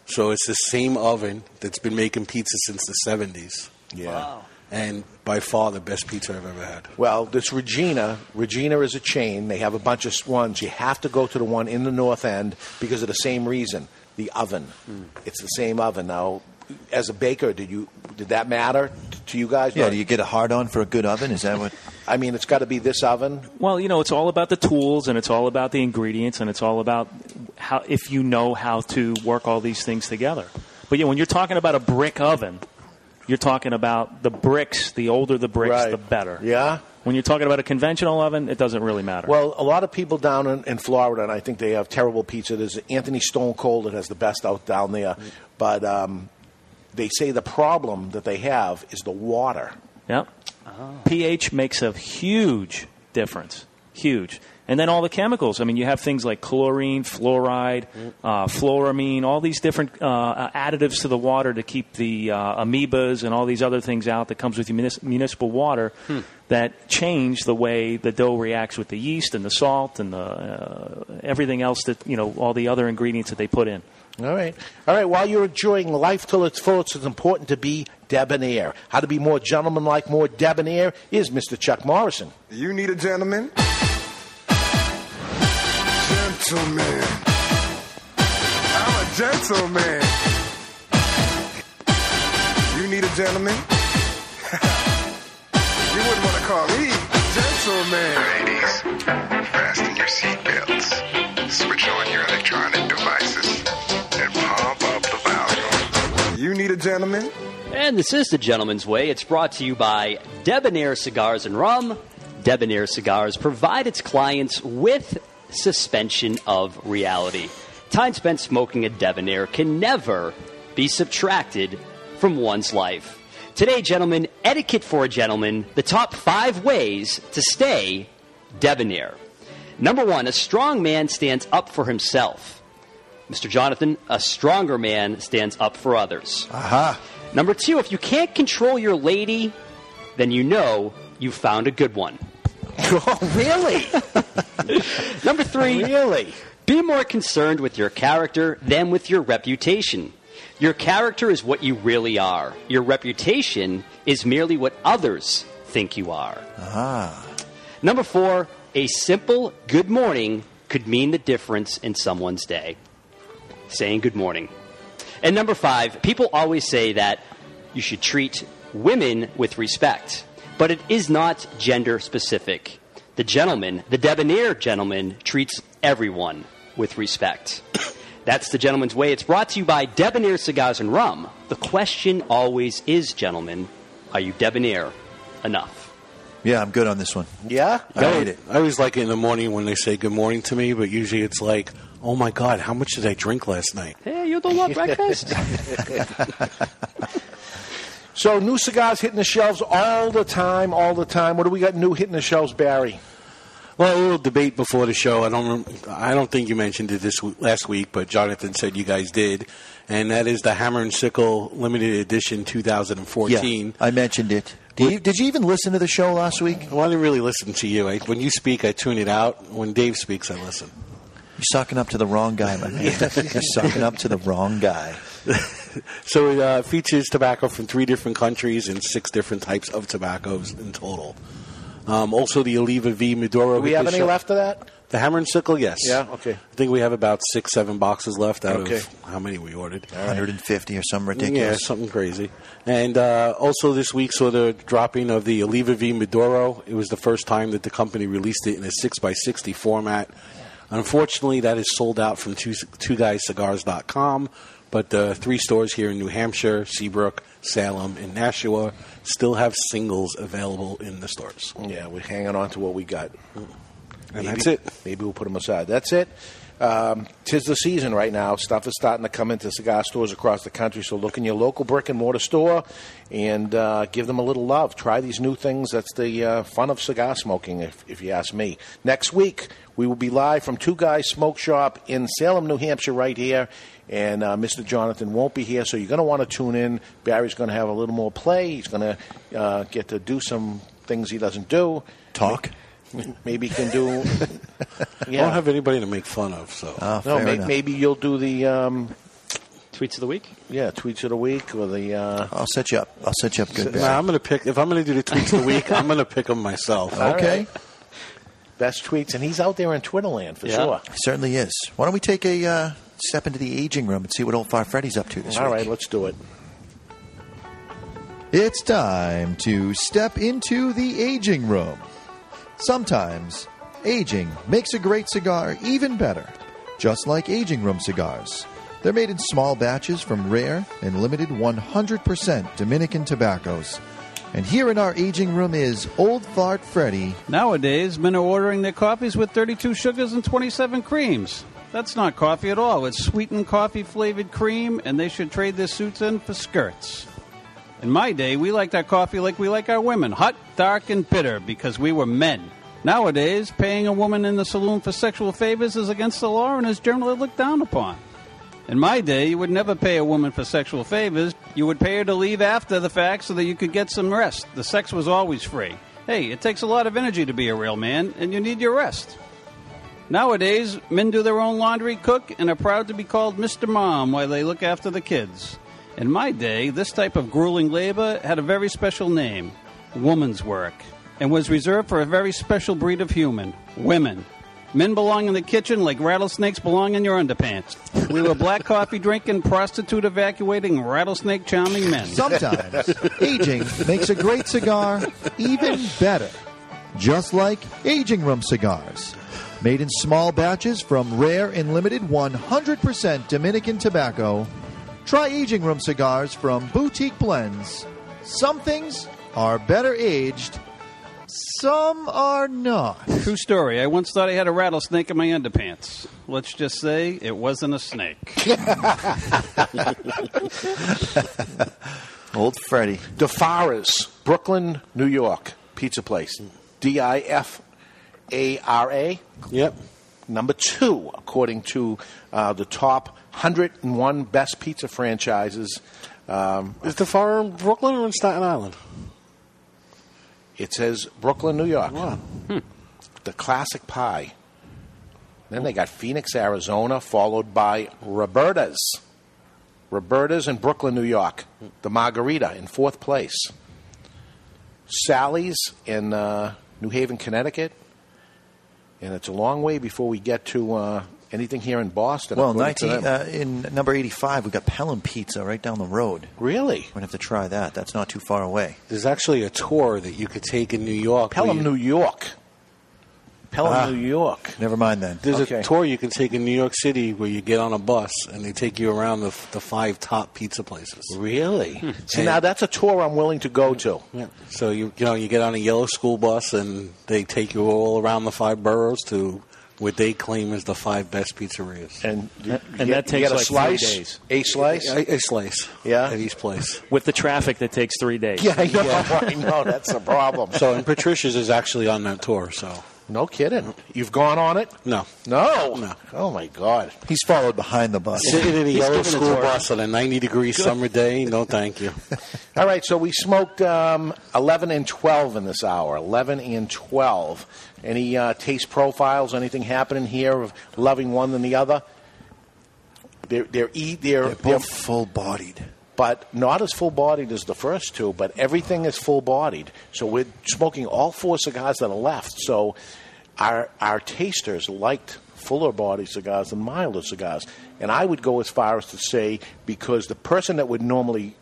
S14: So it's the same oven that's been making pizza since the 70s.
S11: Yeah.
S14: And by far the best pizza I've ever had.
S11: Well, this Regina, Regina is a chain. They have a bunch of ones. You have to go to the one in the North End because of the same reason, the oven.
S14: Hmm.
S11: It's the same oven. Now, as a baker, did you did that matter t- to you guys?
S12: yeah, do you get a hard on for a good oven? Is that what?
S11: I mean, it's got to be this oven.
S13: Well, you know, it's all about the tools and it's all about the ingredients and it's all about how if you know how to work all these things together. But yeah, when you're talking about a brick oven, you're talking about the bricks. The older the bricks,
S11: Right.
S13: the better.
S11: Yeah.
S13: When you're talking about a conventional oven, it doesn't really matter.
S11: Well, a lot of people down in, in Florida, and I think they have terrible pizza. There's Anthony Stone Cold that has the best out down there, but um, they say the problem that they have is the water.
S13: Yep. pH makes a huge difference. Huge. And then all the chemicals. I mean, you have things like chlorine, fluoride, uh, fluoramine, all these different uh, uh, additives to the water to keep the uh, amoebas and all these other things out that comes with your munis- municipal water that change the way the dough reacts with the yeast and the salt and the, uh, everything else that, you know, all the other ingredients that they put in.
S11: All right. All right. While you're enjoying life till it's full, it's important to be debonair. How to be more gentlemanlike, more debonair is Mr. Chuck Morrison.
S28: You need a gentleman? gentleman. I'm a gentleman. You need a gentleman? you wouldn't want to call me gentleman. Ladies, fasten your seatbelts. Switch on your electronic devices and pump up the volume. You need a gentleman?
S15: And this is The Gentleman's Way. It's brought to you by Debonair Cigars and Rum. Debonair Cigars provide its clients with suspension of reality. Time spent smoking a debonair can never be subtracted from one's life. Today, gentlemen, etiquette for a gentleman, the top five ways to stay debonair. Number one, a strong man stands up for himself. Mr. Jonathan, a stronger man stands up for others. Aha. Number two, if you can't control your lady, then you know you found a good one.
S12: oh, really?
S15: Number three, really? Be more concerned with your character than with your reputation. Your character is what you really are. Your reputation is merely what others think you are.
S12: Ah.
S15: Number four, a simple good morning could mean the difference in someone's day. Saying good morning. And number five, people always say that you should treat women with respect, but it is not gender specific. The gentleman, the debonair gentleman, treats everyone with respect. That's the gentleman's way. It's brought to you by Debonair Cigars and Rum. The question always is, gentlemen, are you debonair enough?
S12: Yeah, I'm good on this one.
S11: Yeah?
S12: I hate
S14: it. I always like it in the morning when they say good morning to me, but usually it's like, oh my God, how much did I drink last night?
S15: Hey, you don't want breakfast?
S11: so new cigars hitting the shelves all the time, all the time. What do we got new hitting the shelves, Barry?
S14: Well, a little debate before the show. I don't. rem- I don't think you mentioned it this w- last week, but Jonathan said you guys did, and that is the Hammer and Sickle Limited Edition 2014.
S12: Yeah, I mentioned it. Did you, did you even listen to the show last week?
S14: Well, I didn't really listen to you. I, when you speak, I tune it out. When Dave speaks, I listen.
S12: You're sucking up to the wrong guy, my man. You're sucking up to the wrong guy.
S14: So it uh, features tobacco from three different countries and six different types of tobaccos in total. Um, also, the Oliva V Maduro.
S11: Do we have any
S14: edition-
S11: left of that?
S14: The Hammer and Sickle, yes.
S11: Yeah, okay.
S14: I think we have about six, seven boxes left out
S12: Okay.
S14: of how many we ordered.
S12: 150 or some
S14: Yeah,
S12: ridiculous.
S14: something crazy. And uh, also this week saw the dropping of the Oliva V Maduro. It was the first time that the company released it in a 6x60 format. Unfortunately, that is sold out from two, two guyscigars.com, but the three stores here in New Hampshire, Seabrook, Salem, and Nashua still have singles available in the stores.
S11: Yeah, we're hanging on to what we got.
S14: And
S11: Maybe-
S14: that's it.
S11: Maybe we'll put them aside. That's it. Um, tis the season right now. Stuff is starting to come into cigar stores across the country. So look in your local brick and mortar store and uh, give them a little love. Try these new things. That's the uh, fun of cigar smoking, if, if you ask me. Next week, we will be live from Two Guys Smoke Shop in Salem, New Hampshire, right here. And uh, Mr. Jonathan won't be here, so you're going to want to tune in. Barry's going to have a little more play. He's going to uh, get to do some things he doesn't do.
S12: Talk.
S11: Maybe he can do.
S14: I don't have anybody to make fun of, so.
S12: Oh,
S11: no, may, maybe you'll do the um,
S15: tweets of the week.
S11: Yeah, tweets of the week or the. Uh,
S12: I'll set you up. I'll set you up Oh, good,
S14: Nah,
S12: Barry.
S14: I'm going to pick, if I'm going to do the tweets of the week, I'm going to pick them myself.
S11: All Okay. right. Best tweets, and he's out there in Twitterland for sure.
S12: He certainly is. Why don't we take a uh, step into the aging room and see what old Farfretti's up to this
S11: All
S12: week?
S11: right, let's do it.
S12: It's time to step into the aging room. Sometimes, aging makes a great cigar even better, just like aging room cigars. They're made in small batches from rare and limited 100% Dominican tobaccos. And here in our aging room is Old Fart Freddy.
S29: Nowadays, men are ordering their coffees with 32 sugars and 27 creams. That's not coffee at all. It's sweetened coffee flavored cream, and they should trade their suits in for skirts. In my day, we liked our coffee like we like our women hot, dark, and bitter because we were men. Nowadays, paying a woman in the saloon for sexual favors is against the law and is generally looked down upon. In my day, you would never pay a woman for sexual favors. You would pay her to leave after the fact so that you could get some rest. The sex was always free. Hey, it takes a lot of energy to be a real man, and you need your rest. Nowadays, men do their own laundry, cook, and are proud to be called Mr. Mom while they look after the kids. In my day, this type of grueling labor had a very special name woman's work, and was reserved for a very special breed of human women. Men belong in the kitchen like rattlesnakes belong in your underpants. We were black coffee drinking, prostitute evacuating, rattlesnake charming men.
S12: Sometimes aging makes a great cigar even better. Just like aging room cigars. Made in small batches from rare and limited 100% Dominican tobacco. Try aging room cigars from Boutique Blends. Some things are better aged, some are not.
S29: True story. I once thought I had a rattlesnake in my underpants. Let's just say it wasn't a snake.
S12: Old Freddy.
S11: DeFara's, Brooklyn, New York, pizza place. D I F A R A.
S14: Yep.
S11: Number two, according to uh, the top 101 best pizza franchises. Um,
S14: Is DeFara in Brooklyn or in Staten Island?
S11: It says Brooklyn, New York. Hmm. The classic pie. Then they got Phoenix, Arizona, followed by Roberta's. Roberta's in Brooklyn, New York. The Margarita in fourth place. Sally's in uh, New Haven, Connecticut. And it's a long way before we get to uh, anything here in Boston.
S12: Well,
S11: according to
S12: 19,
S11: them.
S12: uh, in number 85, we've got Pelham Pizza right down the road.
S11: Really?
S12: We're going to have to try that. That's not too far away.
S14: There's actually a tour that you could take in New York. where
S12: Pelham,
S14: you-
S12: New
S11: York. Pelham,
S14: Ah.
S11: New York.
S12: Never mind then.
S14: There's a tour you can take in New York City where you get on a bus and they take you around the, the five top pizza places. Hmm.
S11: Really?
S12: Hmm.
S11: See,
S14: And-
S11: now that's a tour I'm willing to go to.
S14: So you you know you get on a yellow school bus and they take you all around the five boroughs to what they claim is the five best pizzerias.
S11: And
S13: And that takes like three days.
S11: A slice?
S14: A, a slice.
S11: Yeah.
S14: At each place.
S13: With the traffic that takes three days.
S11: Yeah, I know. I know. That's the problem.
S14: So and Patricia's is actually on that tour. So
S11: no kidding. You've gone on it?
S14: No.
S11: No. Oh my God.
S12: He's followed behind the bus.
S14: Sitting in a
S11: He's
S14: yellow
S11: giving a
S14: school
S11: tour.
S14: bus on a 90 degree
S11: Good.
S14: summer day. No, thank you.
S11: All right, so we smoked um, 11 and 12 in this hour. 11 and 12. Any uh, taste profiles, anything happening here of loving one than the other? They're, they're, e- they're, they're both
S12: full bodied.
S11: But not as full bodied as the first two, but everything is full bodied. So we're smoking all four cigars that are left. So our, our tasters liked fuller bodied cigars than milder cigars. And I would go as far as to say, because the person that would normally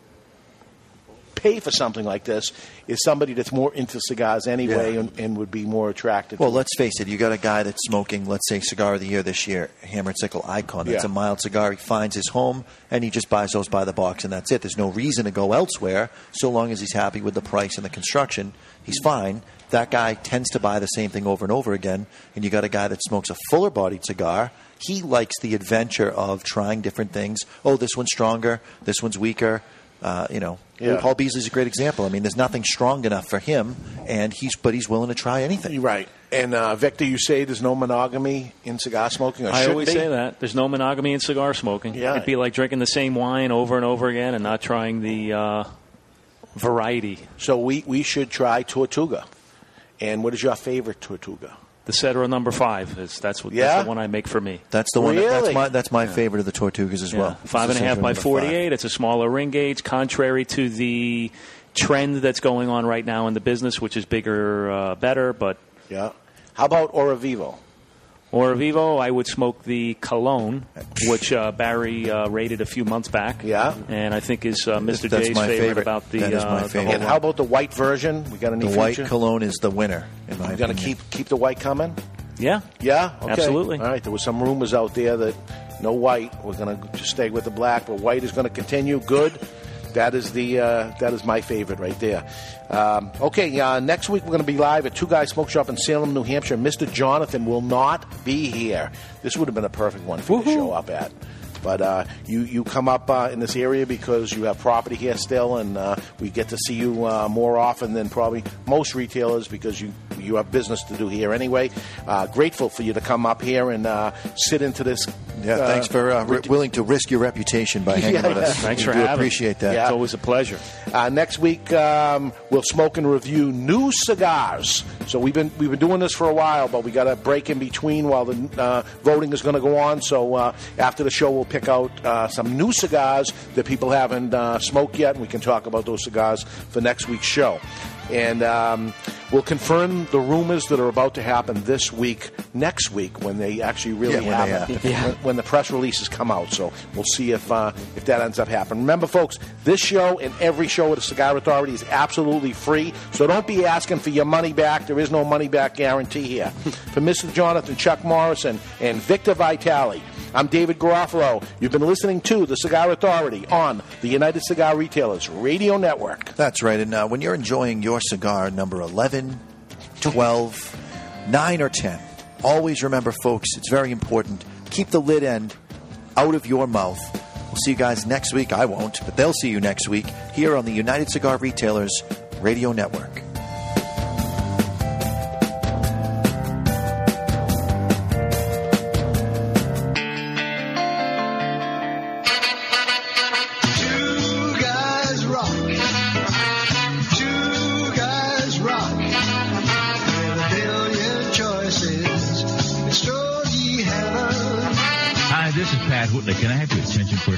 S11: pay for something like this is somebody that's more into cigars anyway
S12: Yeah.
S11: and, and would be more attracted
S12: Well,
S11: to
S12: let's face it. You got a guy that's smoking, let's say, cigar of the year this year, Hammer and Sickle Icon. That's
S11: Yeah.
S12: a mild cigar. He finds his home and he just buys those by the box, and that's it. There's no reason to go elsewhere. So long as he's happy with the price and the construction, he's fine. That guy tends to buy the same thing over and over again. And you got a guy that smokes a fuller bodied cigar. He likes the adventure of trying different things. Oh, this one's stronger. This one's weaker. Uh, you know,
S11: Yeah.
S12: Paul Beasley's a great example. I mean, there's nothing strong enough for him, and he's but he's willing to try anything.
S11: You're right. And uh, Victor, you say there's no monogamy in cigar smoking. Or
S13: I
S11: should
S13: always
S11: be?
S13: say that. There's no monogamy in cigar smoking.
S11: Yeah.
S13: It'd be like drinking the same wine over and over again and not trying the uh, variety.
S11: So we, we should try Tortuga. And what is your favorite Tortuga?
S13: The Cedro number five is that's what
S11: Yeah?
S13: that's the one I make for me.
S12: That's the one. That, that's
S13: Really?
S12: my that's my favorite of the Tortugas as
S13: Yeah.
S12: well.
S13: Five
S12: It's
S13: and a
S12: the
S13: half
S12: same
S13: by
S12: number five.
S13: forty-eight. It's a smaller ring gauge, contrary to the trend that's going on right now in the business, which is bigger, uh, better. But
S11: yeah, how about Oravivo?
S13: Oravivo, I would smoke the Cologne, which uh, Barry uh, rated a few months back. Yeah, and I think is uh, Mr.
S12: That's
S13: J's
S12: my
S13: favorite,
S12: favorite.
S13: about the
S12: That is my
S13: uh, the
S12: favorite.
S13: whole
S11: And how about the white version? We got any
S12: The white
S11: future?
S12: cologne is the winner. In my
S11: You're going to
S12: opinion.
S11: keep keep the white coming?
S13: Yeah.
S11: Yeah. Okay.
S13: Absolutely.
S11: All right. There were some rumors out there that no white. We're going to just stay with the black, but white is going to continue. Good. That is the uh, that is my favorite right there. Um, okay. Uh, next week we're going to be live at Two Guys Smoke Shop in Salem, New Hampshire. Mr. Jonathan will not be here. This would have been a perfect one for you to show up at. But uh, you you come up uh, in this area because you have property here still, and uh, we get to see you uh, more often than probably most retailers because you you have business to do here anyway. Uh, grateful for you to come up here and uh, sit into this.
S12: Yeah,
S11: uh,
S12: thanks for uh, ri- willing to risk your reputation by hanging
S11: Yeah.
S12: with us.
S11: Thanks for
S12: we do
S11: having
S12: appreciate
S11: us.
S12: that.
S11: Yeah. It's
S13: always a pleasure.
S11: Uh, next week, um, we'll smoke and review new cigars. So we've been we've been doing this for a while, but we got a break in between while the uh, voting is going to go on. So uh, after the show, we'll pick out uh, some new cigars that people haven't uh, smoked yet, and we can talk about those cigars for next week's show. And um, We'll confirm the rumors that are about to happen this week, next week, when they actually really
S12: Yeah, when they
S11: happen.
S12: happen. Yeah.
S11: When, when the press releases come out. So we'll see if uh, if that ends up happening. Remember, folks, this show and every show at the Cigar Authority is absolutely free. So don't be asking for your money back. There is no money back guarantee here. for Mr. Jonathan, Chuck Morrison, and Victor Vitale. I'm David Garofalo. You've been listening to the Cigar Authority on the United Cigar Retailers Radio Network.
S12: That's right. And uh, when you're enjoying your cigar number 11, 12, 9, or 10, always remember, folks, it's very important. Keep the lid end out of your mouth. We'll see you guys next week. I won't, but they'll see you next week here on the United Cigar Retailers Radio Network.
S10: Two guys rock. Two guys rock. With a billion choices. It's Stogie Heaven.
S1: Hi, this is Pat Whitley. Can I have your attention for a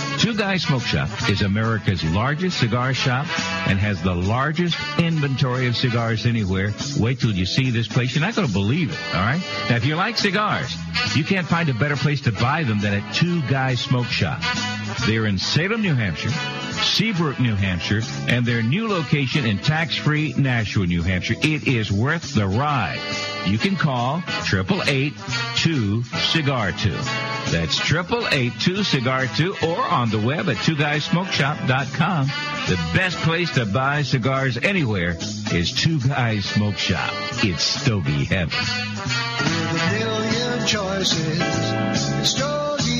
S1: Two Guys Smoke Shop is America's largest cigar shop and has the largest inventory of cigars anywhere. Wait till you see this place. You're not going to believe it, all right? Now, if you like cigars, you can't find a better place to buy them than at Two Guys Smoke Shop. They're in Salem, New Hampshire, Seabrook, New Hampshire, and their new location in tax-free Nashua, New Hampshire. It is worth the ride. You can call 888-2-CIGAR-2. That's triple eight two cigar two, or on the web at two guysmokeshop.com. The best place to buy cigars anywhere is Two Guys Smoke Shop. It's Stogie Heaven.
S10: With a billion choices. It's Stogie